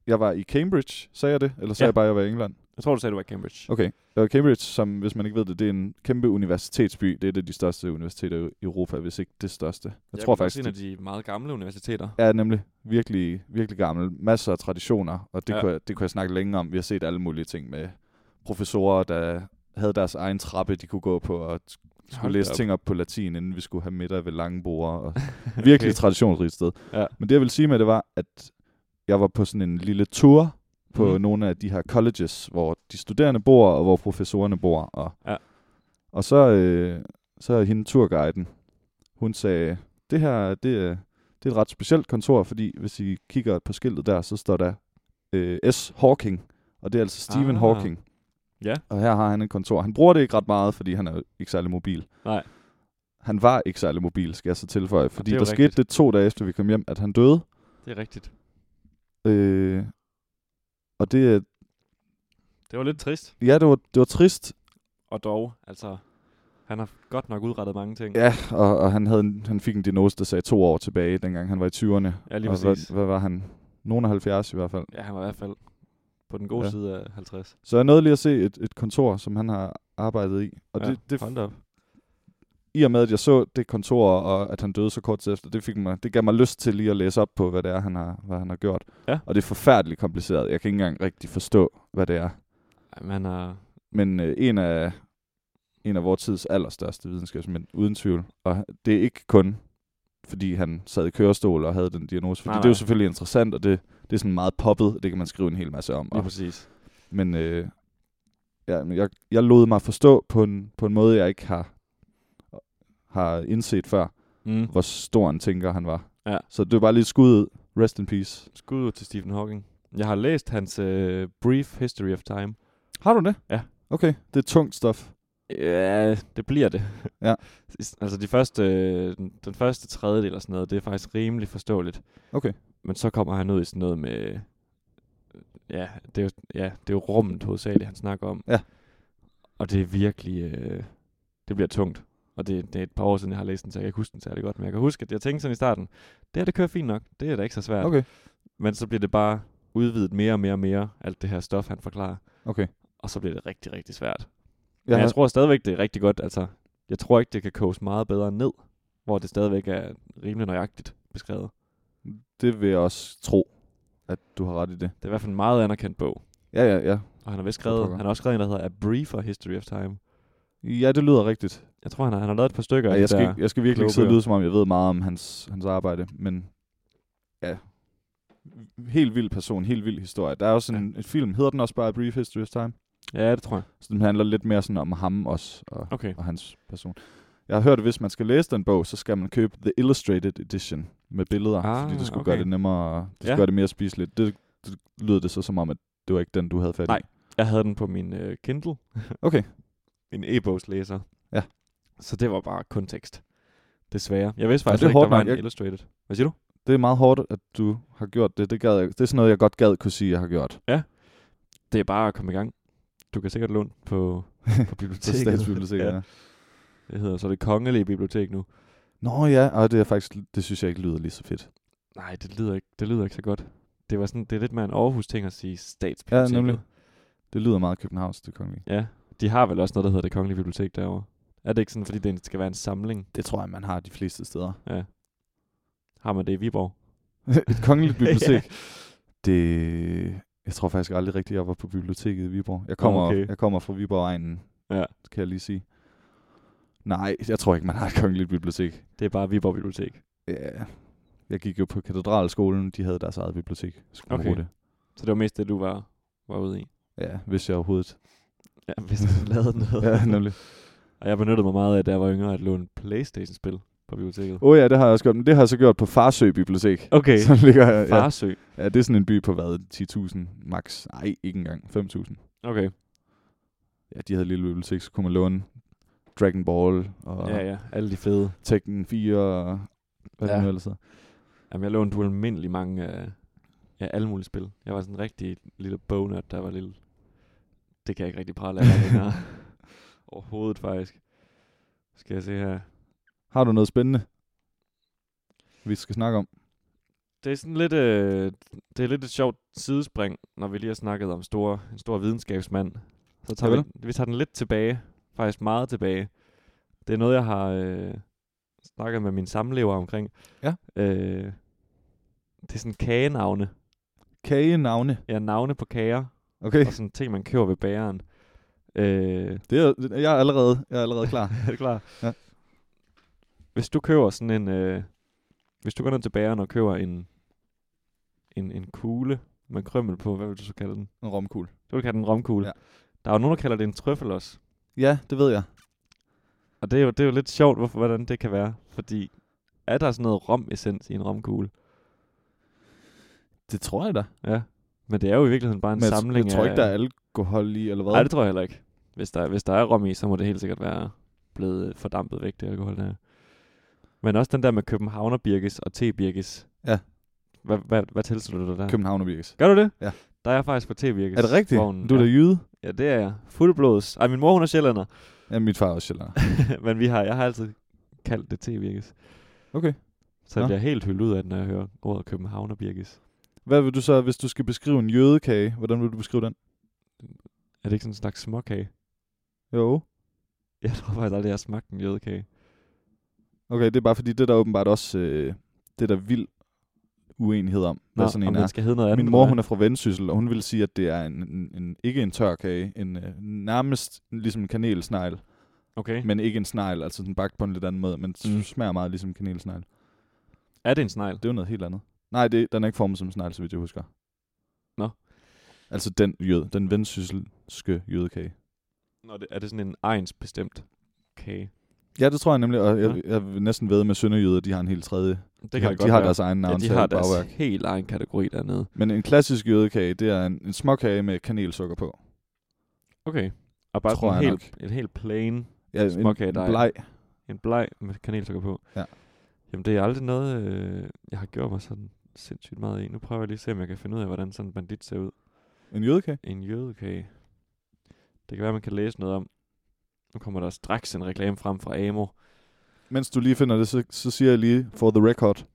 Speaker 1: jeg var i Cambridge, sagde jeg det? Eller sagde ja.
Speaker 2: Ja.
Speaker 1: jeg bare, at jeg var i England?
Speaker 2: Jeg tror, du sagde, du var i Cambridge.
Speaker 1: Okay. Og Cambridge, som hvis man ikke ved det, det er en kæmpe universitetsby. Det er et af de største universiteter i Europa, hvis ikke det største. Jeg, jeg tror faktisk,
Speaker 2: Det er en af de meget gamle universiteter.
Speaker 1: er nemlig virkelig, virkelig gammel. Masser af traditioner, og det, ja.
Speaker 2: Ja.
Speaker 1: kunne jeg, det kunne jeg snakke længe om. Vi har set alle mulige ting med professorer, der havde deres egen trappe, de kunne gå på, og sk- skulle
Speaker 2: Hold da
Speaker 1: læse
Speaker 2: op.
Speaker 1: ting op på latin, inden vi skulle have middag ved lange borde, og virkelig okay. traditionsrigt sted.
Speaker 2: Ja.
Speaker 1: Men det, jeg vil sige med det, var, at jeg var på sådan en lille tour på mm.
Speaker 2: Mhm.
Speaker 1: nogle af de her colleges, hvor de studerende bor, og hvor professorerne bor. Og,
Speaker 2: Ja.
Speaker 1: og så, øh, så er hende turguiden, hun sagde, det her, det, er- det er et ret specielt kontor, fordi hvis I kigger på skiltet der, så står der øh, S. Hawking, og det er altså Stephen
Speaker 2: Ah.
Speaker 1: Hawking.
Speaker 2: Ja.
Speaker 1: Og her har han et kontor. Han bruger det ikke ret meget, fordi han er jo ikke særlig mobil.
Speaker 2: Nej.
Speaker 1: Han var ikke særlig mobil, skal jeg så tilføje, fordi
Speaker 2: det er
Speaker 1: der
Speaker 2: jo
Speaker 1: skete
Speaker 2: rigtigt.
Speaker 1: det to dage efter, vi kom hjem, at han døde.
Speaker 2: Det er rigtigt.
Speaker 1: Øh, og det, er-
Speaker 2: Det var lidt trist.
Speaker 1: ja, det var, det var trist,
Speaker 2: Og dog, altså, han har godt nok udrettet mange ting.
Speaker 1: ja, og, og han, havde en, han fik en diagnose, der sagde to år tilbage, dengang han var i 20'erne.
Speaker 2: Ja, lige
Speaker 1: og
Speaker 2: præcis.
Speaker 1: hvad, hvad var han? Nogen af 70 i hvert fald.
Speaker 2: ja han var i hvert fald på den gode
Speaker 1: Ja.
Speaker 2: ja. side af 50.
Speaker 1: Så jeg nåede lige at se et, et kontor, som han har arbejdet i. Og
Speaker 2: ja,
Speaker 1: ja. det, det,
Speaker 2: hold da op.
Speaker 1: i og med, at jeg så det kontor, og at han døde så kort tid efter, det, fik mig, det gav mig lyst til lige at læse op på, hvad det er, han har, hvad han har gjort.
Speaker 2: Ja.
Speaker 1: Og det er forfærdeligt kompliceret. Jeg kan ikke engang rigtig forstå, hvad det er.
Speaker 2: Ej, men han har
Speaker 1: Men øh, en, af, en af vores tids allerstørste videnskabsmænd, uden tvivl. Og det er ikke kun, fordi han sad i kørestol og havde den diagnose. Fordi
Speaker 2: Nej,
Speaker 1: det er jo
Speaker 2: nej.
Speaker 1: selvfølgelig interessant, og det, det er sådan meget poppet, og det kan man skrive en hel masse om.
Speaker 2: lige
Speaker 1: Og,
Speaker 2: præcis.
Speaker 1: men øh, ja, men jeg, jeg lod mig forstå på en, på en måde, jeg ikke har, har indset før
Speaker 2: Mm.
Speaker 1: hvor stor en tænker han var.
Speaker 2: Ja.
Speaker 1: Så det var bare lige et skud ud. Rest in peace.
Speaker 2: Skud ud til Stephen Hawking. Jeg har læst hans øh, Brief History of Time.
Speaker 1: Har du det?
Speaker 2: Ja.
Speaker 1: Okay, det er tungt stof.
Speaker 2: Ja, det bliver det.
Speaker 1: Ja.
Speaker 2: Is- altså de første, øh, den, den første tredjedel eller sådan noget, det er faktisk rimelig forståeligt.
Speaker 1: Okay.
Speaker 2: Men så kommer han ud i sådan noget med, øh, ja, det er jo, ja, det er jo rummet hovedsageligt, han snakker om.
Speaker 1: Ja.
Speaker 2: Og det er virkelig, øh, det bliver tungt. Og det, det er et par år siden, jeg har læst den, så jeg kan ikke huske den særlig godt. Men jeg kan huske, at jeg tænkte sådan i starten, det her, det kører fint nok. Det er da ikke så svært.
Speaker 1: Okay.
Speaker 2: Men så bliver det bare udvidet mere og mere og mere, alt det her stof, han forklarer.
Speaker 1: Okay.
Speaker 2: Og så bliver det rigtig, rigtig svært.
Speaker 1: Jeg,
Speaker 2: Men
Speaker 1: har,
Speaker 2: jeg tror stadigvæk, det er rigtig godt. Altså, jeg tror ikke, det kan koges meget bedre ned, hvor det stadigvæk er rimelig nøjagtigt beskrevet.
Speaker 1: det vil jeg også tro, at du har ret i det.
Speaker 2: Det er i hvert fald en meget anerkendt bog.
Speaker 1: Ja, ja, ja.
Speaker 2: Og han har vist
Speaker 1: For
Speaker 2: skrevet,
Speaker 1: pokker.
Speaker 2: han har også skrevet en, der hedder A Briefer History of Time.
Speaker 1: Ja, det lyder rigtigt.
Speaker 2: Jeg tror, han har, han har lavet et par stykker. af
Speaker 1: Ja,
Speaker 2: de
Speaker 1: jeg, skal,
Speaker 2: der-
Speaker 1: ikke, jeg skal virkelig ikke sidde og
Speaker 2: kloge
Speaker 1: lyde, som om jeg ved meget om hans, hans arbejde, men ja. Helt vild person, helt vild historie. Der er også en, ja. en film, hedder den også bare A Brief History of Time?
Speaker 2: Ja, det tror jeg.
Speaker 1: Så den handler lidt mere sådan om ham også, og, okay.
Speaker 2: Okay.
Speaker 1: og hans person. Jeg har hørt, at hvis man skal læse den bog, så skal man købe The Illustrated Edition med billeder, ah,
Speaker 2: Ah,
Speaker 1: fordi det skulle
Speaker 2: okay.
Speaker 1: gøre det nemmere, det skulle
Speaker 2: Ja.
Speaker 1: gøre det mere spiseligt. Det, det lyder det så som om, at det var ikke den, du havde fat i.
Speaker 2: Nej. Jeg havde den på min øh, Kindle.
Speaker 1: Okay.
Speaker 2: en e-bogslæser.
Speaker 1: Ja.
Speaker 2: Så det var bare kontekst. Desværre. Jeg vidste
Speaker 1: Ja,
Speaker 2: faktisk
Speaker 1: det er
Speaker 2: ikke,
Speaker 1: hårdt
Speaker 2: der var
Speaker 1: nok.
Speaker 2: en
Speaker 1: Jeg-
Speaker 2: Illustrated. Hvad siger du?
Speaker 1: Det er meget hårdt, at du har gjort det. Det, gad jeg, det er sådan noget, jeg godt gad kunne sige, jeg har gjort.
Speaker 2: Det er bare at komme i gang. Du kan sikkert låne på, på
Speaker 1: Så
Speaker 2: biblioteket.
Speaker 1: statsbiblioteket.
Speaker 2: ja.
Speaker 1: ja.
Speaker 2: Det hedder så det kongelige bibliotek nu.
Speaker 1: Nå ja, og det er faktisk, det synes jeg ikke lyder lige så fedt.
Speaker 2: Nej, det lyder ikke, det lyder ikke så godt. Det var sådan, det er lidt mere en Aarhus-ting at sige
Speaker 1: Ja,
Speaker 2: statsbiblioteket.
Speaker 1: nemlig. Det lyder meget Københavns, det kongelige.
Speaker 2: Ja, de har vel også noget, der hedder det kongelige bibliotek derovre. Er det ikke sådan, fordi det skal være en samling?
Speaker 1: Det tror jeg, man har de fleste steder.
Speaker 2: Har man det i Viborg?
Speaker 1: Et kongeligt bibliotek. Det... Jeg tror faktisk aldrig rigtigt, jeg var på biblioteket i Viborg. Jeg kommer, okay.
Speaker 2: Okay.
Speaker 1: jeg kommer fra Viborg-egnen,
Speaker 2: Ja.
Speaker 1: kan jeg lige sige. Nej, jeg tror ikke, man har et kongeligt bibliotek.
Speaker 2: Det er bare Viborg bibliotek.
Speaker 1: Ja. Jeg gik jo på katedralskolen, de havde deres eget bibliotek. Skulle okay.
Speaker 2: Okay.
Speaker 1: det.
Speaker 2: Så det var mest det, du var, var ude i.
Speaker 1: Ja, hvis jeg overhovedet.
Speaker 2: Ja, hvis du lavede noget.
Speaker 1: ja, nemlig.
Speaker 2: Og jeg benyttede mig meget af, da jeg var yngre, at låne Playstation-spil på biblioteket.
Speaker 1: Åh oh, ja, det har jeg også gjort, men det har jeg så gjort på Farsø Bibliotek.
Speaker 2: Okay,
Speaker 1: Som ligger, ja,
Speaker 2: Farsø.
Speaker 1: Ja, det er sådan en by på hvad? 10.000 max? Nej, ikke engang. 5.000.
Speaker 2: Okay,
Speaker 1: Ja, de havde et lille bibliotek, så kunne man låne Dragon Ball og
Speaker 2: ja,
Speaker 1: ja, ja.
Speaker 2: ja. Alle de fede.
Speaker 1: Tekken 4 og hvad ja.
Speaker 2: Ja.
Speaker 1: det nu ellers hedder.
Speaker 2: Jamen, jeg lånte ualmindelig mange af ja, alle mulige spil. Jeg var sådan en rigtig lille bognut, der var lille. Det kan jeg ikke rigtig prale af længere. Overhovedet faktisk. Skal jeg se her.
Speaker 1: Har du noget spændende, vi skal snakke om?
Speaker 2: Det er sådan lidt, øh, det er lidt et sjovt sidespring, når vi lige har snakket om store, en stor videnskabsmand. Så tager
Speaker 1: Javel.
Speaker 2: vi, vi tager den lidt tilbage, faktisk meget tilbage. Det er noget, jeg har øh, snakket med min samlever omkring.
Speaker 1: Ja.
Speaker 2: Øh, det er sådan kagenavne.
Speaker 1: Kagenavne.
Speaker 2: Ja, navne på kager,
Speaker 1: Okay,
Speaker 2: og sådan ting, man køber ved bageren. Øh,
Speaker 1: det er, jeg, er allerede, jeg er allerede klar.
Speaker 2: er det klar?
Speaker 1: Ja.
Speaker 2: Hvis du køber sådan en... Øh, hvis du går ned til bageren og køber en, en, en kugle med krømmel på, hvad vil du så kalde den?
Speaker 1: En romkugle.
Speaker 2: Du vil kalde den en romkugle.
Speaker 1: Ja.
Speaker 2: Ja. Der er jo nogen, der kalder det en trøffel også.
Speaker 1: Ja, det ved jeg.
Speaker 2: Og det er jo, det er jo lidt sjovt, hvorfor, hvordan det kan være. Fordi er der sådan noget romessens i en romkugle?
Speaker 1: Det tror jeg da.
Speaker 2: Ja. Men det er jo i virkeligheden bare en
Speaker 1: Men jeg,
Speaker 2: samling
Speaker 1: jeg tror ikke,
Speaker 2: af...
Speaker 1: der er alkohol i, eller hvad?
Speaker 2: Nej, det tror jeg heller ikke. Hvis der, hvis der er rom i, så må det helt sikkert være blevet øh, fordampet væk, det alkohol der. Men også den der med københavnerbirkes og tebirkes.
Speaker 1: Ja.
Speaker 2: Hvad, hvad, hvad tilslutter du dig der?
Speaker 1: København og Birkes.
Speaker 2: Gør du det?
Speaker 1: Ja.
Speaker 2: Der er jeg faktisk på tebirkes.
Speaker 1: Er det rigtigt? Du er
Speaker 2: ja.
Speaker 1: da jyde?
Speaker 2: ja, det er jeg. Fuldblods. Ej, min mor hun er sjællander.
Speaker 1: Ja, mit far er også sjældent.
Speaker 2: Men vi har, jeg har altid kaldt det tebirkes.
Speaker 1: Okay.
Speaker 2: Så jeg
Speaker 1: Nå.
Speaker 2: bliver helt hyldet ud af, det, når jeg hører ordet københavnerbirkes.
Speaker 1: Hvad vil du så, hvis du skal beskrive en jødekage, hvordan vil du beskrive den?
Speaker 2: Er det ikke sådan en slags småkage?
Speaker 1: Jo.
Speaker 2: Jeg tror faktisk aldrig, jeg har smagt en jødekage.
Speaker 1: Okay, det er bare fordi, det er der åbenbart også øh, det er der vild uenighed om, hvad sådan en
Speaker 2: om
Speaker 1: er.
Speaker 2: den skal hedde noget andet.
Speaker 1: Min mor,
Speaker 2: eller
Speaker 1: hun er fra Vendsyssel, og hun vil sige, at det er en, en, en ikke en tør kage, en, øh, nærmest ligesom en kanelsnegl,
Speaker 2: hvad? Okay.
Speaker 1: men ikke en snegl, altså den bagt på en lidt anden måde, men mm.
Speaker 2: Mm.
Speaker 1: smager meget ligesom en kanelsnegl.
Speaker 2: Er det en snegl?
Speaker 1: Det er jo noget helt andet. Nej, det, den er ikke formet som en snegl, så vidt jeg husker.
Speaker 2: Nå.
Speaker 1: Altså den jød, den vendsysselske jødekage.
Speaker 2: Nå, det, er det sådan en ejens bestemt kage?
Speaker 1: Ja, det tror jeg nemlig, og jeg, jeg vil næsten ved med sønderjyder, de har en helt tredje.
Speaker 2: Det
Speaker 1: de, har- de har deres egen
Speaker 2: ja,
Speaker 1: navn
Speaker 2: de har deres helt egen kategori dernede.
Speaker 1: Men en klassisk jødekage, det er en, en småkage med kanelsukker på.
Speaker 2: Okay. Og bare
Speaker 1: Tror
Speaker 2: sådan en
Speaker 1: jeg
Speaker 2: helt, en helt plain,
Speaker 1: Ja, en,
Speaker 2: Småkage,
Speaker 1: en
Speaker 2: der er-
Speaker 1: bleg.
Speaker 2: en bleg med kanelsukker på.
Speaker 1: Ja.
Speaker 2: Jamen, det er aldrig noget, øh, jeg har gjort mig sådan sindssygt meget i. Nu prøver jeg lige at se, om jeg kan finde ud af, hvordan sådan en bandit ser ud.
Speaker 1: En jødekage?
Speaker 2: En jødekage. Det kan være, man kan læse noget om. Nu kommer der straks en reklame frem fra Amo.
Speaker 1: Mens du lige finder det, så, så siger jeg lige for the record.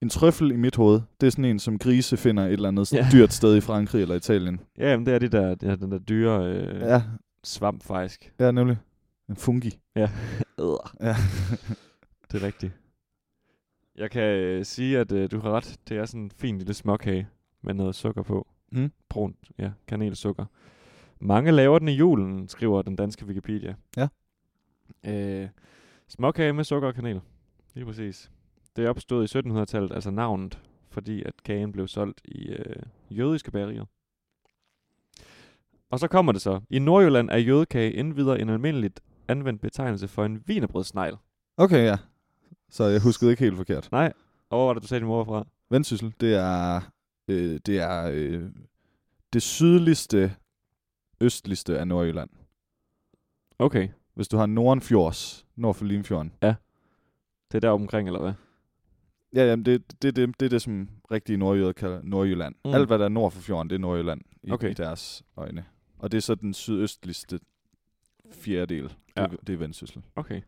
Speaker 1: En trøffel i mit hoved, det er sådan en, som grise finder et eller andet ja.
Speaker 2: Ja.
Speaker 1: dyrt sted i Frankrig eller Italien.
Speaker 2: Ja, jamen, det er det der, ja, den der dyre øh, ja.
Speaker 1: Ja,
Speaker 2: svamp, faktisk.
Speaker 1: ja nemlig. En fungi.
Speaker 2: Ja. Æder.
Speaker 1: Ja.
Speaker 2: Det er rigtigt. Jeg kan øh, sige, at øh, du har ret. Det er sådan en fin lille småkage med noget sukker på.
Speaker 1: Mm.
Speaker 2: Brunt, ja. Kanelsukker. Mange laver den i julen, skriver den danske Wikipedia.
Speaker 1: Ja.
Speaker 2: Øh, småkage med sukker og kanel. Lige præcis. Det opstod i 1700-tallet, altså navnet, fordi at kagen blev solgt i øh, jødiske bagerier. Og så kommer det så. I Nordjylland er jødekage endvidere en almindeligt anvendt betegnelse for en vinerbrødsnegl.
Speaker 1: Okay, ja. Så jeg huskede ikke helt forkert.
Speaker 2: Nej, og hvor var det, du sagde din mor var fra?
Speaker 1: Vendsyssel, det er, øh, det, er øh, det sydligste, østligste af Nordjylland.
Speaker 2: Okay,
Speaker 1: Hvis du har Nordenfjords, nord for Limfjorden.
Speaker 2: det er der omkring, eller hvad?
Speaker 1: Ja, jamen det, det, det, det er det, som rigtige nordjyder kalder Nordjylland.
Speaker 2: Mm.
Speaker 1: Mm. Alt, hvad der er nord for fjorden, det er Nordjylland i,
Speaker 2: Okay.
Speaker 1: okay. i deres øjne. Og det er så den sydøstligste fjerdedel.
Speaker 2: Ja.
Speaker 1: Ja. Det, det er Vendsyssel.
Speaker 2: Okay.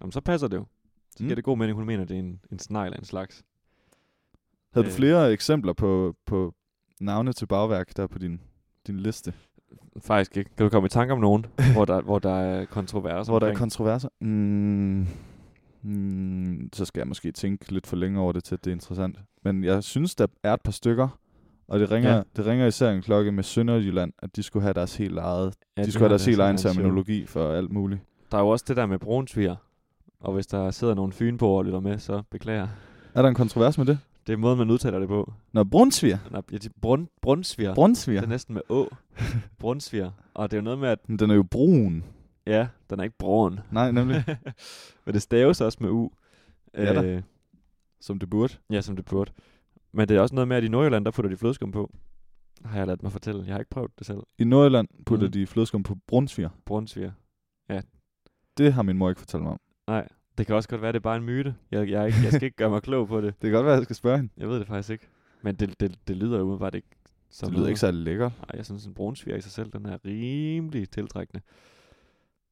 Speaker 2: Jamen, så passer det jo. Så giver
Speaker 1: Mm.
Speaker 2: det god mening, hun mener, det er en, en snegl af en slags.
Speaker 1: Havde du
Speaker 2: Øh.
Speaker 1: flere eksempler på, på navne til bagværk, der er på din, din liste?
Speaker 2: Faktisk ikke. Kan du komme i tanke om nogen, hvor, der, hvor der er kontroverser
Speaker 1: Altså, Hvor der er
Speaker 2: omkring?
Speaker 1: kontroverser? Mm, mm, så skal jeg måske tænke lidt for længe over det, til at det er interessant. Men jeg synes, der er et par stykker, og det ringer,
Speaker 2: Ja.
Speaker 1: ja. det ringer især en klokke med Sønderjylland, at de skulle have deres helt eget,
Speaker 2: ja,
Speaker 1: ja, de
Speaker 2: det
Speaker 1: skulle have
Speaker 2: har
Speaker 1: deres helt
Speaker 2: sådan
Speaker 1: egen
Speaker 2: en sjov-
Speaker 1: terminologi for alt muligt.
Speaker 2: Der er jo også det der med brunsviger. Og hvis der sidder nogle fyn på og lytter med, så beklager.
Speaker 1: Er der en kontrovers med det?
Speaker 2: Det er måden, man udtaler det på.
Speaker 1: Nå, brunsviger.
Speaker 2: Nå, Ja, de brun, brunsviger.
Speaker 1: Brunsviger.
Speaker 2: Det er næsten med å. Brunsviger. Og det er jo noget med, at
Speaker 1: Den, den er jo brun.
Speaker 2: ja, den er ikke brun.
Speaker 1: Nej, nemlig.
Speaker 2: Men det staves også med u.
Speaker 1: Ja da.
Speaker 2: Øh,
Speaker 1: Som det burde.
Speaker 2: Ja, som det burde. Men det er også noget med, at i Nordjylland, der putter de flødeskum på. Har jeg ladet mig fortælle. Jeg har ikke prøvet det selv.
Speaker 1: I Nordjylland putter
Speaker 2: Mhm.
Speaker 1: mm. de flødeskum på brunsviger.
Speaker 2: Brunsviger.
Speaker 1: Det har min mor ikke fortalt mig om.
Speaker 2: Nej, det kan også godt være, det er bare en myte. Jeg, jeg, er ikke, jeg skal ikke gøre mig klog på det.
Speaker 1: Det kan godt være, jeg skal spørge hende.
Speaker 2: Jeg ved det faktisk ikke. Men det, det, det lyder jo umiddelbart ikke som
Speaker 1: Det lyder ikke særlig lækkert.
Speaker 2: Nej, jeg synes, en brunsviger i sig selv, den er rimelig tiltrækkende.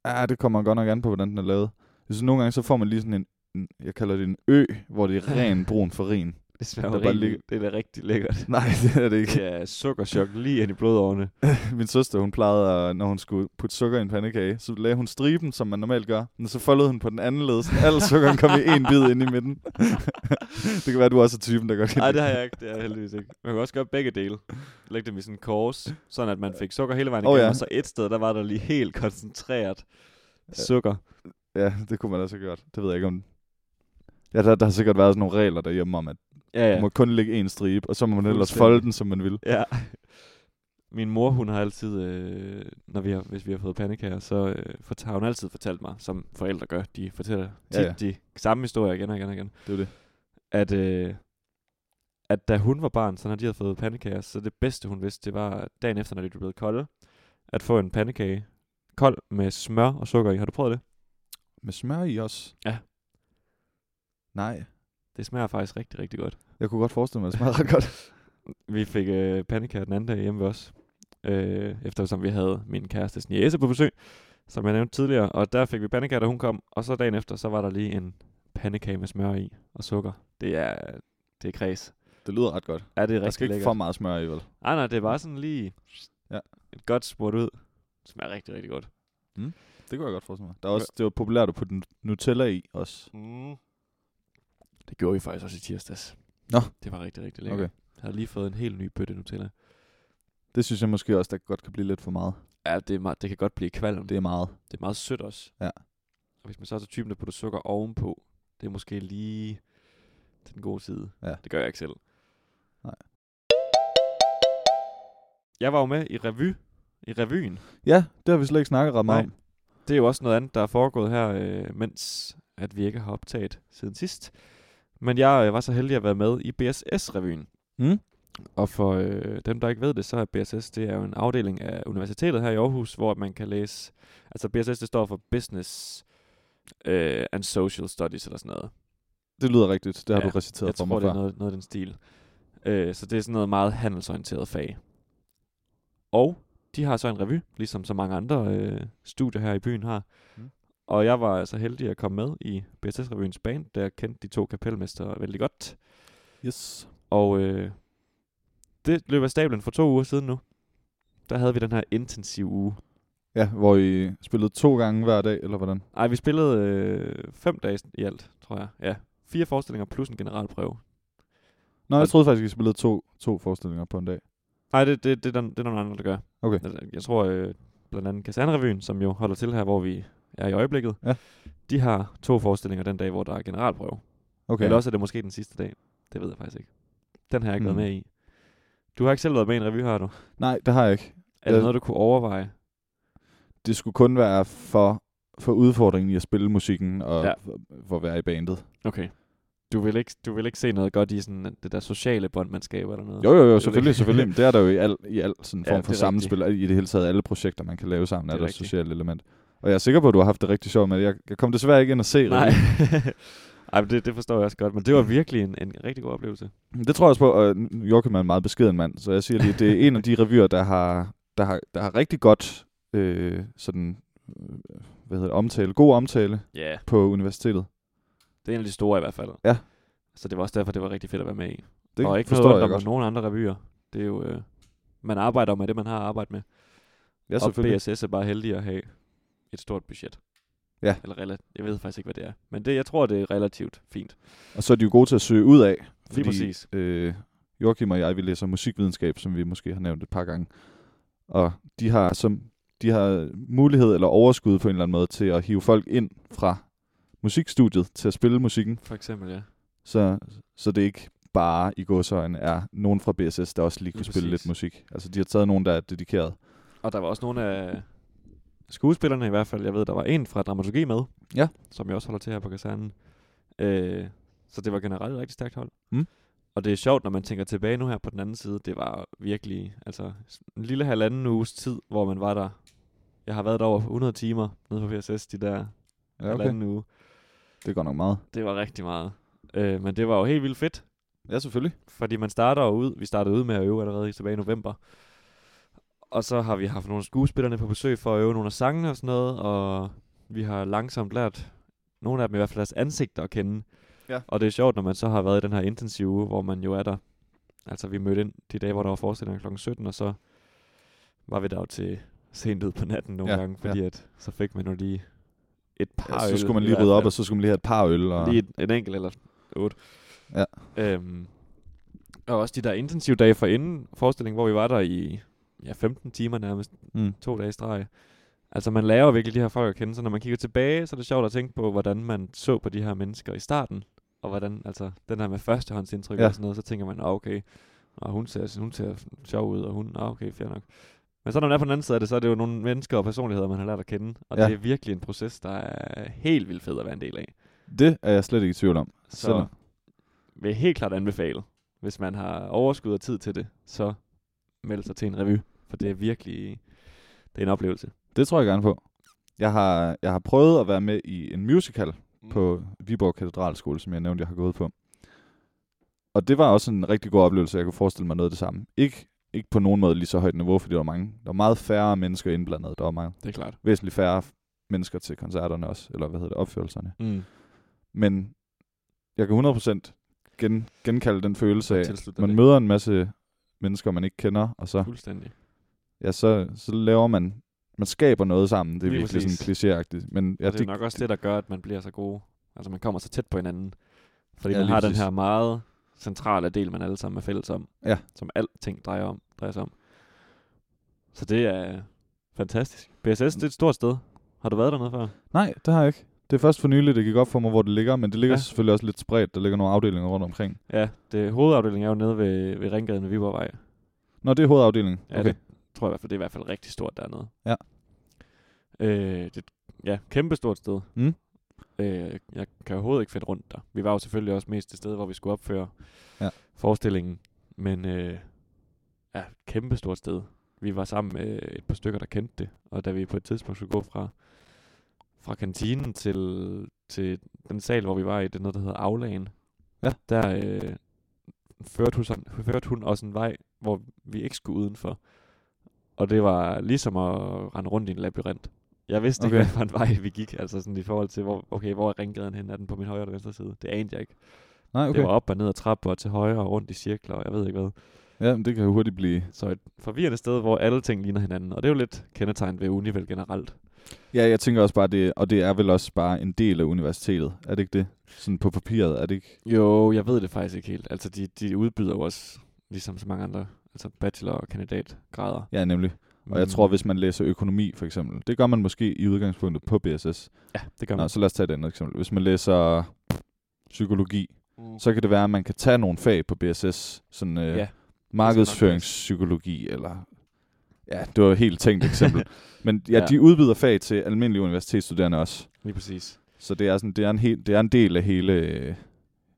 Speaker 1: Ja, det kommer godt nok an på, hvordan den er lavet. Jeg synes, nogle gange, så får man lige sådan en, en jeg kalder det en ø, hvor det er ren brun farin.
Speaker 2: Det smager
Speaker 1: Der
Speaker 2: jo
Speaker 1: er bare
Speaker 2: rigtig,
Speaker 1: ligge-
Speaker 2: det er da rigtig lækkert.
Speaker 1: Nej, det er det ikke.
Speaker 2: Det er sukkerchok lige ind i blodårene.
Speaker 1: Min søster, hun plejede, at, når hun skulle putte sukker i en pandekage, så lagde hun striben, som man normalt gør, men så foldede hun på den anden led, så al sukkeren kom i en bid ind i midten. det kan være, du også er typen, der godt kan
Speaker 2: Nej,
Speaker 1: lide
Speaker 2: det har jeg ikke. Det har jeg heldigvis ikke. Man kan også gøre begge dele. Lægge dem i sådan en kors, sådan at man fik sukker hele vejen
Speaker 1: Åh,
Speaker 2: igennem, oh, ja.
Speaker 1: ja.
Speaker 2: og så et sted, der var der lige helt koncentreret sukker.
Speaker 1: Ja, det kunne man også have gjort. Det ved jeg ikke om... Ja, der, der har sikkert været sådan nogle regler derhjemme om, at
Speaker 2: Ja,
Speaker 1: ja.
Speaker 2: ja.
Speaker 1: man må kun lægge en stribe, og så må man ellers
Speaker 2: Fuldstændig.
Speaker 1: folde den, som man vil.
Speaker 2: ja. Min mor, hun har altid, øh, når vi har, hvis vi har fået pandekager, så øh, fort- har hun altid fortalt mig, som forældre gør, de fortæller tit
Speaker 1: Ja,
Speaker 2: ja, ja.
Speaker 1: ja.
Speaker 2: de samme historier igen og igen og igen,
Speaker 1: Det er jo det.
Speaker 2: at, øh, at da hun var barn, så når de havde fået pandekager, så det bedste, hun vidste, det var at dagen efter, når de blev blevet kolde, at få en pandekage kold med smør og sukker i. Har du prøvet det?
Speaker 1: Med smør i også?
Speaker 2: Ja.
Speaker 1: Nej.
Speaker 2: Det smager faktisk rigtig, rigtig godt.
Speaker 1: Jeg kunne godt forestille mig, at det smager ret godt.
Speaker 2: Vi fik øh, pandekager den anden dag hjemme ved os, øh, eftersom vi havde min kærestes niece på besøg, som jeg nævnte tidligere, og der fik vi pandekager, da hun kom, og så dagen efter, så var der lige en pandekage med smør i og sukker. Det er, det er kreds.
Speaker 1: Det lyder ret godt.
Speaker 2: Ja, det er
Speaker 1: Der
Speaker 2: rigtig
Speaker 1: skal ikke
Speaker 2: lækkert.
Speaker 1: for meget smør i, vel?
Speaker 2: Ah, Nej, nej, det er bare sådan lige
Speaker 1: Ja.
Speaker 2: et godt smurt ud. Det smager rigtig, rigtig godt.
Speaker 1: Det kunne jeg godt forestille mig. Der er også, det var populært at putte nu- Nutella i også.
Speaker 2: Mm. Det gjorde vi faktisk også i tirsdags.
Speaker 1: Nå.
Speaker 2: Det var rigtig, rigtig lækkert.
Speaker 1: Okay.
Speaker 2: Okay. Jeg har lige fået en helt ny bøtte Nutella.
Speaker 1: Det synes jeg måske også, der godt kan blive lidt for meget.
Speaker 2: Ja, det, er meget, det kan godt blive kvalm.
Speaker 1: Det er meget.
Speaker 2: Det er meget sødt også.
Speaker 1: Ja.
Speaker 2: Og hvis man så er så typen, der putter sukker ovenpå, det er måske lige til den gode side.
Speaker 1: Ja.
Speaker 2: Det gør jeg ikke selv.
Speaker 1: Nej.
Speaker 2: Jeg var jo med i revy. I revyen.
Speaker 1: Ja, det har vi slet ikke snakket ret meget
Speaker 2: Nej.
Speaker 1: om.
Speaker 2: Det er jo også noget andet, der er foregået her, øh, mens at vi ikke har optaget siden sidst. Men jeg øh, var så heldig at være med i BSS-revyen.
Speaker 1: Mm?
Speaker 2: Og for øh, dem, der ikke ved det, så er BSS det er jo en afdeling af universitetet her i Aarhus, hvor man kan læse... Altså BSS, det står for Business øh, and Social Studies eller sådan noget.
Speaker 1: Det lyder rigtigt. Det har
Speaker 2: Ja,
Speaker 1: du reciteret
Speaker 2: Jeg
Speaker 1: for
Speaker 2: tror,
Speaker 1: mig
Speaker 2: det er
Speaker 1: før.
Speaker 2: noget, noget af den stil. Øh, så det er sådan noget meget handelsorienteret fag. Og de har så en revy, ligesom så mange andre øh, studier her i byen har. Mm.
Speaker 1: Mm.
Speaker 2: Og jeg var så heldig at komme med i BSS-revyens band, der kendte de to kapelmestre vældig godt.
Speaker 1: Yes.
Speaker 2: Og øh, det løb af stablen for to uger siden nu. Der havde vi den her intensive uge.
Speaker 1: Ja, hvor I spillede to gange hver dag, eller hvordan?
Speaker 2: Ej, vi spillede øh, fem dage i alt, tror jeg. Ja, fire forestillinger plus en generalprøve.
Speaker 1: Nå,
Speaker 2: Og-
Speaker 1: jeg troede faktisk, I spillede to, to forestillinger på en dag.
Speaker 2: Nej, det, det, det, det, det er nogle andre, der gør.
Speaker 1: Okay.
Speaker 2: Altså, Jeg tror, øh, blandt andet Kassandrevyen, som jo holder til her, hvor vi er i øjeblikket,
Speaker 1: Ja.
Speaker 2: de har to forestillinger den dag, hvor der er generalprøve. Okay.
Speaker 1: Okay.
Speaker 2: Eller også er det måske den sidste dag. Det ved jeg faktisk ikke. Den har jeg ikke mm.
Speaker 1: Hmm.
Speaker 2: været med i. Du har ikke selv været med i en revy, har du?
Speaker 1: Nej, det har jeg ikke.
Speaker 2: Er det
Speaker 1: Øh.
Speaker 2: noget, du kunne overveje?
Speaker 1: Det skulle kun være for, for udfordringen i at spille musikken og
Speaker 2: Ja.
Speaker 1: ja. for at være i bandet.
Speaker 2: Okay. Du vil ikke, du vil ikke se noget godt i sådan det der sociale bånd, man skaber eller noget?
Speaker 1: Jo, jo, jo,
Speaker 2: det.
Speaker 1: selvfølgelig, selvfølgelig. Men Det er der jo i al, i al sådan en form ja,
Speaker 2: Ja, det
Speaker 1: for
Speaker 2: er rigtigt.
Speaker 1: sammenspil. og I det hele taget alle projekter, man kan lave sammen,
Speaker 2: Det
Speaker 1: er
Speaker 2: er
Speaker 1: der et
Speaker 2: rigtigt.
Speaker 1: socialt element. Og jeg er sikker på, at du har haft det rigtig sjovt med det. Jeg, jeg kom desværre ikke ind og se
Speaker 2: Nej.
Speaker 1: det.
Speaker 2: Ej, men det, det forstår jeg også godt. Men det var virkelig en, en rigtig god oplevelse.
Speaker 1: Det tror jeg også på, og New York er en meget beskeden mand, så jeg siger lige, at det er en af de revyer, der har, der har, der har rigtig godt øh, sådan, øh, hvad hedder det, omtale, god omtale
Speaker 2: Ja. Yeah.
Speaker 1: på universitetet.
Speaker 2: Det er en af de store i hvert fald.
Speaker 1: Ja.
Speaker 2: Så det var også derfor, det var rigtig fedt at være med i.
Speaker 1: Det
Speaker 2: og ikke
Speaker 1: forstår
Speaker 2: noget
Speaker 1: jeg
Speaker 2: ondt om
Speaker 1: godt.
Speaker 2: nogen andre revyer. Det er jo... Øh, man arbejder jo med det, man har arbejdet med.
Speaker 1: Ja,
Speaker 2: og
Speaker 1: selvfølgelig.
Speaker 2: BSS er bare heldig at have et stort budget.
Speaker 1: Ja.
Speaker 2: Eller rela- jeg ved faktisk ikke, hvad det er. Men det, jeg tror, det er relativt fint.
Speaker 1: Og så er de jo gode til at søge ud af.
Speaker 2: Fordi, Lige præcis.
Speaker 1: Øh, Joachim og jeg, vi læser musikvidenskab, som vi måske har nævnt et par gange. Og de har, som, de har mulighed eller overskud på en eller anden måde til at hive folk ind fra musikstudiet til at spille musikken.
Speaker 2: For eksempel, ja.
Speaker 1: Så, så det ikke bare i gåsøjne er nogen fra BSS, der også lige kunne
Speaker 2: Lige
Speaker 1: spille
Speaker 2: præcis.
Speaker 1: lidt musik. Altså de har taget nogen, der er dedikeret.
Speaker 2: Og der var også nogle af skuespillerne i hvert fald. Jeg ved, der var en fra dramaturgi med.
Speaker 1: Ja.
Speaker 2: Som jeg også holder til her på kasernen. Øh, så det var generelt et rigtig stærkt hold.
Speaker 1: Mm.
Speaker 2: Og det er sjovt, når man tænker tilbage nu her på den anden side. Det var virkelig altså, en lille halvanden uges tid, hvor man var der. Jeg har været der over 100 timer nede på VSS de der
Speaker 1: Ja, okay.
Speaker 2: halvanden uge.
Speaker 1: Det går nok meget.
Speaker 2: Det var rigtig meget. Øh, men det var jo helt vildt fedt.
Speaker 1: Ja, selvfølgelig.
Speaker 2: Fordi man starter jo ud, vi startede ud med at øve allerede i- tilbage i november. Og så har vi haft nogle af skuespillerne på besøg for at øve nogle af sangene og sådan noget, og vi har langsomt lært nogle af dem i hvert fald deres ansigter at kende.
Speaker 1: Ja.
Speaker 2: Og det er sjovt, når man så har været i den her intensive uge, hvor man jo er der. Altså vi mødte ind de dage, hvor der var forestillinger kl. 17, og så var vi der jo til sent ud på natten nogle ja,
Speaker 1: Ja,
Speaker 2: gange, fordi ja. at, så fik man jo lige et par
Speaker 1: Ja,
Speaker 2: øl
Speaker 1: så skulle man
Speaker 2: i
Speaker 1: lige
Speaker 2: hvert
Speaker 1: rydde op,
Speaker 2: fald.
Speaker 1: og så skulle man lige have et par øl. Og...
Speaker 2: Lige et, en enkelt eller otte.
Speaker 1: Ja.
Speaker 2: Øhm, og også de der intensive dage for inden forestillingen, hvor vi var der i ja, 15 timer nærmest,
Speaker 1: Mm.
Speaker 2: to dage i streg. Altså man lærer jo virkelig de her folk at kende, så når man kigger tilbage, så er det sjovt at tænke på, hvordan man så på de her mennesker i starten, og hvordan, altså den her med førstehåndsindtryk ja.
Speaker 1: Ja.
Speaker 2: og sådan noget, så tænker man, ah, okay, og hun ser, hun ser sjov ud, og hun, ah, okay, fair nok. Men så når man er på den anden side af det, så er det jo nogle mennesker og personligheder, man har lært at kende, og ja.
Speaker 1: Ja.
Speaker 2: det er virkelig en proces, der er helt vildt fed at være en del af.
Speaker 1: Det er jeg slet ikke i tvivl om.
Speaker 2: Så
Speaker 1: Selvom-
Speaker 2: vil jeg helt klart anbefale, hvis man har overskud og tid til det, så meld sig til en revy, for det er virkelig det er en oplevelse.
Speaker 1: Det tror jeg gerne på. Jeg har, jeg har prøvet at være med i en musical
Speaker 2: Mm.
Speaker 1: på Viborg Katedralskole, som jeg nævnte, jeg har gået på. Og det var også en rigtig god oplevelse, jeg kunne forestille mig noget af det samme. Ikke, ikke på nogen måde lige så højt niveau, fordi der var mange. Der var meget færre mennesker indblandet. Der var meget,
Speaker 2: Det er klart.
Speaker 1: væsentligt færre f- mennesker til koncerterne også, eller hvad hedder det, opførelserne.
Speaker 2: Mm.
Speaker 1: Men jeg kan 100% gen, genkalde den følelse af,
Speaker 2: Tilslut dig
Speaker 1: man
Speaker 2: det.
Speaker 1: møder en masse mennesker, man ikke kender, og så
Speaker 2: Fuldstændig.
Speaker 1: ja, så, så laver man, man skaber noget sammen. Det er
Speaker 2: Lige
Speaker 1: virkelig
Speaker 2: præcis.
Speaker 1: sådan klichéagtigt. Men
Speaker 2: Ja,
Speaker 1: ja,
Speaker 2: og det er
Speaker 1: det,
Speaker 2: nok også det, der gør, at man bliver så god. Altså man kommer så tæt på hinanden. Fordi ja,
Speaker 1: Ja,
Speaker 2: man
Speaker 1: lige
Speaker 2: har den
Speaker 1: præcis.
Speaker 2: her meget centrale del, man alle sammen er fælles om.
Speaker 1: Ja.
Speaker 2: Som alting drejer, om, drejer sig om. Så det er fantastisk. BSS, det er et stort sted. Har du været dernede før?
Speaker 1: nej, det har jeg ikke. Det er først for nylig, det gik op for mig, hvor det ligger, men det ligger
Speaker 2: Ja.
Speaker 1: ja. selvfølgelig også lidt spredt. Der ligger nogle afdelinger rundt omkring.
Speaker 2: Ja, det, hovedafdelingen er jo nede ved, ved Ringgaden ved Viborgvej.
Speaker 1: Nå, det er hovedafdelingen.
Speaker 2: Ja,
Speaker 1: okay.
Speaker 2: det tror jeg i hvert fald, det er i hvert fald rigtig stort dernede.
Speaker 1: Ja.
Speaker 2: Øh, det er et ja, kæmpestort sted.
Speaker 1: Mm.
Speaker 2: Øh, jeg kan overhovedet ikke finde rundt der. Vi var jo selvfølgelig også mest til stede, hvor vi skulle opføre
Speaker 1: Ja.
Speaker 2: forestillingen. Men øh, ja, kæmpestort sted. Vi var sammen med et par stykker, der kendte det. Og da vi på et tidspunkt skulle gå fra, fra kantinen til, til den sal, hvor vi var i, det er noget, der hedder Aflagen.
Speaker 1: Ja.
Speaker 2: Der øh, førte, hun, sådan- førte hun også en vej, hvor vi ikke skulle udenfor. Og det var ligesom at rende rundt i en labyrint. Jeg vidste okay.
Speaker 1: Okay.
Speaker 2: ikke, hvad for en vej vi gik, altså sådan i forhold til, hvor, okay, hvor er ringgaden hen? Er den på min højre eller venstre side? Det anede jeg ikke.
Speaker 1: Nej,
Speaker 2: Okay.
Speaker 1: okay.
Speaker 2: Det var op og ned ad trapper og til højre og rundt i cirkler, og jeg ved ikke hvad.
Speaker 1: Ja, men det kan jo hurtigt blive...
Speaker 2: Så et forvirrende sted, hvor alle ting ligner hinanden, og det er jo lidt kendetegn ved uni vel generelt.
Speaker 1: Ja, jeg tænker også bare, det, og det er vel også bare en del af universitetet. Er det ikke det? Sådan på papiret, er det ikke?
Speaker 2: Jo, jeg ved det faktisk ikke helt. Altså, de, de udbyder jo også, ligesom så mange andre altså bachelor- og kandidatgrader. Mm.
Speaker 1: Ja, nemlig. Og jeg
Speaker 2: Men-
Speaker 1: tror, hvis man læser økonomi for eksempel, det gør man måske i udgangspunktet på BSS.
Speaker 2: Ja, det gør
Speaker 1: Nå,
Speaker 2: man.
Speaker 1: så lad os tage et andet eksempel. Hvis man læser psykologi,
Speaker 2: Mm.
Speaker 1: så kan det være, at man kan tage nogle fag på BSS, sådan øh,
Speaker 2: Ja.
Speaker 1: ja. markedsføringspsykologi eller... Ja, det var et helt tænkt eksempel. Men ja,
Speaker 2: Ja.
Speaker 1: ja, de udvider fag til almindelige universitetsstuderende også.
Speaker 2: Lige præcis.
Speaker 1: Så det er, sådan, det er, en, hel, det er en del af hele, øh,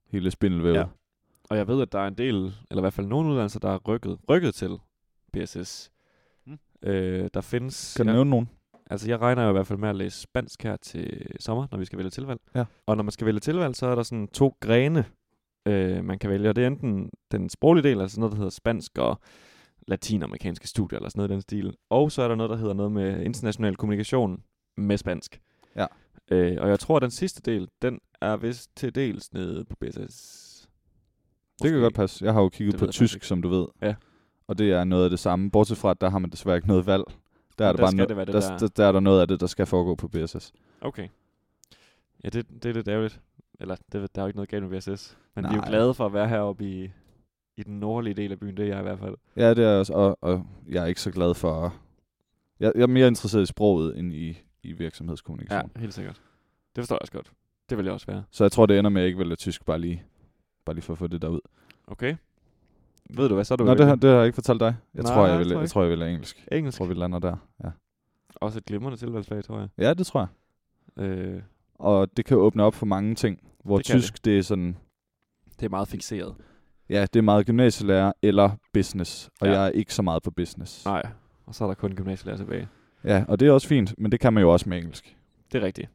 Speaker 1: hele spindelvævet.
Speaker 2: Ja. Og jeg ved, at der er en del, eller i hvert fald nogle uddannelser, der er rykket, rykket til BSS.
Speaker 1: Mm.
Speaker 2: Øh, der findes...
Speaker 1: Kan du
Speaker 2: jeg,
Speaker 1: nævne nogen?
Speaker 2: Altså, jeg regner jo i hvert fald med at læse spansk her til sommer, når vi skal vælge tilvalg.
Speaker 1: Ja.
Speaker 2: Og når man skal vælge tilvalg, så er der sådan to grene, øh, man kan vælge. Og det er enten den sproglige del, altså noget, der hedder spansk og latinamerikanske studier, eller sådan noget i den stil. Og så er der noget, der hedder noget med international kommunikation med spansk.
Speaker 1: Ja.
Speaker 2: Øh, og jeg tror, at den sidste del, den er vist til dels nede på BSS.
Speaker 1: Det kan
Speaker 2: Måske.
Speaker 1: godt passe. Jeg har jo kigget
Speaker 2: Det
Speaker 1: på
Speaker 2: ved jeg faktisk
Speaker 1: tysk,
Speaker 2: ikke.
Speaker 1: som du ved.
Speaker 2: Ja.
Speaker 1: Og det er noget af det samme. Bortset fra, at der har man desværre ikke noget valg. Der er,
Speaker 2: Der
Speaker 1: det bare
Speaker 2: skal
Speaker 1: no-
Speaker 2: det være det
Speaker 1: der,
Speaker 2: der-
Speaker 1: der, der er der noget af det, der skal foregå på BSS.
Speaker 2: Okay. Ja, det, det er lidt ærgerligt. Eller, det, der er jo ikke noget galt med VSS. Men vi er
Speaker 1: Nej.
Speaker 2: jo glade for at være heroppe i, i den nordlige del af byen, det er jeg i hvert fald.
Speaker 1: Ja, det er jeg også. Og, og jeg er ikke så glad for... Jeg, jeg er mere interesseret i sproget, end i, i virksomhedskommunikation. Ja.
Speaker 2: helt sikkert. Det forstår jeg også godt. Det vil jeg også være.
Speaker 1: Så jeg tror, det ender med, at jeg ikke vælger tysk, bare lige, bare lige for at få det derud.
Speaker 2: Okay. Ved du hvad, så er du
Speaker 1: Nå,
Speaker 2: jo
Speaker 1: det har,
Speaker 2: ikke-
Speaker 1: det har jeg ikke fortalt dig. Jeg,
Speaker 2: Nej,
Speaker 1: tror, jeg,
Speaker 2: det
Speaker 1: vil,
Speaker 2: tror jeg
Speaker 1: jeg, tror, jeg vælger engelsk. Jeg
Speaker 2: engelsk.
Speaker 1: tror, vi lander der. Ja.
Speaker 2: Også et glimrende tilvalgsfag, tror jeg.
Speaker 1: ja, det tror jeg.
Speaker 2: Øh,
Speaker 1: Og det kan åbne op for mange ting. Hvor
Speaker 2: Det
Speaker 1: det
Speaker 2: kan det.
Speaker 1: tysk, det. det er sådan...
Speaker 2: det er meget fixeret.
Speaker 1: Ja, det er meget gymnasielærer eller business, og
Speaker 2: Ja.
Speaker 1: ja. jeg er ikke så meget på business.
Speaker 2: Nej. Og så er der kun gymnasielærer tilbage.
Speaker 1: Ja, og det er også fint, men det kan man jo også med engelsk.
Speaker 2: Det er rigtigt.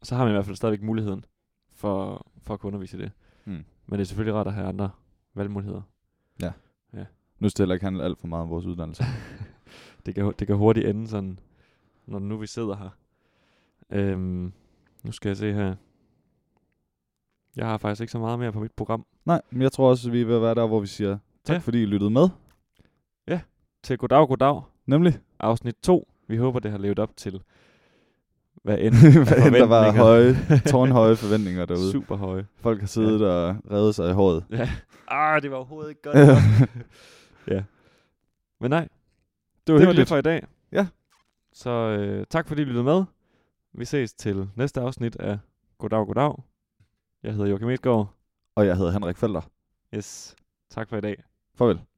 Speaker 2: Og så har man i hvert fald stadigvæk muligheden for, for at kunne undervise i det.
Speaker 1: Mm.
Speaker 2: Men det er selvfølgelig rart at have andre valgmuligheder.
Speaker 1: Nu skal det heller ikke handle alt for meget om vores uddannelse.
Speaker 2: det, kan, det kan hurtigt ende sådan, når nu vi sidder her. Øhm, nu skal jeg se her. Jeg har faktisk ikke så meget mere på mit program.
Speaker 1: Nej, men jeg tror også, at vi er ved at være der, hvor vi siger tak,
Speaker 2: Ja.
Speaker 1: ja. fordi I lyttede med.
Speaker 2: Til goddag, goddag,
Speaker 1: Nemlig,
Speaker 2: afsnit 2. Vi håber, det har levet op til, hvad end,
Speaker 1: hvad end der var
Speaker 2: forventninger.
Speaker 1: høje, tårnhøje forventninger derude.
Speaker 2: Super høje.
Speaker 1: Folk har siddet ja. og reddet sig i håret.
Speaker 2: Ja. Ah, det var overhovedet ikke godt. nok. ja. Men nej,
Speaker 1: Det var
Speaker 2: det var det
Speaker 1: hyggeligt.
Speaker 2: for i dag.
Speaker 1: Ja.
Speaker 2: Så øh, tak fordi I lyttede med. Vi ses til næste afsnit af Goddag, goddag. Jeg hedder Joachim Edgaard.
Speaker 1: Og jeg hedder Henrik Felter.
Speaker 2: Yes. Tak for i dag.
Speaker 1: Farvel.